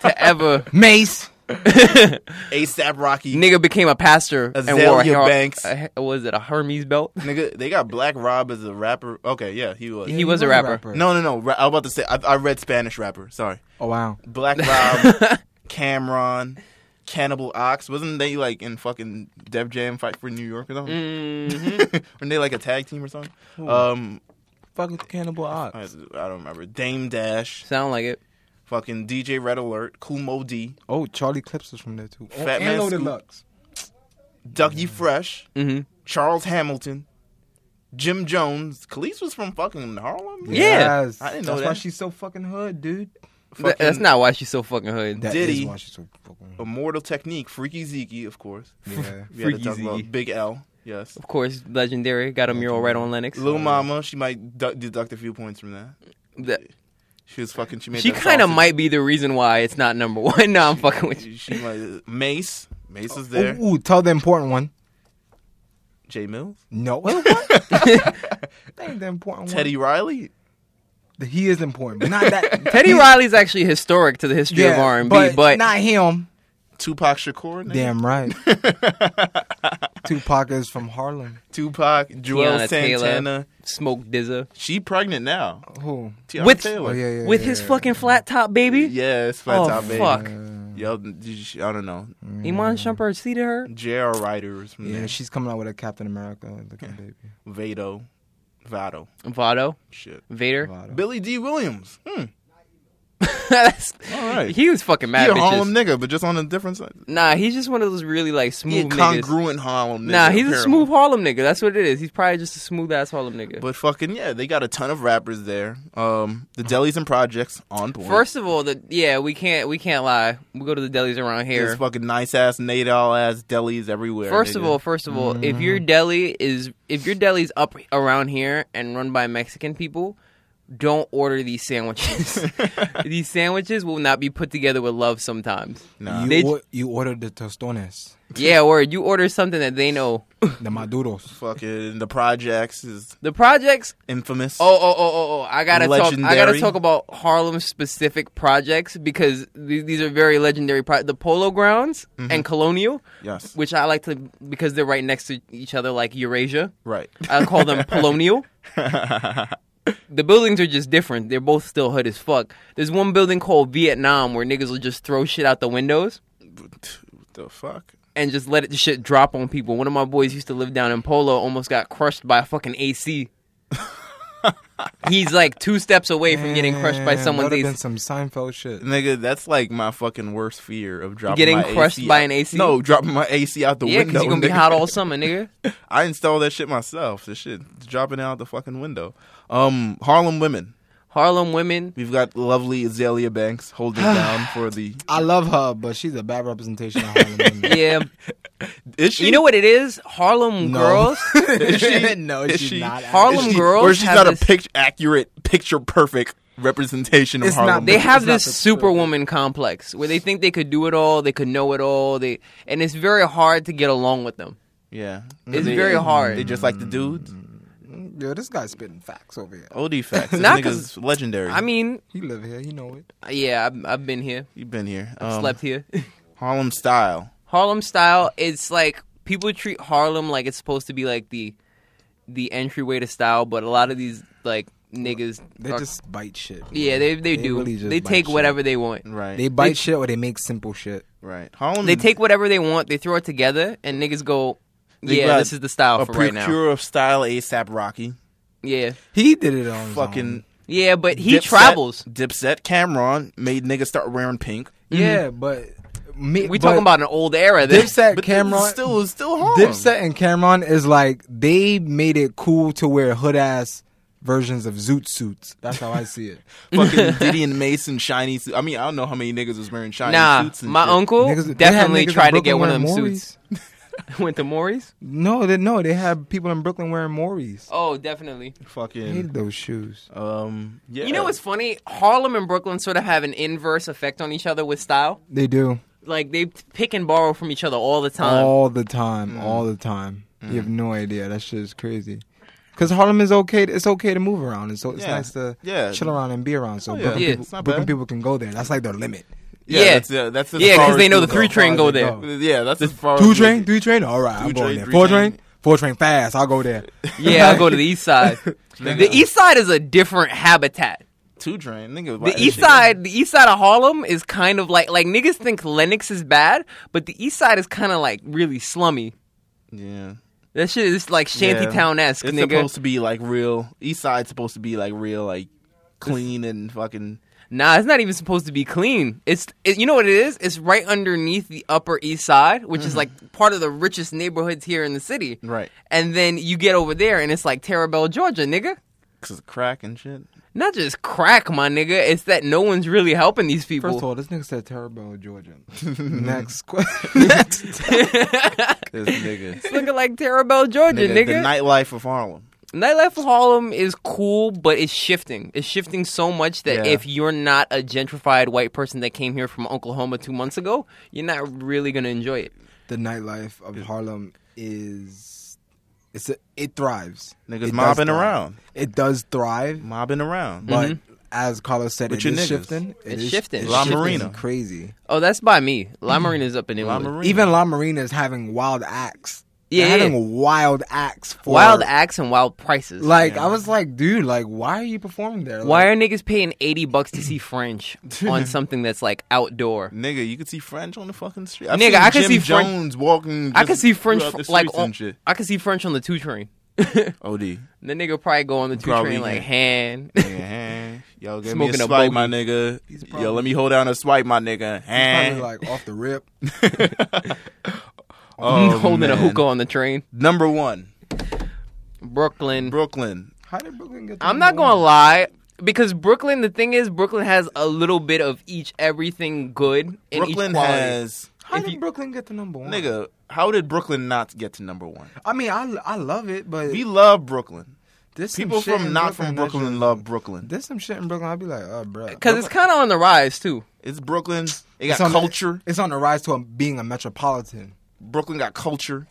[SPEAKER 3] to ever
[SPEAKER 5] Mace.
[SPEAKER 4] ASAP Rocky.
[SPEAKER 3] nigga became a pastor and wore a,
[SPEAKER 4] Azalea
[SPEAKER 3] her-
[SPEAKER 4] Banks.
[SPEAKER 3] a he- was it a hermes belt (laughs)
[SPEAKER 4] Nigga, they got Black Rob as a rapper. Okay, yeah, he was.
[SPEAKER 3] He was a rapper.
[SPEAKER 4] no, no, no. Ra- I was about to say I, I read Spanish rapper. Sorry,
[SPEAKER 5] Oh wow.
[SPEAKER 4] Black Rob,
[SPEAKER 3] (laughs)
[SPEAKER 4] Cameron, Cannibal Ox. Wasn't they like in fucking Def Jam fight for New York or something?
[SPEAKER 3] Mm-hmm.
[SPEAKER 4] (laughs) Weren't they like a tag team or something? Um,
[SPEAKER 5] Fuck with Cannibal
[SPEAKER 4] I, I
[SPEAKER 5] Ox.
[SPEAKER 4] don't remember. Dame Dash,
[SPEAKER 3] sound like it
[SPEAKER 4] fucking DJ Red Alert, Kumo D,
[SPEAKER 5] Oh, Charlie Clips was from there too. Oh,
[SPEAKER 4] Fat
[SPEAKER 5] and
[SPEAKER 4] Man
[SPEAKER 5] Loaded
[SPEAKER 4] Scoop.
[SPEAKER 5] Lux.
[SPEAKER 3] Mm.
[SPEAKER 4] Dougie Fresh,
[SPEAKER 3] Mhm.
[SPEAKER 4] Charles Hamilton, Jim Jones. Khalees was from fucking Harlem.
[SPEAKER 3] Yeah.
[SPEAKER 5] Yes.
[SPEAKER 4] I didn't know
[SPEAKER 5] That's
[SPEAKER 4] that.
[SPEAKER 5] why she's so fucking hood, dude.
[SPEAKER 3] Th- that's
[SPEAKER 4] Fucking
[SPEAKER 3] not why she's so fucking hood.
[SPEAKER 5] That is
[SPEAKER 4] Diddy.
[SPEAKER 5] why she's so fucking (laughs) hood.
[SPEAKER 4] Immortal Technique, Freaky Zeke, of course.
[SPEAKER 5] Yeah.
[SPEAKER 4] We had to talk
[SPEAKER 3] Freaky Zeke.
[SPEAKER 4] about Big L. Yes.
[SPEAKER 3] Of course, legendary. Got a mural right on Lennox. Uh,
[SPEAKER 4] Lil Mama, she might du- deduct a few points from that.
[SPEAKER 3] That-
[SPEAKER 4] She was fucking. She made.
[SPEAKER 3] she
[SPEAKER 4] that
[SPEAKER 3] kind of
[SPEAKER 4] sausage.
[SPEAKER 3] might be the reason why it's not number (laughs) one. no, I'm fucking with you.
[SPEAKER 4] She, she might. Mace. Mace is there.
[SPEAKER 3] Oh,
[SPEAKER 5] Ooh, ooh, tell the important one.
[SPEAKER 4] J Mills.
[SPEAKER 5] No. (laughs) What? That ain't the important one.
[SPEAKER 4] Teddy Riley.
[SPEAKER 5] He is important, but not (laughs) that.
[SPEAKER 3] Teddy Riley's actually historic to the history of R&B, but,
[SPEAKER 5] not (laughs) him.
[SPEAKER 4] Tupac Shakur. nigga.
[SPEAKER 5] Damn (laughs) right. Tupac is from Harlem.
[SPEAKER 4] Tupac. Joel
[SPEAKER 3] Tiana Taylor.
[SPEAKER 4] Santana.
[SPEAKER 3] Smoke Dizza
[SPEAKER 4] She pregnant now.
[SPEAKER 5] Who?
[SPEAKER 4] Tiana
[SPEAKER 3] With-
[SPEAKER 4] Taylor.
[SPEAKER 5] Oh yeah, yeah.
[SPEAKER 3] with
[SPEAKER 5] yeah,
[SPEAKER 3] his
[SPEAKER 5] yeah.
[SPEAKER 3] fucking flat top baby.
[SPEAKER 4] Yeah, it's flat
[SPEAKER 3] oh
[SPEAKER 4] top baby.
[SPEAKER 3] fuck,
[SPEAKER 4] Yo, did you- I don't know.
[SPEAKER 3] Iman
[SPEAKER 4] Mm.
[SPEAKER 3] Shumpert seated her.
[SPEAKER 4] J.R. Ryder is from
[SPEAKER 5] Yeah,
[SPEAKER 4] there.
[SPEAKER 5] she's coming out with a Captain America looking baby.
[SPEAKER 4] Vado. Vado.
[SPEAKER 3] Vado,
[SPEAKER 4] Shit.
[SPEAKER 3] Vader.
[SPEAKER 5] Vado.
[SPEAKER 4] Billy D. Williams. Hmm.
[SPEAKER 3] (laughs) That's-
[SPEAKER 4] All right.
[SPEAKER 3] He was fucking
[SPEAKER 4] He
[SPEAKER 3] mad
[SPEAKER 4] a
[SPEAKER 3] bitches.
[SPEAKER 4] Harlem nigga, but just on a different side.
[SPEAKER 3] Nah, he's just one of those really like
[SPEAKER 4] He a
[SPEAKER 3] smooth niggas.
[SPEAKER 4] congruent Harlem nigga.
[SPEAKER 3] Nah, he's a
[SPEAKER 4] apparently.
[SPEAKER 3] smooth Harlem nigga. That's what it is. He's probably just a smooth ass Harlem nigga.
[SPEAKER 4] But fucking yeah, they got a ton of rappers there. Um, the delis and projects on board.
[SPEAKER 3] First of all, the yeah, we can't we can't lie. We go to the delis around
[SPEAKER 4] there's
[SPEAKER 3] here.
[SPEAKER 4] fucking nice ass Nadal ass delis everywhere.
[SPEAKER 3] First of
[SPEAKER 4] nigga.
[SPEAKER 3] all, first of all, if your deli is if your deli's up around here and run by Mexican people, don't order these
[SPEAKER 4] (laughs)
[SPEAKER 3] sandwiches. these sandwiches will not be put together with love sometimes.
[SPEAKER 4] Nah.
[SPEAKER 5] You,
[SPEAKER 3] They-
[SPEAKER 5] or, you ordered the tostones,
[SPEAKER 3] Yeah, or you order something that they know.
[SPEAKER 5] the maduros.
[SPEAKER 4] fucking the projects is
[SPEAKER 3] The projects
[SPEAKER 4] infamous.
[SPEAKER 3] Oh, oh, oh, oh, oh! I gotta talk. I gotta
[SPEAKER 4] Legendary.
[SPEAKER 3] talk about Harlem specific projects because th- these are very legendary. Pro- the Polo Grounds and Colonial,
[SPEAKER 4] yes,
[SPEAKER 3] which I like to because they're right next to each other, like Eurasia.
[SPEAKER 4] right. (laughs)
[SPEAKER 3] I call them Colonial. The buildings are just different. They're both still hood as fuck. There's one building called Vietnam where niggas will just throw shit out the windows
[SPEAKER 4] what the fuck?
[SPEAKER 3] and just let it the shit drop on people. One of my boys used to live down in Polo, almost got crushed by a fucking AC. He's like two steps away from getting crushed by
[SPEAKER 5] Man,
[SPEAKER 3] someone.
[SPEAKER 5] that'd
[SPEAKER 3] They
[SPEAKER 5] have been some Seinfeld shit.
[SPEAKER 4] Nigga, that's like my fucking worst fear of dropping
[SPEAKER 3] Getting
[SPEAKER 4] my
[SPEAKER 3] crushed
[SPEAKER 4] AC
[SPEAKER 3] by
[SPEAKER 4] out-
[SPEAKER 3] an AC?
[SPEAKER 4] No, dropping my AC out the
[SPEAKER 3] yeah,
[SPEAKER 4] window.
[SPEAKER 3] because you're gonna be
[SPEAKER 4] nigga.
[SPEAKER 3] hot all summer,
[SPEAKER 5] (laughs)
[SPEAKER 3] nigga.
[SPEAKER 4] I installed that shit myself. The shit dropping out the fucking window. Um, Harlem women.
[SPEAKER 3] Harlem women.
[SPEAKER 4] We've got lovely Azalea
[SPEAKER 3] (sighs)
[SPEAKER 4] Banks holding down for the.
[SPEAKER 5] I love her, but she's a bad representation of Harlem.
[SPEAKER 3] (laughs)
[SPEAKER 5] women.
[SPEAKER 3] Yeah,
[SPEAKER 4] Is she?
[SPEAKER 3] you know what it is? Harlem
[SPEAKER 5] No. (laughs)
[SPEAKER 3] girls. (laughs)
[SPEAKER 4] Is she-
[SPEAKER 5] no,
[SPEAKER 4] is
[SPEAKER 5] she's
[SPEAKER 4] she-
[SPEAKER 5] not.
[SPEAKER 4] Is
[SPEAKER 3] Harlem
[SPEAKER 4] she-
[SPEAKER 3] girls
[SPEAKER 4] Or she's
[SPEAKER 3] have
[SPEAKER 4] not a
[SPEAKER 3] this-
[SPEAKER 4] pic- accurate, picture perfect representation of
[SPEAKER 5] It's
[SPEAKER 4] Harlem.
[SPEAKER 5] not-
[SPEAKER 3] They
[SPEAKER 5] It's
[SPEAKER 3] have
[SPEAKER 5] not
[SPEAKER 3] this
[SPEAKER 5] the truth.
[SPEAKER 3] superwoman complex where they think they could do it all, they could know it all, they and it's very hard to get along with them.
[SPEAKER 4] yeah,
[SPEAKER 3] It's very hard.
[SPEAKER 4] They just like the dudes.
[SPEAKER 5] Yo, this guy's spitting facts over here.
[SPEAKER 3] (laughs)
[SPEAKER 4] OD facts. Mm. This
[SPEAKER 3] Not
[SPEAKER 4] nigga's legendary.
[SPEAKER 3] I mean,
[SPEAKER 5] He live here, you know it.
[SPEAKER 3] yeah, I've, I've been here,
[SPEAKER 4] you've been here. Um,
[SPEAKER 3] slept here.
[SPEAKER 4] Harlem style.
[SPEAKER 3] Harlem style, it's like people treat Harlem like it's supposed to be like the the entryway to style, but a lot of these like niggas
[SPEAKER 5] They
[SPEAKER 3] are-
[SPEAKER 5] just bite shit.
[SPEAKER 3] yeah, they they,
[SPEAKER 5] they
[SPEAKER 3] do.
[SPEAKER 5] really just
[SPEAKER 3] they
[SPEAKER 5] bite
[SPEAKER 3] take
[SPEAKER 5] shit.
[SPEAKER 3] whatever they want.
[SPEAKER 4] Right.
[SPEAKER 5] They bite shit or they make simple shit.
[SPEAKER 4] right. Harlem.
[SPEAKER 3] They take whatever they want, they throw it together and niggas go
[SPEAKER 4] They
[SPEAKER 3] yeah,
[SPEAKER 4] got
[SPEAKER 3] this is the style
[SPEAKER 4] a
[SPEAKER 3] for right now.
[SPEAKER 4] procurer of style. ASAP Rocky.
[SPEAKER 3] Yeah.
[SPEAKER 5] He did it on his
[SPEAKER 4] Fucking.
[SPEAKER 5] own.
[SPEAKER 3] Yeah, but he
[SPEAKER 4] Dipset-
[SPEAKER 3] travels.
[SPEAKER 4] Dipset Cameron made niggas start wearing pink.
[SPEAKER 5] Yeah, but me,
[SPEAKER 3] Mm-hmm. We
[SPEAKER 5] but
[SPEAKER 3] talking about an old era. Then.
[SPEAKER 5] Dipset
[SPEAKER 4] But
[SPEAKER 5] Cameron.
[SPEAKER 4] it's still, it's still Harlem.
[SPEAKER 5] (laughs) Dipset and Cameron is like they made it cool to wear hood ass versions of zoot suits. That's how I see it.
[SPEAKER 4] (laughs) fucking Diddy and Mason shiny suit. I mean, I don't know how many niggas was wearing shiny
[SPEAKER 3] Nah,
[SPEAKER 4] suits. and
[SPEAKER 3] my
[SPEAKER 4] shit.
[SPEAKER 3] uncle
[SPEAKER 5] Niggas- they had
[SPEAKER 3] definitely
[SPEAKER 5] niggas in
[SPEAKER 3] tried to
[SPEAKER 5] Brooklyn
[SPEAKER 3] get one of them
[SPEAKER 5] wearing
[SPEAKER 3] suits. (laughs) Went to Maury's?
[SPEAKER 5] No, they, no, they have people in Brooklyn wearing Morris.
[SPEAKER 3] Oh, definitely.
[SPEAKER 5] I
[SPEAKER 4] Fucking.
[SPEAKER 5] hate those shoes.
[SPEAKER 4] Um. Yeah.
[SPEAKER 3] You know what's funny? Harlem and Brooklyn sort of have an inverse effect on each other with style.
[SPEAKER 5] They do
[SPEAKER 3] Like they pick and borrow from each other all the time.
[SPEAKER 5] all the time,
[SPEAKER 4] Mm.
[SPEAKER 5] all the time. You have no idea. That shit is crazy. Cause Harlem is okay. It's okay to move around. It's, so it's
[SPEAKER 4] Yeah.
[SPEAKER 5] nice to
[SPEAKER 4] Yeah.
[SPEAKER 5] chill around and be around. So
[SPEAKER 4] Oh, yeah.
[SPEAKER 5] Brooklyn,
[SPEAKER 3] Yeah,
[SPEAKER 5] people,
[SPEAKER 4] it's not
[SPEAKER 5] Brooklyn
[SPEAKER 4] bad.
[SPEAKER 5] people can go there. That's like their limit.
[SPEAKER 4] Yeah.
[SPEAKER 3] Yeah.
[SPEAKER 4] That's, uh, that's as
[SPEAKER 3] yeah,
[SPEAKER 4] far
[SPEAKER 3] because
[SPEAKER 4] as
[SPEAKER 3] they know
[SPEAKER 4] we
[SPEAKER 3] the three
[SPEAKER 5] go.
[SPEAKER 3] train go
[SPEAKER 5] Hard to
[SPEAKER 3] there.
[SPEAKER 5] go.
[SPEAKER 4] Oh, Yeah, that's as far.
[SPEAKER 5] Two
[SPEAKER 4] as
[SPEAKER 5] train, three train. All right, I'm
[SPEAKER 4] Two
[SPEAKER 5] going
[SPEAKER 4] train,
[SPEAKER 5] there.
[SPEAKER 4] three
[SPEAKER 5] Four
[SPEAKER 4] train.
[SPEAKER 5] train, four train fast. I'll
[SPEAKER 4] (laughs)
[SPEAKER 5] go there.
[SPEAKER 3] (laughs) Yeah, I go to the east side. the east side is a different habitat.
[SPEAKER 4] Two train. Nigga, why
[SPEAKER 3] The
[SPEAKER 4] that
[SPEAKER 3] east
[SPEAKER 4] shit-
[SPEAKER 3] side, the east side of Harlem is kind of like like niggas think Lennox is bad, but the east side is kind of like really slummy.
[SPEAKER 4] Yeah.
[SPEAKER 3] That shit is like
[SPEAKER 4] Yeah.
[SPEAKER 3] shantytown esque,
[SPEAKER 4] It's
[SPEAKER 3] nigga.
[SPEAKER 4] supposed to be like real. East side's supposed to be like real, like clean and fucking.
[SPEAKER 3] Nah, it's not even supposed to be clean. It's it, you know what it is? It's right underneath the Upper East Side, which is like part of the richest neighborhoods here in the city.
[SPEAKER 4] Right.
[SPEAKER 3] And then you get over there, and it's like Terabelle, Georgia, nigga.
[SPEAKER 4] Cause of crack and shit.
[SPEAKER 3] Not just crack, my nigga. It's that no one's really helping these people. (laughs)
[SPEAKER 5] First of all, this nigga said
[SPEAKER 4] (laughs)
[SPEAKER 5] Turbo Georgia. Next question.
[SPEAKER 3] (laughs)
[SPEAKER 4] This nigga.
[SPEAKER 3] it's looking like Terabelle, Georgia,
[SPEAKER 4] nigga,
[SPEAKER 3] nigga.
[SPEAKER 4] The nightlife of Harlem.
[SPEAKER 3] Nightlife in Harlem is cool, but it's shifting. It's shifting so much that
[SPEAKER 4] Yeah.
[SPEAKER 3] if you're not a gentrified white person that came here from Oklahoma two months ago, you're not really gonna enjoy it.
[SPEAKER 5] the nightlife of Harlem is it's a, it thrives.
[SPEAKER 4] Niggas
[SPEAKER 5] It does
[SPEAKER 4] mobbing
[SPEAKER 5] thrive.
[SPEAKER 4] around.
[SPEAKER 5] It does thrive,
[SPEAKER 4] Mobbing around.
[SPEAKER 3] Mm.
[SPEAKER 5] but as Carlos said,
[SPEAKER 4] With
[SPEAKER 5] it
[SPEAKER 4] your
[SPEAKER 5] is
[SPEAKER 4] niggas.
[SPEAKER 5] shifting. It
[SPEAKER 3] It's
[SPEAKER 5] is-
[SPEAKER 3] shifting.
[SPEAKER 5] it's
[SPEAKER 4] La
[SPEAKER 5] shifting
[SPEAKER 4] Marina.
[SPEAKER 5] crazy.
[SPEAKER 3] Oh, that's by me. La Marina's up in
[SPEAKER 4] Mm. La
[SPEAKER 3] England.
[SPEAKER 4] Marina.
[SPEAKER 5] Even La Marina is having wild acts. They're
[SPEAKER 3] Yeah, yeah.
[SPEAKER 5] having wild acts. For,
[SPEAKER 3] Wild acts and wild prices.
[SPEAKER 5] Like I was like, dude, like why are you performing there?
[SPEAKER 3] why
[SPEAKER 5] Like,
[SPEAKER 3] are niggas paying eighty bucks to see
[SPEAKER 4] (laughs)
[SPEAKER 3] French on something that's like outdoor?
[SPEAKER 4] Nigga, you could see French on the fucking street. I've
[SPEAKER 3] Nigga,
[SPEAKER 4] seen
[SPEAKER 3] I could
[SPEAKER 4] Jim
[SPEAKER 3] see French-
[SPEAKER 4] Jones walking.
[SPEAKER 3] I
[SPEAKER 4] just
[SPEAKER 3] could see French
[SPEAKER 4] throughout the
[SPEAKER 3] like
[SPEAKER 4] streets
[SPEAKER 3] on,
[SPEAKER 4] and shit.
[SPEAKER 3] I could see French on the two train. (laughs) the
[SPEAKER 4] Od.
[SPEAKER 3] nigga probably go on the two
[SPEAKER 4] Probably,
[SPEAKER 3] train like
[SPEAKER 4] yeah.
[SPEAKER 3] hand. (laughs)
[SPEAKER 4] (laughs) Yeah, yo, give
[SPEAKER 3] Smoking
[SPEAKER 4] me
[SPEAKER 3] a
[SPEAKER 4] a swipe,
[SPEAKER 3] bogey.
[SPEAKER 4] my nigga.
[SPEAKER 5] probably-
[SPEAKER 4] yo, let me hold down a swipe, my nigga. Eh.
[SPEAKER 5] Probably like off the rip.
[SPEAKER 3] (laughs)
[SPEAKER 4] Oh,
[SPEAKER 3] holding a
[SPEAKER 4] man.
[SPEAKER 3] hookah on the train.
[SPEAKER 4] Number one,
[SPEAKER 3] Brooklyn. (laughs)
[SPEAKER 4] Brooklyn.
[SPEAKER 5] How did Brooklyn get?
[SPEAKER 3] I'm not
[SPEAKER 5] going
[SPEAKER 3] gonna lie because Brooklyn. The thing is, Brooklyn has a little bit of each everything good. And
[SPEAKER 4] Brooklyn
[SPEAKER 3] each quality.
[SPEAKER 4] has
[SPEAKER 5] How
[SPEAKER 3] if
[SPEAKER 5] did
[SPEAKER 3] you-
[SPEAKER 5] Brooklyn get to number one?
[SPEAKER 4] nigga. How did Brooklyn not get to number one?
[SPEAKER 5] I mean, I, I love it, but
[SPEAKER 4] We love Brooklyn.
[SPEAKER 5] there's some
[SPEAKER 4] People
[SPEAKER 5] shit
[SPEAKER 4] from
[SPEAKER 5] in
[SPEAKER 4] not from
[SPEAKER 5] that just-
[SPEAKER 4] Brooklyn love Brooklyn.
[SPEAKER 5] There's some shit in Brooklyn. I'd be like, oh, bro.
[SPEAKER 3] because it's kind of on the rise too.
[SPEAKER 4] It's Brooklyn. It got culture.
[SPEAKER 5] it's on the rise to a, being a metropolitan.
[SPEAKER 4] Brooklyn got culture.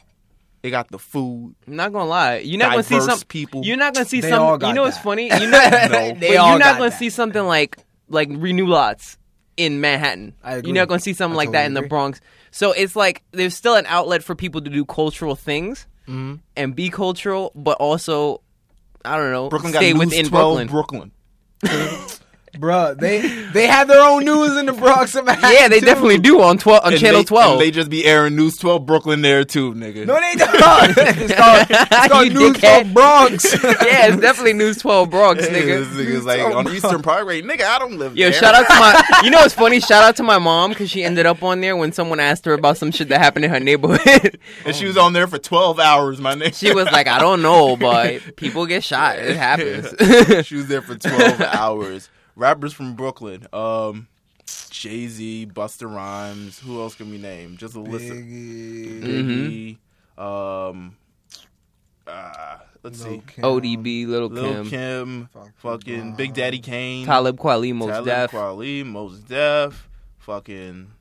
[SPEAKER 4] It got the food.
[SPEAKER 3] I'm not gonna lie, you're not gonna see
[SPEAKER 4] Diverse
[SPEAKER 3] some
[SPEAKER 4] people.
[SPEAKER 3] You're not gonna see
[SPEAKER 5] They
[SPEAKER 3] some.
[SPEAKER 5] all got
[SPEAKER 3] you know what's
[SPEAKER 5] that. (laughs)
[SPEAKER 3] funny? You're not, (laughs)
[SPEAKER 5] No.
[SPEAKER 3] but
[SPEAKER 5] They
[SPEAKER 3] you're
[SPEAKER 5] all
[SPEAKER 3] not
[SPEAKER 5] got
[SPEAKER 3] gonna
[SPEAKER 5] that.
[SPEAKER 3] see something like like Renew Lots in Manhattan.
[SPEAKER 5] I agree.
[SPEAKER 3] You're not gonna see something
[SPEAKER 5] I
[SPEAKER 3] like that
[SPEAKER 5] totally
[SPEAKER 3] in the
[SPEAKER 5] agree.
[SPEAKER 3] Bronx. So it's like there's still an outlet for people to do cultural things
[SPEAKER 5] Mm-hmm.
[SPEAKER 3] and be cultural, but also. I don't know.
[SPEAKER 4] Brooklyn
[SPEAKER 3] stay
[SPEAKER 4] got news
[SPEAKER 3] within
[SPEAKER 4] 12
[SPEAKER 3] Brooklyn.
[SPEAKER 4] Brooklyn.
[SPEAKER 5] Bruh, (laughs) they they have their own news in the Bronx. and Manhattan,
[SPEAKER 3] Yeah, they
[SPEAKER 5] too.
[SPEAKER 3] definitely do on twelve on
[SPEAKER 4] And
[SPEAKER 3] channel
[SPEAKER 4] they,
[SPEAKER 3] twelve.
[SPEAKER 4] and they just be airing news twelve Brooklyn there too, nigga.
[SPEAKER 5] No, they (laughs) don't. it's called, it's
[SPEAKER 3] You
[SPEAKER 5] called news
[SPEAKER 3] dickhead.
[SPEAKER 5] from (laughs) Bronx.
[SPEAKER 3] (laughs) yeah, it's definitely News Twelve
[SPEAKER 5] (laughs)
[SPEAKER 3] Bronx,
[SPEAKER 4] (laughs) This
[SPEAKER 3] nigga. Oh,
[SPEAKER 4] nigga's like on Eastern Parkway, nigga. I don't live
[SPEAKER 3] Yo,
[SPEAKER 4] there.
[SPEAKER 3] shout out to my. You know what's funny? Shout out to my mom because she ended up on there when someone asked her about some shit that happened in her neighborhood. (laughs)
[SPEAKER 4] And she was on there for 12 hours, my (laughs) nigga.
[SPEAKER 3] she was like, "I don't know, but people get shot. It (laughs) happens."
[SPEAKER 4] she was there
[SPEAKER 3] (laughs)
[SPEAKER 4] for 12 hours. Rappers from Brooklyn. Um, Jay Z, Buster Rhymes. Who else can we name? Just a list. of-
[SPEAKER 5] Biggie,
[SPEAKER 4] Biggie.
[SPEAKER 3] Mm-hmm.
[SPEAKER 4] Um, uh, let's see.
[SPEAKER 5] Lil' Kim,
[SPEAKER 3] ODB, Little
[SPEAKER 4] Lil
[SPEAKER 3] Kim,
[SPEAKER 4] Kim.
[SPEAKER 5] Fucking
[SPEAKER 4] Fucking
[SPEAKER 5] Bob.
[SPEAKER 4] Big Daddy Kane.
[SPEAKER 3] Talib Kweli, Most
[SPEAKER 4] Talib
[SPEAKER 3] Def.
[SPEAKER 4] Kweli. Most Def. Fucking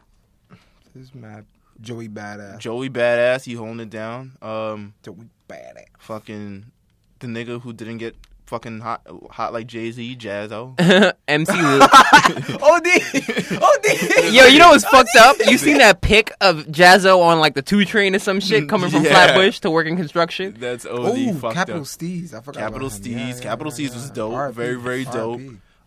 [SPEAKER 5] This map. Joey Badass.
[SPEAKER 4] Joey Badass. He holding it down. Um,
[SPEAKER 5] Joey Badass.
[SPEAKER 4] fucking the nigga who didn't get fucking hot, hot like Jay Z, Jazzo.
[SPEAKER 3] (laughs) MC Lil.
[SPEAKER 5] (laughs) OD. OD.
[SPEAKER 3] Yo, you know what's fucked up? You (laughs) seen that pic of Jazzo on like the two train or some shit coming from
[SPEAKER 4] Yeah.
[SPEAKER 3] Flatbush to work in construction?
[SPEAKER 4] That's OD
[SPEAKER 5] Ooh,
[SPEAKER 4] fucked
[SPEAKER 5] Capital
[SPEAKER 4] up.
[SPEAKER 5] Steez. I forgot.
[SPEAKER 4] Capital
[SPEAKER 5] about
[SPEAKER 4] Steez.
[SPEAKER 5] him. Yeah, yeah,
[SPEAKER 4] Capital
[SPEAKER 5] yeah,
[SPEAKER 4] Steez
[SPEAKER 5] yeah.
[SPEAKER 4] was dope.
[SPEAKER 5] R.I.P.,
[SPEAKER 4] Very, very dope.
[SPEAKER 5] R.I.P..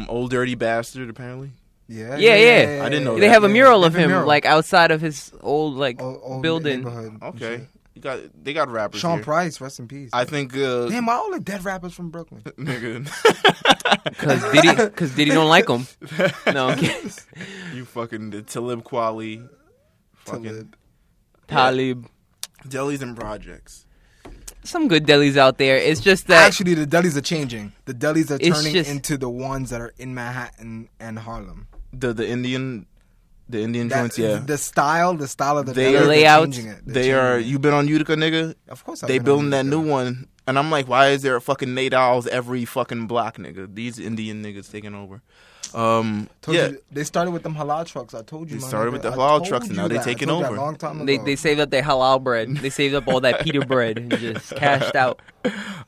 [SPEAKER 4] Um, old dirty bastard. Apparently,
[SPEAKER 5] Yeah,
[SPEAKER 3] Yeah, Oh, yeah.
[SPEAKER 4] I didn't know
[SPEAKER 3] They have a
[SPEAKER 5] yeah.
[SPEAKER 3] mural of
[SPEAKER 5] They have a
[SPEAKER 3] him
[SPEAKER 5] mural.
[SPEAKER 3] like outside of his old like
[SPEAKER 5] Old- old
[SPEAKER 3] building.
[SPEAKER 5] neighborhood and
[SPEAKER 4] okay.
[SPEAKER 5] shit.
[SPEAKER 4] You got they got rappers.
[SPEAKER 5] Sean
[SPEAKER 4] here.
[SPEAKER 5] Price, rest in peace.
[SPEAKER 4] I think. Uh, (laughs)
[SPEAKER 5] Damn, why all the dead rappers from Brooklyn?
[SPEAKER 4] nigga, (laughs)
[SPEAKER 3] Cause Diddy, (laughs) cause Diddy don't like him. No, (laughs) I'm kidding.
[SPEAKER 4] you fucking the Talib Kweli, fucking
[SPEAKER 5] Talib.
[SPEAKER 3] Talib.
[SPEAKER 4] delis and projects.
[SPEAKER 3] Some good delis out there. It's just that
[SPEAKER 5] Actually, the delis are changing. The delis are
[SPEAKER 3] It's
[SPEAKER 5] turning
[SPEAKER 3] just-
[SPEAKER 5] into the ones that are in Manhattan and Harlem.
[SPEAKER 4] The the Indian, the Indian
[SPEAKER 5] That-
[SPEAKER 4] joints. Yeah,
[SPEAKER 5] The style, the style of the
[SPEAKER 4] They are-
[SPEAKER 5] delis, they're
[SPEAKER 3] Layouts,
[SPEAKER 5] changing it. They're
[SPEAKER 4] they
[SPEAKER 5] changing
[SPEAKER 4] are.
[SPEAKER 5] it.
[SPEAKER 4] You been on Utica, nigga?
[SPEAKER 5] Of course, I've
[SPEAKER 4] they
[SPEAKER 5] been on
[SPEAKER 4] building that
[SPEAKER 5] Utica.
[SPEAKER 4] new one, and I'm like, why is there a fucking Nate Owls every fucking block, nigga? These Indian niggas taking over. Um,
[SPEAKER 5] Told
[SPEAKER 4] yeah,
[SPEAKER 5] you, they started with them halal trucks. I told you.
[SPEAKER 4] They
[SPEAKER 5] my
[SPEAKER 4] started
[SPEAKER 5] nigga.
[SPEAKER 4] with the
[SPEAKER 5] I
[SPEAKER 4] halal
[SPEAKER 5] told
[SPEAKER 4] trucks, and
[SPEAKER 5] you
[SPEAKER 4] now they
[SPEAKER 5] that. I
[SPEAKER 4] taking
[SPEAKER 5] told you that
[SPEAKER 4] over.
[SPEAKER 5] a long time
[SPEAKER 3] they
[SPEAKER 5] ago.
[SPEAKER 3] they saved up their halal bread. They saved up all that
[SPEAKER 5] (laughs)
[SPEAKER 3] pita bread and just cashed out.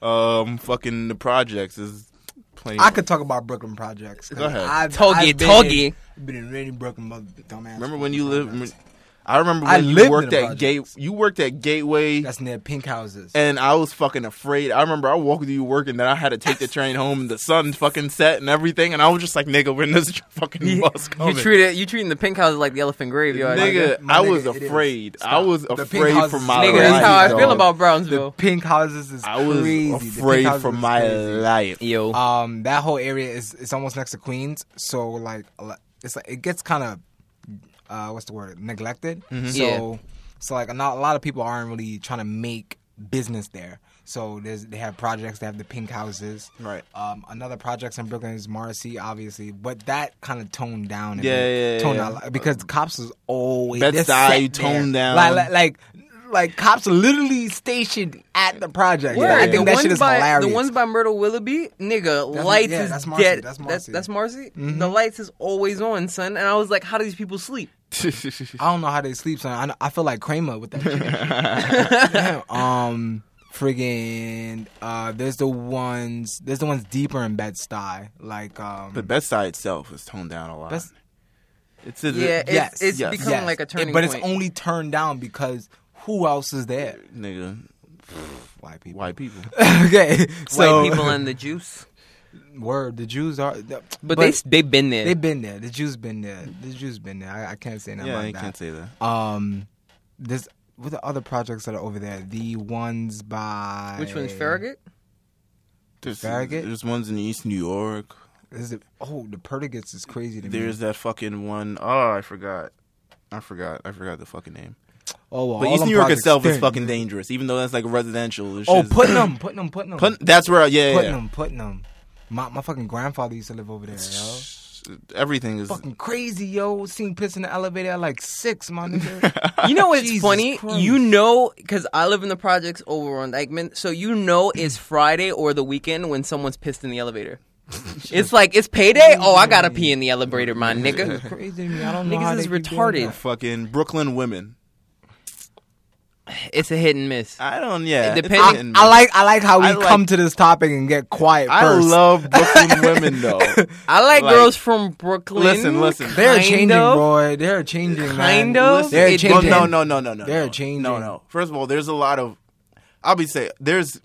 [SPEAKER 4] um, fucking the projects is plenty.
[SPEAKER 5] I could talk about Brooklyn projects.
[SPEAKER 4] Go ahead.
[SPEAKER 5] I've,
[SPEAKER 3] Toggy,
[SPEAKER 5] I've been,
[SPEAKER 3] toggy.
[SPEAKER 5] I've been in many Brooklyn, mother- dumbass.
[SPEAKER 4] remember when you
[SPEAKER 5] Brooklyn
[SPEAKER 4] lived.
[SPEAKER 5] projects.
[SPEAKER 4] I remember when
[SPEAKER 5] I lived
[SPEAKER 4] you
[SPEAKER 5] in
[SPEAKER 4] worked
[SPEAKER 5] the
[SPEAKER 4] at
[SPEAKER 5] projects.
[SPEAKER 4] Gate. You worked at Gateway,
[SPEAKER 5] That's near pink houses.
[SPEAKER 4] and I was fucking afraid. I remember I walked to you work, and then I had to take the train home. The sun fucking set and everything, and I was just like, "Nigga, when this (laughs) fucking bus
[SPEAKER 3] You
[SPEAKER 4] coming?"
[SPEAKER 3] treat it, you treating the pink houses like the elephant graveyard.
[SPEAKER 4] nigga,
[SPEAKER 5] My
[SPEAKER 4] I
[SPEAKER 5] nigga,
[SPEAKER 4] was
[SPEAKER 5] it is.
[SPEAKER 4] afraid. I
[SPEAKER 5] Stop.
[SPEAKER 4] was
[SPEAKER 5] The pink
[SPEAKER 4] afraid
[SPEAKER 5] house
[SPEAKER 4] for
[SPEAKER 5] is
[SPEAKER 4] my
[SPEAKER 3] nigga,
[SPEAKER 4] life.
[SPEAKER 3] that's how I feel
[SPEAKER 4] dog.
[SPEAKER 3] about
[SPEAKER 5] the
[SPEAKER 3] Brownsville.
[SPEAKER 5] pink houses is
[SPEAKER 4] I was
[SPEAKER 5] crazy. The pink
[SPEAKER 4] afraid
[SPEAKER 5] houses
[SPEAKER 4] for
[SPEAKER 5] is
[SPEAKER 4] my
[SPEAKER 5] crazy.
[SPEAKER 4] life. (laughs)
[SPEAKER 3] Yo,
[SPEAKER 5] Um, that whole area is it's almost next to Queens, so like a lot- it's like it gets kind of uh, what's the word neglected.
[SPEAKER 4] Mm-hmm.
[SPEAKER 5] So so like not, a lot of people aren't really trying to make business there. So there's they have projects, they have the pink houses,
[SPEAKER 4] Right.
[SPEAKER 5] Um, another projects in Brooklyn is Morrissey, obviously, but that kind of toned down. a
[SPEAKER 4] Yeah,
[SPEAKER 5] bit.
[SPEAKER 4] yeah,
[SPEAKER 5] toned
[SPEAKER 4] yeah.
[SPEAKER 5] down a lot, because the cops was always
[SPEAKER 4] Bed-Stuy,
[SPEAKER 5] they're set there.
[SPEAKER 4] toned down.
[SPEAKER 5] like like. like like cops are literally stationed at the project.
[SPEAKER 3] Word.
[SPEAKER 5] I
[SPEAKER 3] the
[SPEAKER 5] think that shit
[SPEAKER 3] ones
[SPEAKER 5] is
[SPEAKER 3] by,
[SPEAKER 5] hilarious.
[SPEAKER 3] The ones by Myrtle Willoughby, nigga, lights
[SPEAKER 5] yeah,
[SPEAKER 3] is
[SPEAKER 5] that's Marcy,
[SPEAKER 3] dead.
[SPEAKER 5] that's Mm-hmm.
[SPEAKER 3] That's
[SPEAKER 5] Marcy.
[SPEAKER 3] that's Marcy. The lights is always on, son. And I was like, how do these people sleep?
[SPEAKER 5] I don't know how they sleep, son. I, kn- I feel like Kramer with that shit.
[SPEAKER 4] (laughs)
[SPEAKER 5] (laughs) Damn. Um, friggin' uh, there's the ones there's the ones deeper in Bed Stuy, like um,
[SPEAKER 4] But Best Side itself is toned down a lot.
[SPEAKER 5] Best-
[SPEAKER 4] it's a,
[SPEAKER 3] Yeah, it's,
[SPEAKER 5] yes,
[SPEAKER 3] it's
[SPEAKER 4] yes.
[SPEAKER 3] become
[SPEAKER 5] yes.
[SPEAKER 3] like a turning
[SPEAKER 5] But
[SPEAKER 3] point.
[SPEAKER 5] it's only turned down because who else is there?
[SPEAKER 4] nigga,
[SPEAKER 5] White people.
[SPEAKER 4] white people.
[SPEAKER 5] (laughs) okay, so
[SPEAKER 3] white people and the juice.
[SPEAKER 5] (laughs) word the Jews are, the,
[SPEAKER 3] But, they they they've been there.
[SPEAKER 5] they've been there. The Jews been there. The Jews been there. I, I can't say nothing
[SPEAKER 4] yeah,
[SPEAKER 5] about
[SPEAKER 4] I
[SPEAKER 5] that.
[SPEAKER 4] can't say that.
[SPEAKER 5] Um, there's what the other projects that are over there? The ones by
[SPEAKER 3] Which one's Farragut?
[SPEAKER 4] There's,
[SPEAKER 5] Farragut?
[SPEAKER 4] there's ones in East New York.
[SPEAKER 5] Is it, oh, the Perdigates is crazy to me.
[SPEAKER 4] There's that fucking one oh I forgot. I forgot. I forgot the fucking name.
[SPEAKER 5] Oh, well,
[SPEAKER 4] But
[SPEAKER 5] all
[SPEAKER 4] East
[SPEAKER 5] them
[SPEAKER 4] New York
[SPEAKER 5] projects
[SPEAKER 4] itself is
[SPEAKER 5] thin.
[SPEAKER 4] fucking dangerous, even though that's like residential. It's
[SPEAKER 5] Oh,
[SPEAKER 4] just-
[SPEAKER 5] Putnam, Putnam, Putnam,
[SPEAKER 4] Put- that's where. Yeah, yeah.
[SPEAKER 5] Putnam, Putnam. My my fucking grandfather used to live over
[SPEAKER 4] (laughs)
[SPEAKER 5] there, yo.
[SPEAKER 4] Everything is.
[SPEAKER 5] Fucking crazy, yo. Seeing piss in the elevator at like six,
[SPEAKER 4] (laughs)
[SPEAKER 5] my nigga.
[SPEAKER 3] You know what's
[SPEAKER 5] Jesus
[SPEAKER 3] funny?
[SPEAKER 5] Christ.
[SPEAKER 3] You know, because I live in the projects over on Dykeman, so you know it's Friday or the weekend when someone's pissed in the elevator. it's like it's payday. Oh, I gotta pee in the elevator, my nigga.
[SPEAKER 5] crazy to me. I don't know.
[SPEAKER 3] Niggas
[SPEAKER 5] how
[SPEAKER 3] is
[SPEAKER 5] they keep doing
[SPEAKER 3] retarded.
[SPEAKER 5] that.
[SPEAKER 4] Fucking Brooklyn women.
[SPEAKER 3] It's a hit and miss.
[SPEAKER 4] I don't. Yeah,
[SPEAKER 3] It
[SPEAKER 4] it's
[SPEAKER 3] depends-
[SPEAKER 4] hitting
[SPEAKER 5] I
[SPEAKER 4] me.
[SPEAKER 5] like I like how we
[SPEAKER 4] I like-
[SPEAKER 5] come to this topic and get quiet
[SPEAKER 4] I
[SPEAKER 5] first.
[SPEAKER 4] love Brooklyn
[SPEAKER 5] (laughs)
[SPEAKER 4] women though.
[SPEAKER 3] I like,
[SPEAKER 4] Like-
[SPEAKER 3] girls from Brooklyn.
[SPEAKER 4] Listen, listen.
[SPEAKER 5] They're
[SPEAKER 3] kind
[SPEAKER 5] changing,
[SPEAKER 3] of.
[SPEAKER 5] boy. They're changing,
[SPEAKER 3] Kind
[SPEAKER 5] man.
[SPEAKER 3] of.
[SPEAKER 5] They're
[SPEAKER 3] It-
[SPEAKER 5] changing.
[SPEAKER 4] Well, no, no, no, no, no.
[SPEAKER 5] They're
[SPEAKER 4] no.
[SPEAKER 5] changing.
[SPEAKER 4] No, no. First of all, there's a lot of. I'll be saying there's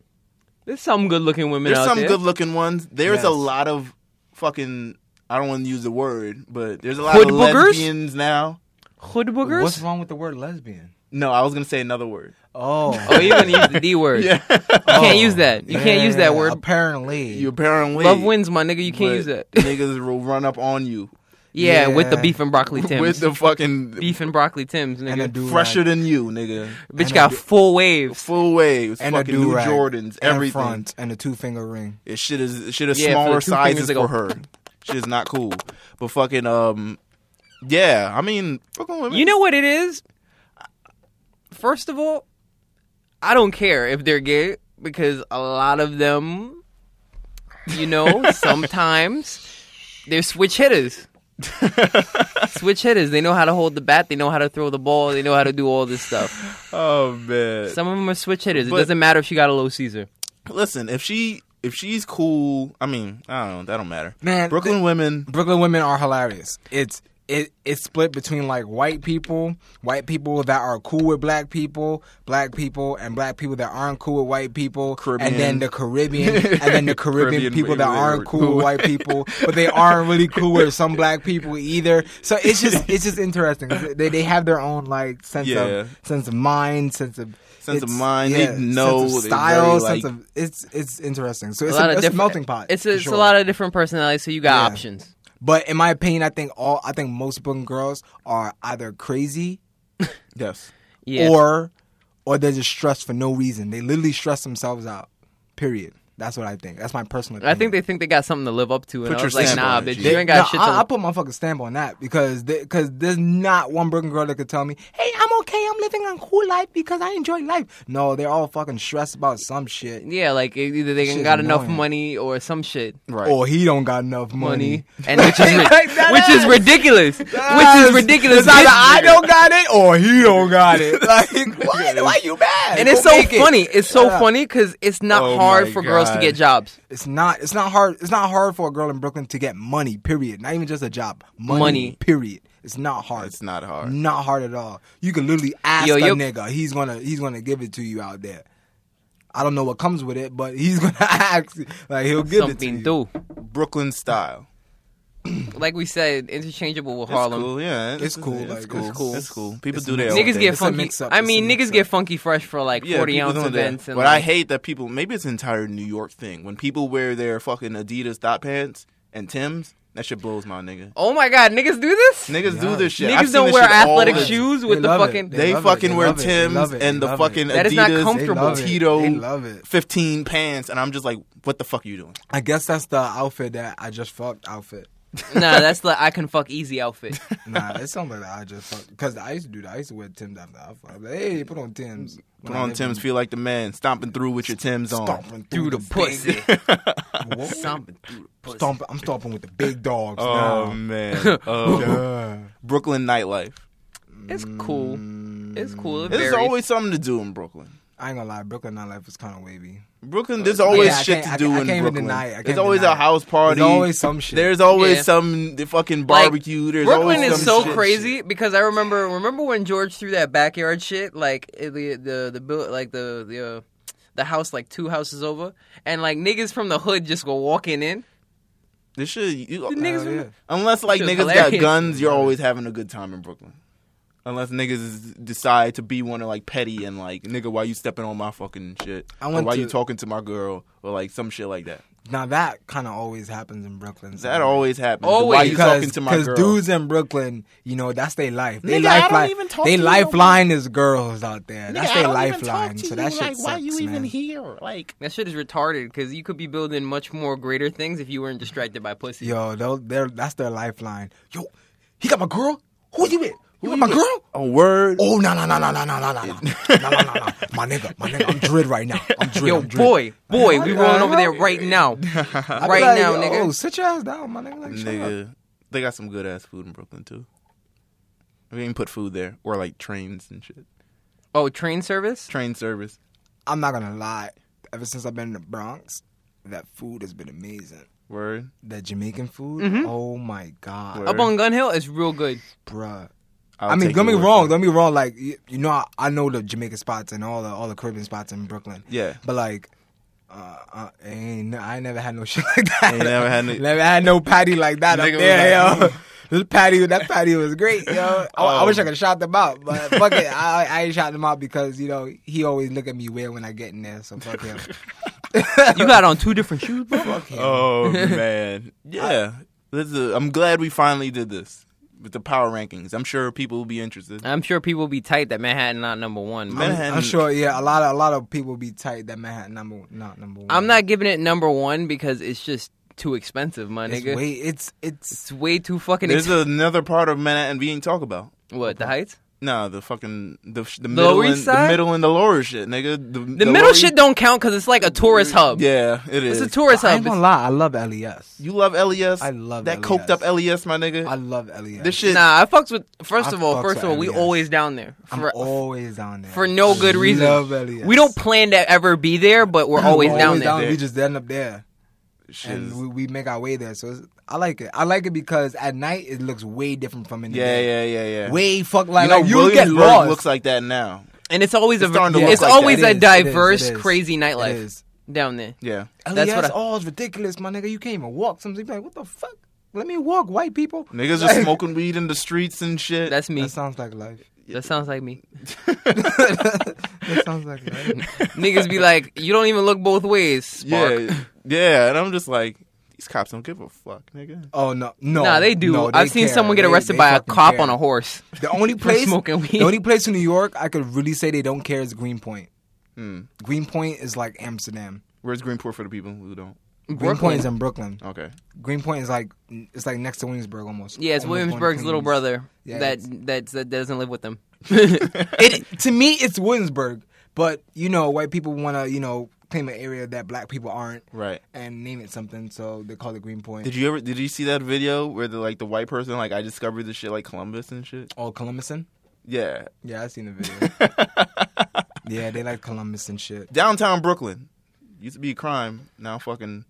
[SPEAKER 3] There's some good looking women
[SPEAKER 4] there's
[SPEAKER 3] out
[SPEAKER 4] some
[SPEAKER 3] there.
[SPEAKER 4] good looking ones. There's a
[SPEAKER 5] Yes.
[SPEAKER 4] lot of fucking. I don't want to use the word, but there's a lot
[SPEAKER 3] Hood
[SPEAKER 4] of
[SPEAKER 3] boogers?
[SPEAKER 4] lesbians now.
[SPEAKER 3] Hood boogers.
[SPEAKER 5] What's wrong with the word lesbian?
[SPEAKER 4] No, I was gonna say another word.
[SPEAKER 5] Oh,
[SPEAKER 3] Oh, you're gonna use the D word.
[SPEAKER 4] Yeah,
[SPEAKER 3] You can't use that. You can't use that
[SPEAKER 5] Yeah,
[SPEAKER 3] word.
[SPEAKER 5] Apparently,
[SPEAKER 4] you apparently
[SPEAKER 3] Love wins, my nigga. You can't
[SPEAKER 4] but
[SPEAKER 3] use that. (laughs)
[SPEAKER 4] (laughs) niggas will run up on you
[SPEAKER 3] Yeah, with the
[SPEAKER 5] Yeah.
[SPEAKER 3] beef and broccoli Tim's.
[SPEAKER 4] with the fucking
[SPEAKER 3] beef and broccoli Tim's,
[SPEAKER 5] and a
[SPEAKER 3] nigga.
[SPEAKER 5] do
[SPEAKER 4] fresher than you, nigga.
[SPEAKER 3] Bitch got full waves.
[SPEAKER 4] Full waves,
[SPEAKER 5] and a
[SPEAKER 4] fucking new
[SPEAKER 5] do rag
[SPEAKER 4] Jordans, everything.
[SPEAKER 5] front and a two finger ring.
[SPEAKER 4] It shit is shit is
[SPEAKER 3] Yeah, for the
[SPEAKER 4] smaller
[SPEAKER 3] two fingers
[SPEAKER 4] sizes
[SPEAKER 3] that go-
[SPEAKER 4] for
[SPEAKER 3] (laughs)
[SPEAKER 4] her. shit is not cool. But fucking um, yeah. I mean, Brooklyn women.
[SPEAKER 3] You know what it is? First of all, I don't care if they're gay because a lot of them, you
[SPEAKER 5] (laughs)
[SPEAKER 3] know, sometimes they're switch hitters. switch hitters. They know how to hold the bat. They know how to throw the ball. They know how to do all this stuff.
[SPEAKER 4] oh man.
[SPEAKER 3] Some of them are switch hitters.
[SPEAKER 4] But-
[SPEAKER 3] it doesn't matter if she got a low Caesar.
[SPEAKER 4] Listen, if she if she's cool, I mean, I don't know. That don't matter.
[SPEAKER 5] Man,
[SPEAKER 4] Brooklyn
[SPEAKER 5] th-
[SPEAKER 4] women.
[SPEAKER 5] Brooklyn women are hilarious. It's it it's split between like white people, white people that are cool with black people, black people, and black people that aren't cool with white people, and
[SPEAKER 4] Caribbean.
[SPEAKER 5] then the Caribbean, and
[SPEAKER 4] (laughs)
[SPEAKER 5] then the Caribbean,
[SPEAKER 4] Caribbean
[SPEAKER 5] people that
[SPEAKER 4] people
[SPEAKER 5] aren't
[SPEAKER 4] that
[SPEAKER 5] cool with white people, but they aren't really cool with some black people either. So it's just it's just interesting. They they have their own like sense
[SPEAKER 4] Yeah.
[SPEAKER 5] of sense of mind, sense of
[SPEAKER 4] Sense of
[SPEAKER 5] it's-
[SPEAKER 4] mind, they know,
[SPEAKER 5] sense of
[SPEAKER 4] they
[SPEAKER 5] style,
[SPEAKER 4] very,
[SPEAKER 5] sense
[SPEAKER 4] like-
[SPEAKER 5] of it's it's interesting. So it's
[SPEAKER 3] a lot
[SPEAKER 5] a,
[SPEAKER 3] of
[SPEAKER 5] it's a
[SPEAKER 3] different
[SPEAKER 5] melting pot.
[SPEAKER 3] It's
[SPEAKER 5] for
[SPEAKER 3] a, it's a
[SPEAKER 5] sure.
[SPEAKER 3] lot of different personalities, so you got
[SPEAKER 5] Yeah.
[SPEAKER 3] options.
[SPEAKER 5] But in my opinion, I think all I think most Brooklyn girls are either crazy
[SPEAKER 4] Yes.
[SPEAKER 3] Yeah.
[SPEAKER 5] or or they're just stressed for no reason. They literally stress themselves out. Period. That's what I think. That's my personal.
[SPEAKER 3] I
[SPEAKER 5] Opinion.
[SPEAKER 3] think they think they got something to live up to, and
[SPEAKER 4] Put
[SPEAKER 3] I
[SPEAKER 4] your
[SPEAKER 3] was like,
[SPEAKER 4] stamp
[SPEAKER 3] nah,
[SPEAKER 4] on it,
[SPEAKER 3] bitch,
[SPEAKER 4] G.
[SPEAKER 3] you ain't got
[SPEAKER 5] Nah,
[SPEAKER 3] shit to.
[SPEAKER 5] I, I put my fucking stamp on that because because there's not one Brooklyn girl that could tell me, "Hey, I'm okay. I'm living a cool life because I enjoy life." No, they're all fucking stressed about some shit.
[SPEAKER 3] Yeah, like e- either they ain't
[SPEAKER 5] Shit's
[SPEAKER 3] got enough
[SPEAKER 5] annoying.
[SPEAKER 3] money or some shit.
[SPEAKER 4] Right.
[SPEAKER 5] Or he don't got enough money.
[SPEAKER 3] Money and
[SPEAKER 5] (laughs)
[SPEAKER 3] which is ri-
[SPEAKER 5] That
[SPEAKER 3] which is
[SPEAKER 5] ass.
[SPEAKER 3] ridiculous, which
[SPEAKER 5] Yes.
[SPEAKER 3] is ridiculous.
[SPEAKER 5] It's either
[SPEAKER 3] bitch.
[SPEAKER 5] I don't got it or he don't got
[SPEAKER 3] (laughs)
[SPEAKER 5] it. Like, why? Why you mad?
[SPEAKER 3] and it's
[SPEAKER 5] Go
[SPEAKER 3] so
[SPEAKER 5] make it.
[SPEAKER 3] funny. It's so
[SPEAKER 5] Yeah.
[SPEAKER 3] funny because it's not
[SPEAKER 4] Oh
[SPEAKER 3] hard
[SPEAKER 4] my
[SPEAKER 3] for girls girls to get jobs.
[SPEAKER 5] It's not. It's not hard. It's not hard for a girl in Brooklyn to get money. Period. Not even just a job. Money.
[SPEAKER 3] Money.
[SPEAKER 5] Period. It's not hard.
[SPEAKER 4] It's not hard.
[SPEAKER 5] Not hard at all. You can literally ask
[SPEAKER 3] Yo,
[SPEAKER 5] a
[SPEAKER 3] yo-
[SPEAKER 5] nigga. He's gonna. He's gonna give it to you out there. I don't know what comes with it, but he's (laughs) gonna ask. Like he'll give
[SPEAKER 3] Something
[SPEAKER 5] it to you.
[SPEAKER 3] do.
[SPEAKER 4] Brooklyn style.
[SPEAKER 3] Like we said, interchangeable with
[SPEAKER 4] It's
[SPEAKER 3] Harlem.
[SPEAKER 4] cool, yeah.
[SPEAKER 5] It's cool,
[SPEAKER 4] It's
[SPEAKER 5] like,
[SPEAKER 4] cool.
[SPEAKER 5] it's cool.
[SPEAKER 4] It's cool. People
[SPEAKER 5] It's
[SPEAKER 4] do their
[SPEAKER 5] mixed
[SPEAKER 4] own
[SPEAKER 5] up.
[SPEAKER 3] Niggas
[SPEAKER 4] thing.
[SPEAKER 3] get
[SPEAKER 5] It's a
[SPEAKER 3] funky.
[SPEAKER 5] mix-up.
[SPEAKER 3] I
[SPEAKER 5] It's a
[SPEAKER 3] mean, niggas
[SPEAKER 5] mix-up.
[SPEAKER 3] get funky fresh for like
[SPEAKER 4] Yeah,
[SPEAKER 3] forty
[SPEAKER 4] people
[SPEAKER 3] ounce
[SPEAKER 4] doing that.
[SPEAKER 3] events. And
[SPEAKER 4] but I
[SPEAKER 3] like,
[SPEAKER 4] hate that people. Maybe it's an entire New York thing. When people wear their fucking Adidas dot pants and Tims, that shit blows my nigga.
[SPEAKER 3] Oh my god, niggas do
[SPEAKER 5] (laughs)
[SPEAKER 3] this.
[SPEAKER 4] Niggas do
[SPEAKER 5] Yeah.
[SPEAKER 4] this shit. I've
[SPEAKER 3] niggas
[SPEAKER 4] seen
[SPEAKER 3] don't
[SPEAKER 4] this
[SPEAKER 3] wear
[SPEAKER 4] shit all
[SPEAKER 3] athletic
[SPEAKER 4] the-
[SPEAKER 3] shoes
[SPEAKER 5] They
[SPEAKER 3] with the
[SPEAKER 5] love it.
[SPEAKER 3] fucking.
[SPEAKER 5] They
[SPEAKER 4] They,
[SPEAKER 5] love it.
[SPEAKER 4] fucking
[SPEAKER 5] They
[SPEAKER 4] wear
[SPEAKER 5] love it. They
[SPEAKER 4] Tims
[SPEAKER 5] love it.
[SPEAKER 4] and
[SPEAKER 5] They
[SPEAKER 4] the
[SPEAKER 5] love it.
[SPEAKER 4] fucking
[SPEAKER 3] That is not
[SPEAKER 4] Adidas
[SPEAKER 5] They love it. They love
[SPEAKER 4] Tito
[SPEAKER 5] it.
[SPEAKER 4] 15 pants, and I'm just like, what the fuck are you doing?
[SPEAKER 5] I guess that's the outfit that I just fucked outfit.
[SPEAKER 3] nah, that's the I can fuck easy
[SPEAKER 5] (laughs)
[SPEAKER 3] outfit.
[SPEAKER 5] Nah, it's something that I just fucked. Because I used to do that. I used to wear Tim's after I fucked. Like, hey, put on Tim's.
[SPEAKER 4] Put on Tims, feel like the man, stomping through with your Tims on.
[SPEAKER 5] Stomping
[SPEAKER 3] Through the pussy.
[SPEAKER 4] (laughs)
[SPEAKER 5] Whoa.
[SPEAKER 3] Stomping through the pussy.
[SPEAKER 5] Stomping- I'm stomping with the big dogs
[SPEAKER 4] Oh
[SPEAKER 3] (laughs)
[SPEAKER 5] now.
[SPEAKER 4] man, Oh,
[SPEAKER 5] Uh,
[SPEAKER 4] Brooklyn nightlife.
[SPEAKER 3] It's cool. It's cool. It
[SPEAKER 4] There's
[SPEAKER 3] varies.
[SPEAKER 4] always something to do in Brooklyn.
[SPEAKER 5] I ain't gonna lie, Brooklyn nightlife is kind of wavy.
[SPEAKER 4] Brooklyn, there's always
[SPEAKER 5] I
[SPEAKER 4] shit
[SPEAKER 5] can't-
[SPEAKER 4] to
[SPEAKER 5] I
[SPEAKER 4] do
[SPEAKER 5] can't- I
[SPEAKER 4] in
[SPEAKER 5] can't even
[SPEAKER 4] Brooklyn.
[SPEAKER 5] deny it. I can't
[SPEAKER 4] There's always
[SPEAKER 5] deny
[SPEAKER 4] a
[SPEAKER 5] it.
[SPEAKER 4] house party.
[SPEAKER 5] There's always some shit.
[SPEAKER 4] There's always
[SPEAKER 3] Yeah.
[SPEAKER 4] some the fucking
[SPEAKER 3] Like,
[SPEAKER 4] barbecue. There's
[SPEAKER 3] Brooklyn
[SPEAKER 4] always
[SPEAKER 3] is
[SPEAKER 4] some
[SPEAKER 3] so
[SPEAKER 4] shit.
[SPEAKER 3] crazy because I remember remember when George threw that backyard shit like it, the the the buil- like the the uh, the house like two houses over and like niggas from the hood just go walking in.
[SPEAKER 4] This shit, you,
[SPEAKER 3] The niggas
[SPEAKER 5] Oh,
[SPEAKER 3] from
[SPEAKER 5] yeah.
[SPEAKER 4] unless like
[SPEAKER 3] Shit's
[SPEAKER 4] niggas got
[SPEAKER 3] hilarious.
[SPEAKER 4] guns, you're always having a good time in Brooklyn. Unless niggas is- decide to be one of like petty and like nigga, why you stepping on my fucking shit?
[SPEAKER 5] I
[SPEAKER 4] or
[SPEAKER 5] went
[SPEAKER 4] why
[SPEAKER 5] to-
[SPEAKER 4] you talking to my girl or like some shit like that?
[SPEAKER 5] Now that kind of always happens in Brooklyn.
[SPEAKER 4] That always happens.
[SPEAKER 3] Always.
[SPEAKER 4] Why you
[SPEAKER 5] Mm. because
[SPEAKER 4] talking to my
[SPEAKER 5] because
[SPEAKER 4] girl?
[SPEAKER 5] dudes in Brooklyn, you know, that's their life. They
[SPEAKER 4] Nigga, I don't
[SPEAKER 5] lifeline.
[SPEAKER 4] even talk
[SPEAKER 5] they
[SPEAKER 4] to you no
[SPEAKER 5] lifeline is girls out there.
[SPEAKER 4] Nigga,
[SPEAKER 5] That's
[SPEAKER 4] I
[SPEAKER 5] their
[SPEAKER 4] don't even talk
[SPEAKER 5] lifeline.
[SPEAKER 4] to
[SPEAKER 5] So
[SPEAKER 4] you,
[SPEAKER 5] that shit
[SPEAKER 4] like, why
[SPEAKER 5] sucks,
[SPEAKER 4] you
[SPEAKER 5] man.
[SPEAKER 4] even here? Like,
[SPEAKER 3] That shit is retarded because you could be building much more greater things if you weren't distracted by pussy.
[SPEAKER 5] Yo, they'll- they're, that's their lifeline. Yo, he got my girl. Who you with? You with my girl?
[SPEAKER 4] a word.
[SPEAKER 5] Oh no no no no no no no no no no no no! (laughs) My nigga, my nigga, I'm dread right now. I'm dread.
[SPEAKER 3] Yo,
[SPEAKER 5] I'm dread.
[SPEAKER 3] boy, boy, we
[SPEAKER 5] Yeah,
[SPEAKER 3] rolling over
[SPEAKER 5] yeah.
[SPEAKER 3] there
[SPEAKER 4] (laughs)
[SPEAKER 3] right now,
[SPEAKER 5] I'd be
[SPEAKER 3] right
[SPEAKER 5] like,
[SPEAKER 3] now,
[SPEAKER 5] yo,
[SPEAKER 3] nigga.
[SPEAKER 5] Oh, sit your ass down, my nigga. Like, nigga.
[SPEAKER 4] Nigga, they got some good ass food in Brooklyn too. We can put food there or like trains and shit.
[SPEAKER 3] Oh, train service.
[SPEAKER 4] Train service.
[SPEAKER 5] I'm not gonna lie. Ever since I've been in the Bronx, that food has been amazing.
[SPEAKER 4] Word.
[SPEAKER 5] That Jamaican food. Oh my god,
[SPEAKER 4] Word.
[SPEAKER 3] Up on Gun Hill is real
[SPEAKER 4] (laughs)
[SPEAKER 3] good.
[SPEAKER 5] bruh.
[SPEAKER 4] I'll
[SPEAKER 5] I mean,
[SPEAKER 4] take
[SPEAKER 5] don't be
[SPEAKER 4] your word
[SPEAKER 5] wrong.
[SPEAKER 4] for it.
[SPEAKER 5] Don't be wrong. Like you, you know, I, I know the Jamaican spots and all the all the Caribbean spots in Brooklyn.
[SPEAKER 4] Yeah.
[SPEAKER 5] but like, uh, uh, ain't, I ain't never had no (laughs) shit like that.
[SPEAKER 4] Ain't never had no-
[SPEAKER 5] never had no patty like that up
[SPEAKER 4] Nigga was
[SPEAKER 5] there,
[SPEAKER 4] like-
[SPEAKER 5] yo. (laughs) This patty, that patty was great, yo. I, I
[SPEAKER 4] Oh.
[SPEAKER 5] wish I could shout them out, but fuck it, I, I ain't shouting them out because you know he always look at me weird when I get in there, so fuck him.
[SPEAKER 3] You got on two different shoes, bro.
[SPEAKER 5] fuck him. (laughs)
[SPEAKER 4] Oh man, yeah. This is, I'm glad we finally did this with the power rankings. I'm sure people will be interested.
[SPEAKER 3] I'm sure people will be tight that Manhattan not number one. but-
[SPEAKER 4] Man-
[SPEAKER 5] I'm, I'm
[SPEAKER 4] Manhattan-
[SPEAKER 5] sure, yeah. A lot of a lot of people be tight that Manhattan number not number one.
[SPEAKER 3] I'm not giving it number one because it's just too expensive, my
[SPEAKER 5] It's
[SPEAKER 3] nigga.
[SPEAKER 5] way, it's it's
[SPEAKER 3] it's way too fucking
[SPEAKER 4] There's
[SPEAKER 3] expensive.
[SPEAKER 4] another part of Manhattan we ain't talk about.
[SPEAKER 3] What the heights?
[SPEAKER 4] Nah, the fucking the the, middle
[SPEAKER 3] Lower
[SPEAKER 4] and
[SPEAKER 3] East
[SPEAKER 4] the
[SPEAKER 3] Side?
[SPEAKER 4] middle and the lower shit, nigga. The,
[SPEAKER 3] The, middle shit don't count because it's like a
[SPEAKER 5] Mm,
[SPEAKER 3] tourist hub.
[SPEAKER 4] Yeah, it
[SPEAKER 3] it's
[SPEAKER 4] is.
[SPEAKER 3] a tourist
[SPEAKER 5] I
[SPEAKER 3] hub.
[SPEAKER 5] ain't gonna
[SPEAKER 3] It's-
[SPEAKER 5] lie, I love E LES.
[SPEAKER 4] you love LES.
[SPEAKER 5] I love
[SPEAKER 4] that
[SPEAKER 5] LES.
[SPEAKER 4] coked up LES, my nigga.
[SPEAKER 5] I love E LES.
[SPEAKER 4] this shit.
[SPEAKER 3] Nah, I fucks with. First
[SPEAKER 5] I
[SPEAKER 3] of all,
[SPEAKER 5] fucks
[SPEAKER 3] first
[SPEAKER 5] with
[SPEAKER 3] of all, we
[SPEAKER 5] LES.
[SPEAKER 3] always down there
[SPEAKER 5] I'm
[SPEAKER 3] for
[SPEAKER 5] always down there
[SPEAKER 3] for no good reason.
[SPEAKER 5] Love E LES.
[SPEAKER 3] We don't plan to ever be there, but we're
[SPEAKER 5] We're
[SPEAKER 3] always down there.
[SPEAKER 5] We just end up there,
[SPEAKER 4] shit
[SPEAKER 5] and
[SPEAKER 4] is-
[SPEAKER 5] we, we make our way there. So it's, I like it. I like it because at night it looks way different from in the
[SPEAKER 4] yeah,
[SPEAKER 5] day.
[SPEAKER 4] yeah, yeah, yeah.
[SPEAKER 5] Way fuck like
[SPEAKER 4] you know,
[SPEAKER 5] like, you'll get
[SPEAKER 4] Williamsburg
[SPEAKER 5] lost.
[SPEAKER 4] looks like that now.
[SPEAKER 3] And it's always
[SPEAKER 4] It's
[SPEAKER 3] a
[SPEAKER 4] starting to look
[SPEAKER 3] it's
[SPEAKER 4] like that.
[SPEAKER 3] always
[SPEAKER 5] It is,
[SPEAKER 3] a
[SPEAKER 5] it is,
[SPEAKER 3] diverse,
[SPEAKER 5] it is.
[SPEAKER 3] crazy
[SPEAKER 5] It
[SPEAKER 3] nightlife
[SPEAKER 5] is. E
[SPEAKER 3] down there.
[SPEAKER 4] Yeah,
[SPEAKER 5] LES
[SPEAKER 3] That's what I-
[SPEAKER 5] all is oh, ridiculous, my nigga. You can't even walk. Sometimes you're like, what the fuck? Let me walk, white people.
[SPEAKER 4] niggas
[SPEAKER 5] like,
[SPEAKER 4] are smoking weed in the streets and shit.
[SPEAKER 3] That's me.
[SPEAKER 5] That sounds like life.
[SPEAKER 3] That sounds like me.
[SPEAKER 4] (laughs)
[SPEAKER 5] (laughs) that
[SPEAKER 3] (laughs)
[SPEAKER 5] sounds like life.
[SPEAKER 3] Niggas be like, you don't even look both ways. Spark.
[SPEAKER 4] yeah, yeah. And I'm just like, these cops don't give a fuck, nigga.
[SPEAKER 5] Oh no, no,
[SPEAKER 3] Nah, they do.
[SPEAKER 5] No,
[SPEAKER 3] I've seen
[SPEAKER 5] care.
[SPEAKER 3] someone get
[SPEAKER 5] They-
[SPEAKER 3] arrested
[SPEAKER 5] they
[SPEAKER 3] by a
[SPEAKER 5] fucking
[SPEAKER 3] cop
[SPEAKER 5] care.
[SPEAKER 3] on a horse. (laughs)
[SPEAKER 5] The only
[SPEAKER 3] for
[SPEAKER 5] place
[SPEAKER 3] smoking weed.
[SPEAKER 5] The only place in New York I could really say they don't care is Greenpoint.
[SPEAKER 3] Hmm.
[SPEAKER 5] Greenpoint is like Amsterdam.
[SPEAKER 4] Where's Greenport for the people who don't?
[SPEAKER 5] Greenpoint
[SPEAKER 3] Brooklyn.
[SPEAKER 5] is in Brooklyn.
[SPEAKER 4] Okay.
[SPEAKER 5] Greenpoint is like it's like next to Williamsburg almost.
[SPEAKER 3] Yeah, it's
[SPEAKER 5] Almost going to
[SPEAKER 3] Williamsburg's little
[SPEAKER 5] Queens.
[SPEAKER 3] brother
[SPEAKER 5] Yeah,
[SPEAKER 3] that,
[SPEAKER 5] it's-
[SPEAKER 3] that that doesn't live with
[SPEAKER 5] (laughs)
[SPEAKER 3] them.
[SPEAKER 5] It to me it's Williamsburg, but you know white people want to you know claim an area that black people aren't
[SPEAKER 4] Right.
[SPEAKER 5] and name it something, so they call it Greenpoint.
[SPEAKER 4] Did you ever did you see that video where the like the white person like I discovered this shit like Columbus and shit?
[SPEAKER 5] oh Columbuson?
[SPEAKER 4] Yeah. (laughs)
[SPEAKER 5] Yeah, I seen the video. yeah, they like Columbus and shit.
[SPEAKER 4] Downtown Brooklyn. Used to be a crime. Now fucking.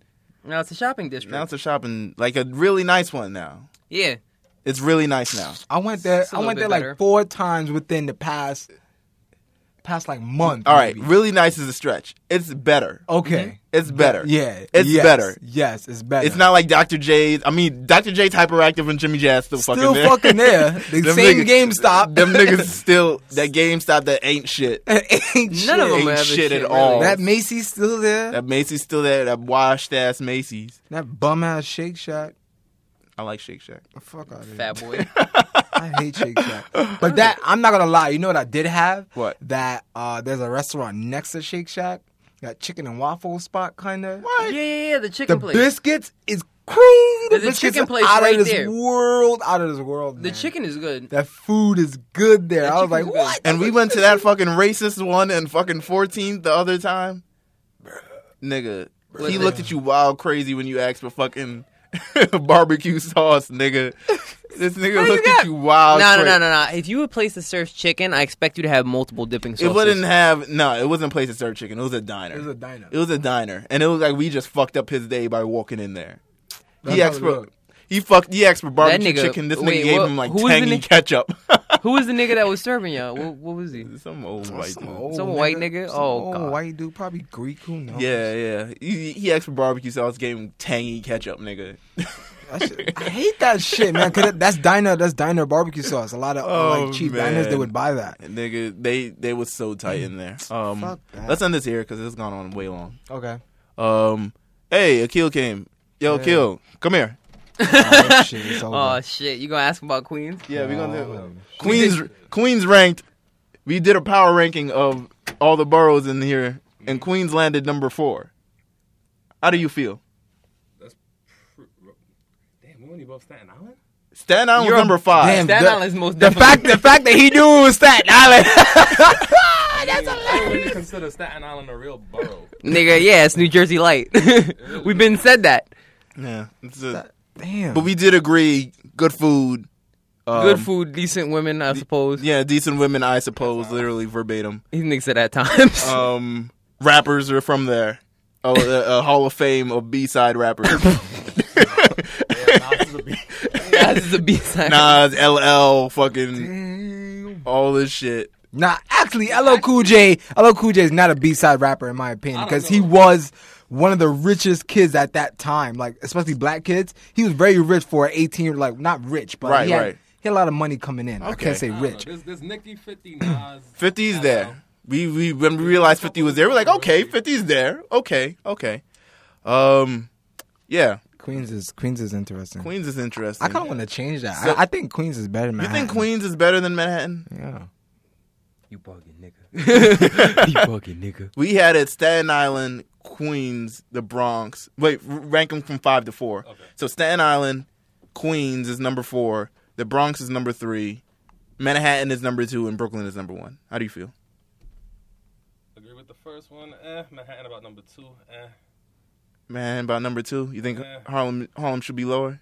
[SPEAKER 3] Now it's a shopping district.
[SPEAKER 4] Now it's a shopping like a really nice one. Now
[SPEAKER 3] yeah.
[SPEAKER 4] it's really nice now.
[SPEAKER 5] I went there.
[SPEAKER 3] It's a
[SPEAKER 5] I
[SPEAKER 3] little
[SPEAKER 5] went
[SPEAKER 3] bit
[SPEAKER 5] there
[SPEAKER 3] better.
[SPEAKER 5] like four times within the past, past like month.
[SPEAKER 4] All right,
[SPEAKER 5] maybe.
[SPEAKER 4] really nice is a stretch. It's better.
[SPEAKER 5] Okay.
[SPEAKER 4] It's better.
[SPEAKER 5] Yeah.
[SPEAKER 4] It's
[SPEAKER 5] yes,
[SPEAKER 4] better.
[SPEAKER 5] Yes, it's better.
[SPEAKER 4] It's not like Dr. J. I mean, Dr. J's hyperactive and Jimmy Jazz still,
[SPEAKER 5] still
[SPEAKER 4] fucking there. (laughs)
[SPEAKER 5] fucking there. The
[SPEAKER 4] Them
[SPEAKER 5] same
[SPEAKER 4] niggas- (laughs)
[SPEAKER 5] GameStop.
[SPEAKER 4] Them niggas still that GameStop that ain't shit. That
[SPEAKER 5] (laughs) Ain't
[SPEAKER 3] None of
[SPEAKER 5] shit.
[SPEAKER 3] them
[SPEAKER 4] Ain't
[SPEAKER 3] have
[SPEAKER 4] shit
[SPEAKER 3] shit
[SPEAKER 4] at
[SPEAKER 3] really.
[SPEAKER 4] all.
[SPEAKER 5] That Macy's still there. That,
[SPEAKER 4] Macy's still there. That washed ass Macy's.
[SPEAKER 5] bum ass Shake Shack.
[SPEAKER 4] I like Shake Shack.
[SPEAKER 5] Fuck out of here.
[SPEAKER 3] Fat
[SPEAKER 5] (laughs)
[SPEAKER 3] boy.
[SPEAKER 5] I hate Shake Shack.
[SPEAKER 3] (laughs)
[SPEAKER 5] But that I'm not gonna lie. You know what I did have?
[SPEAKER 4] What?
[SPEAKER 5] That uh, there's a restaurant next to Shake Shack. That chicken and waffle spot kind of.
[SPEAKER 3] yeah, yeah, yeah. The
[SPEAKER 5] The
[SPEAKER 3] chicken place.
[SPEAKER 5] biscuits is crazy.
[SPEAKER 3] There's a
[SPEAKER 5] biscuits
[SPEAKER 3] chicken
[SPEAKER 5] are
[SPEAKER 3] place
[SPEAKER 5] out
[SPEAKER 3] right
[SPEAKER 5] of this
[SPEAKER 3] there.
[SPEAKER 5] world. Out of this world.
[SPEAKER 3] the
[SPEAKER 5] man.
[SPEAKER 3] chicken is good.
[SPEAKER 5] That food is good there.
[SPEAKER 3] That
[SPEAKER 5] I was like,
[SPEAKER 3] chicken's good.
[SPEAKER 5] what?
[SPEAKER 4] And we went to that fucking racist one and fucking 14th the other time. Nigga, he
[SPEAKER 3] Listen.
[SPEAKER 4] looked at you wild crazy when you asked for fucking (laughs) barbecue sauce, nigga. This nigga looked at you wild
[SPEAKER 3] No, no,
[SPEAKER 4] cra-
[SPEAKER 3] no, no, no. If you would place the serves chicken, I expect you to have multiple dipping sauces.
[SPEAKER 4] It wouldn't have no. It wasn't a place to serve chicken. It was a diner.
[SPEAKER 5] It was a diner.
[SPEAKER 4] It was a diner, and it was like we just fucked up his day by walking in there.
[SPEAKER 5] That's
[SPEAKER 4] he
[SPEAKER 5] how
[SPEAKER 4] asked
[SPEAKER 5] it
[SPEAKER 4] for
[SPEAKER 5] looked.
[SPEAKER 4] he fucked he asked for barbecue
[SPEAKER 3] nigga-
[SPEAKER 4] chicken. This nigga
[SPEAKER 3] wait,
[SPEAKER 4] gave
[SPEAKER 3] what-
[SPEAKER 4] him like
[SPEAKER 3] who was the
[SPEAKER 4] tangy
[SPEAKER 3] ni- (laughs)
[SPEAKER 4] ketchup.
[SPEAKER 3] Who was the nigga that was serving y'all? What, what was
[SPEAKER 5] (laughs)
[SPEAKER 3] he?
[SPEAKER 4] Some old white dude.
[SPEAKER 3] Some white nigga?
[SPEAKER 5] Some
[SPEAKER 3] Oh,
[SPEAKER 5] old
[SPEAKER 3] God.
[SPEAKER 5] white dude, probably Greek. Who knows?
[SPEAKER 4] Yeah, yeah. He, he asked for barbecue sauce. Gave him tangy ketchup, nigga.
[SPEAKER 5] That shit- I hate that shit, man. Cause that- that's diner. That's diner barbecue sauce. A lot of uh,
[SPEAKER 4] Oh,
[SPEAKER 5] like cheap
[SPEAKER 4] man.
[SPEAKER 5] diners they would buy that.
[SPEAKER 4] nigga, they they was so tight in there. Um,
[SPEAKER 5] Mm. Fuck that.
[SPEAKER 4] let's end this here because it's gone on way long.
[SPEAKER 5] Okay.
[SPEAKER 4] Um, hey, Akil came. Yo,
[SPEAKER 5] Yeah.
[SPEAKER 4] Akil, come here.
[SPEAKER 5] Oh, shit,
[SPEAKER 4] (laughs)
[SPEAKER 5] it's over.
[SPEAKER 3] Oh shit! You gonna ask about Queens?
[SPEAKER 4] Yeah, we're gonna do
[SPEAKER 5] Oh,
[SPEAKER 4] Queens Queens ranked we did a power ranking of all the boroughs in here and Queens landed number four. How do you feel?
[SPEAKER 6] Damn, we only both Staten Island?
[SPEAKER 4] Staten Island was
[SPEAKER 3] You're-
[SPEAKER 4] number five.
[SPEAKER 5] damn.
[SPEAKER 3] Staten
[SPEAKER 5] the-
[SPEAKER 3] Island's most
[SPEAKER 5] the fact, the fact that (laughs) he knew it was Staten Island.
[SPEAKER 6] I don't really consider Staten Island a real borough.
[SPEAKER 3] (laughs) nigga. Yeah, it's New Jersey Light. (laughs) We've been said that.
[SPEAKER 4] Yeah. it's a-
[SPEAKER 5] Damn.
[SPEAKER 4] but we did agree, good food. um,
[SPEAKER 3] Good food, decent women, I suppose.
[SPEAKER 4] Yeah, decent women, I suppose, literally verbatim.
[SPEAKER 3] He thinks it at times.
[SPEAKER 4] Um rappers are from there. Oh, the uh, Hall of Fame of B side rappers.
[SPEAKER 3] (laughs) (laughs) That's the B side.
[SPEAKER 4] (laughs) Nas, LL, fucking
[SPEAKER 5] Damn.
[SPEAKER 4] all this shit.
[SPEAKER 5] Nah, actually, LL Cool J, LL Cool J is not a B-side rapper in my opinion because he was one of the richest kids at that time, like especially black kids. He was very rich for an 18 year, like not rich, but
[SPEAKER 4] Right,
[SPEAKER 5] he, had,
[SPEAKER 4] right.
[SPEAKER 5] he had a lot of money coming in. I
[SPEAKER 4] Okay.
[SPEAKER 5] can't say
[SPEAKER 6] I don't know,
[SPEAKER 5] rich.
[SPEAKER 6] There's, there's Nicki, 50, Nas.
[SPEAKER 4] 50's
[SPEAKER 6] LL.
[SPEAKER 4] there. We we when we realized 50 was there, we're like, okay, 50's there. Okay, okay. Um, yeah,
[SPEAKER 5] Queens is Queens is interesting.
[SPEAKER 4] Queens is interesting.
[SPEAKER 5] I kind of want to change that.
[SPEAKER 4] So-
[SPEAKER 5] I, I think Queens is better. Than
[SPEAKER 4] You think
[SPEAKER 5] Manhattan.
[SPEAKER 4] Queens is better than Manhattan?
[SPEAKER 5] Yeah.
[SPEAKER 6] You bugging, nigga. you bugging, nigga.
[SPEAKER 4] We had it Staten Island, Queens, the Bronx. Wait, r- rank them from five to four. So Staten Island, Queens is number four. The Bronx is number three. Manhattan is number two, and Brooklyn is number one. How do you feel?
[SPEAKER 6] Agree with the first one. Eh, Manhattan about number two. Eh.
[SPEAKER 4] Man, about number two, you think
[SPEAKER 6] Yeah.
[SPEAKER 4] Harlem Harlem should
[SPEAKER 3] (laughs)
[SPEAKER 4] be lower?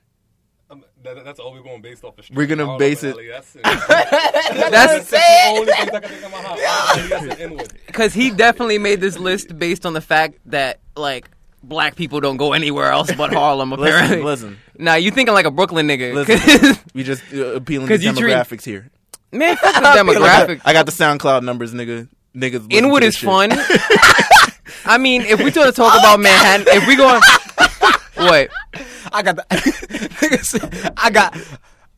[SPEAKER 6] Um, that, that's all we're going based off the street.
[SPEAKER 4] We're gonna
[SPEAKER 6] Harlem,
[SPEAKER 4] base it-
[SPEAKER 6] LA, That's, it. that's the only thing I can think in my heart. Honestly, That's the N-word.
[SPEAKER 3] Because he definitely made this list based on the fact that like black people don't go anywhere else
[SPEAKER 4] (laughs)
[SPEAKER 3] but Harlem. Apparently,
[SPEAKER 4] Listen, listen,
[SPEAKER 3] Nah, you thinking like a Brooklyn nigga? (laughs)
[SPEAKER 4] listen. we just uh, appealing to
[SPEAKER 3] 'Cause you treat-
[SPEAKER 4] demographics here.
[SPEAKER 3] man, fuck the demographic.
[SPEAKER 4] (laughs) I got the SoundCloud numbers, nigga. Niggas. listen
[SPEAKER 3] Inwood
[SPEAKER 4] to
[SPEAKER 3] is
[SPEAKER 4] this Oh
[SPEAKER 3] fun. I mean, if we gonna talk about Manhattan, if we going,
[SPEAKER 4] (laughs)
[SPEAKER 3] what?
[SPEAKER 5] I (laughs) got the. I got.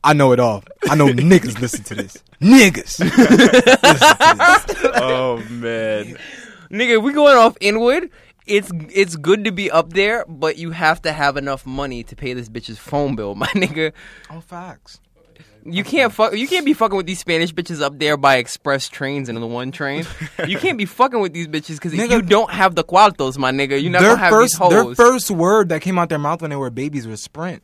[SPEAKER 5] I know it all. I know niggas listen to this. Niggas.
[SPEAKER 4] Shit. (laughs) Oh man.
[SPEAKER 3] Nigga, if we going off Inwood. It's it's good to be up there, but you have to have enough money to pay this bitch's phone bill, my (laughs) nigga.
[SPEAKER 5] All facts.
[SPEAKER 3] You can't fuck. You can't be fucking with these Spanish bitches up there by express trains and on the one train. You can't be fucking with these bitches because if
[SPEAKER 5] (laughs) Nigga-
[SPEAKER 3] you don't have the cuartos, my nigga, you never
[SPEAKER 5] their
[SPEAKER 3] have
[SPEAKER 5] first
[SPEAKER 3] these hoes.
[SPEAKER 5] their first word that came out their mouth when they were babies was sprint.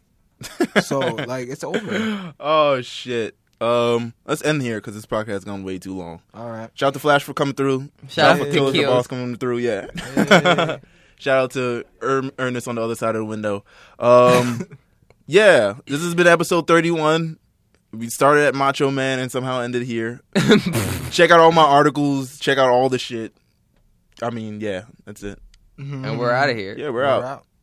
[SPEAKER 5] so like it's over.
[SPEAKER 4] Oh shit. Um, let's end here because this podcast has gone way too long.
[SPEAKER 5] All right.
[SPEAKER 4] Shout out to Flash for coming through.
[SPEAKER 3] Shout out
[SPEAKER 4] to
[SPEAKER 3] to
[SPEAKER 4] Killers the
[SPEAKER 3] Kills.
[SPEAKER 4] Boss coming through. Yeah. (laughs) Shout out to er- Ernest on the other side of the window. Um, yeah, this has been episode thirty-one. We started at Macho Man and somehow ended here. check out all my articles. Check out all the shit. I mean, yeah, that's it.
[SPEAKER 7] and we're out of here.
[SPEAKER 3] Yeah, we're
[SPEAKER 5] We're
[SPEAKER 3] out.
[SPEAKER 5] out.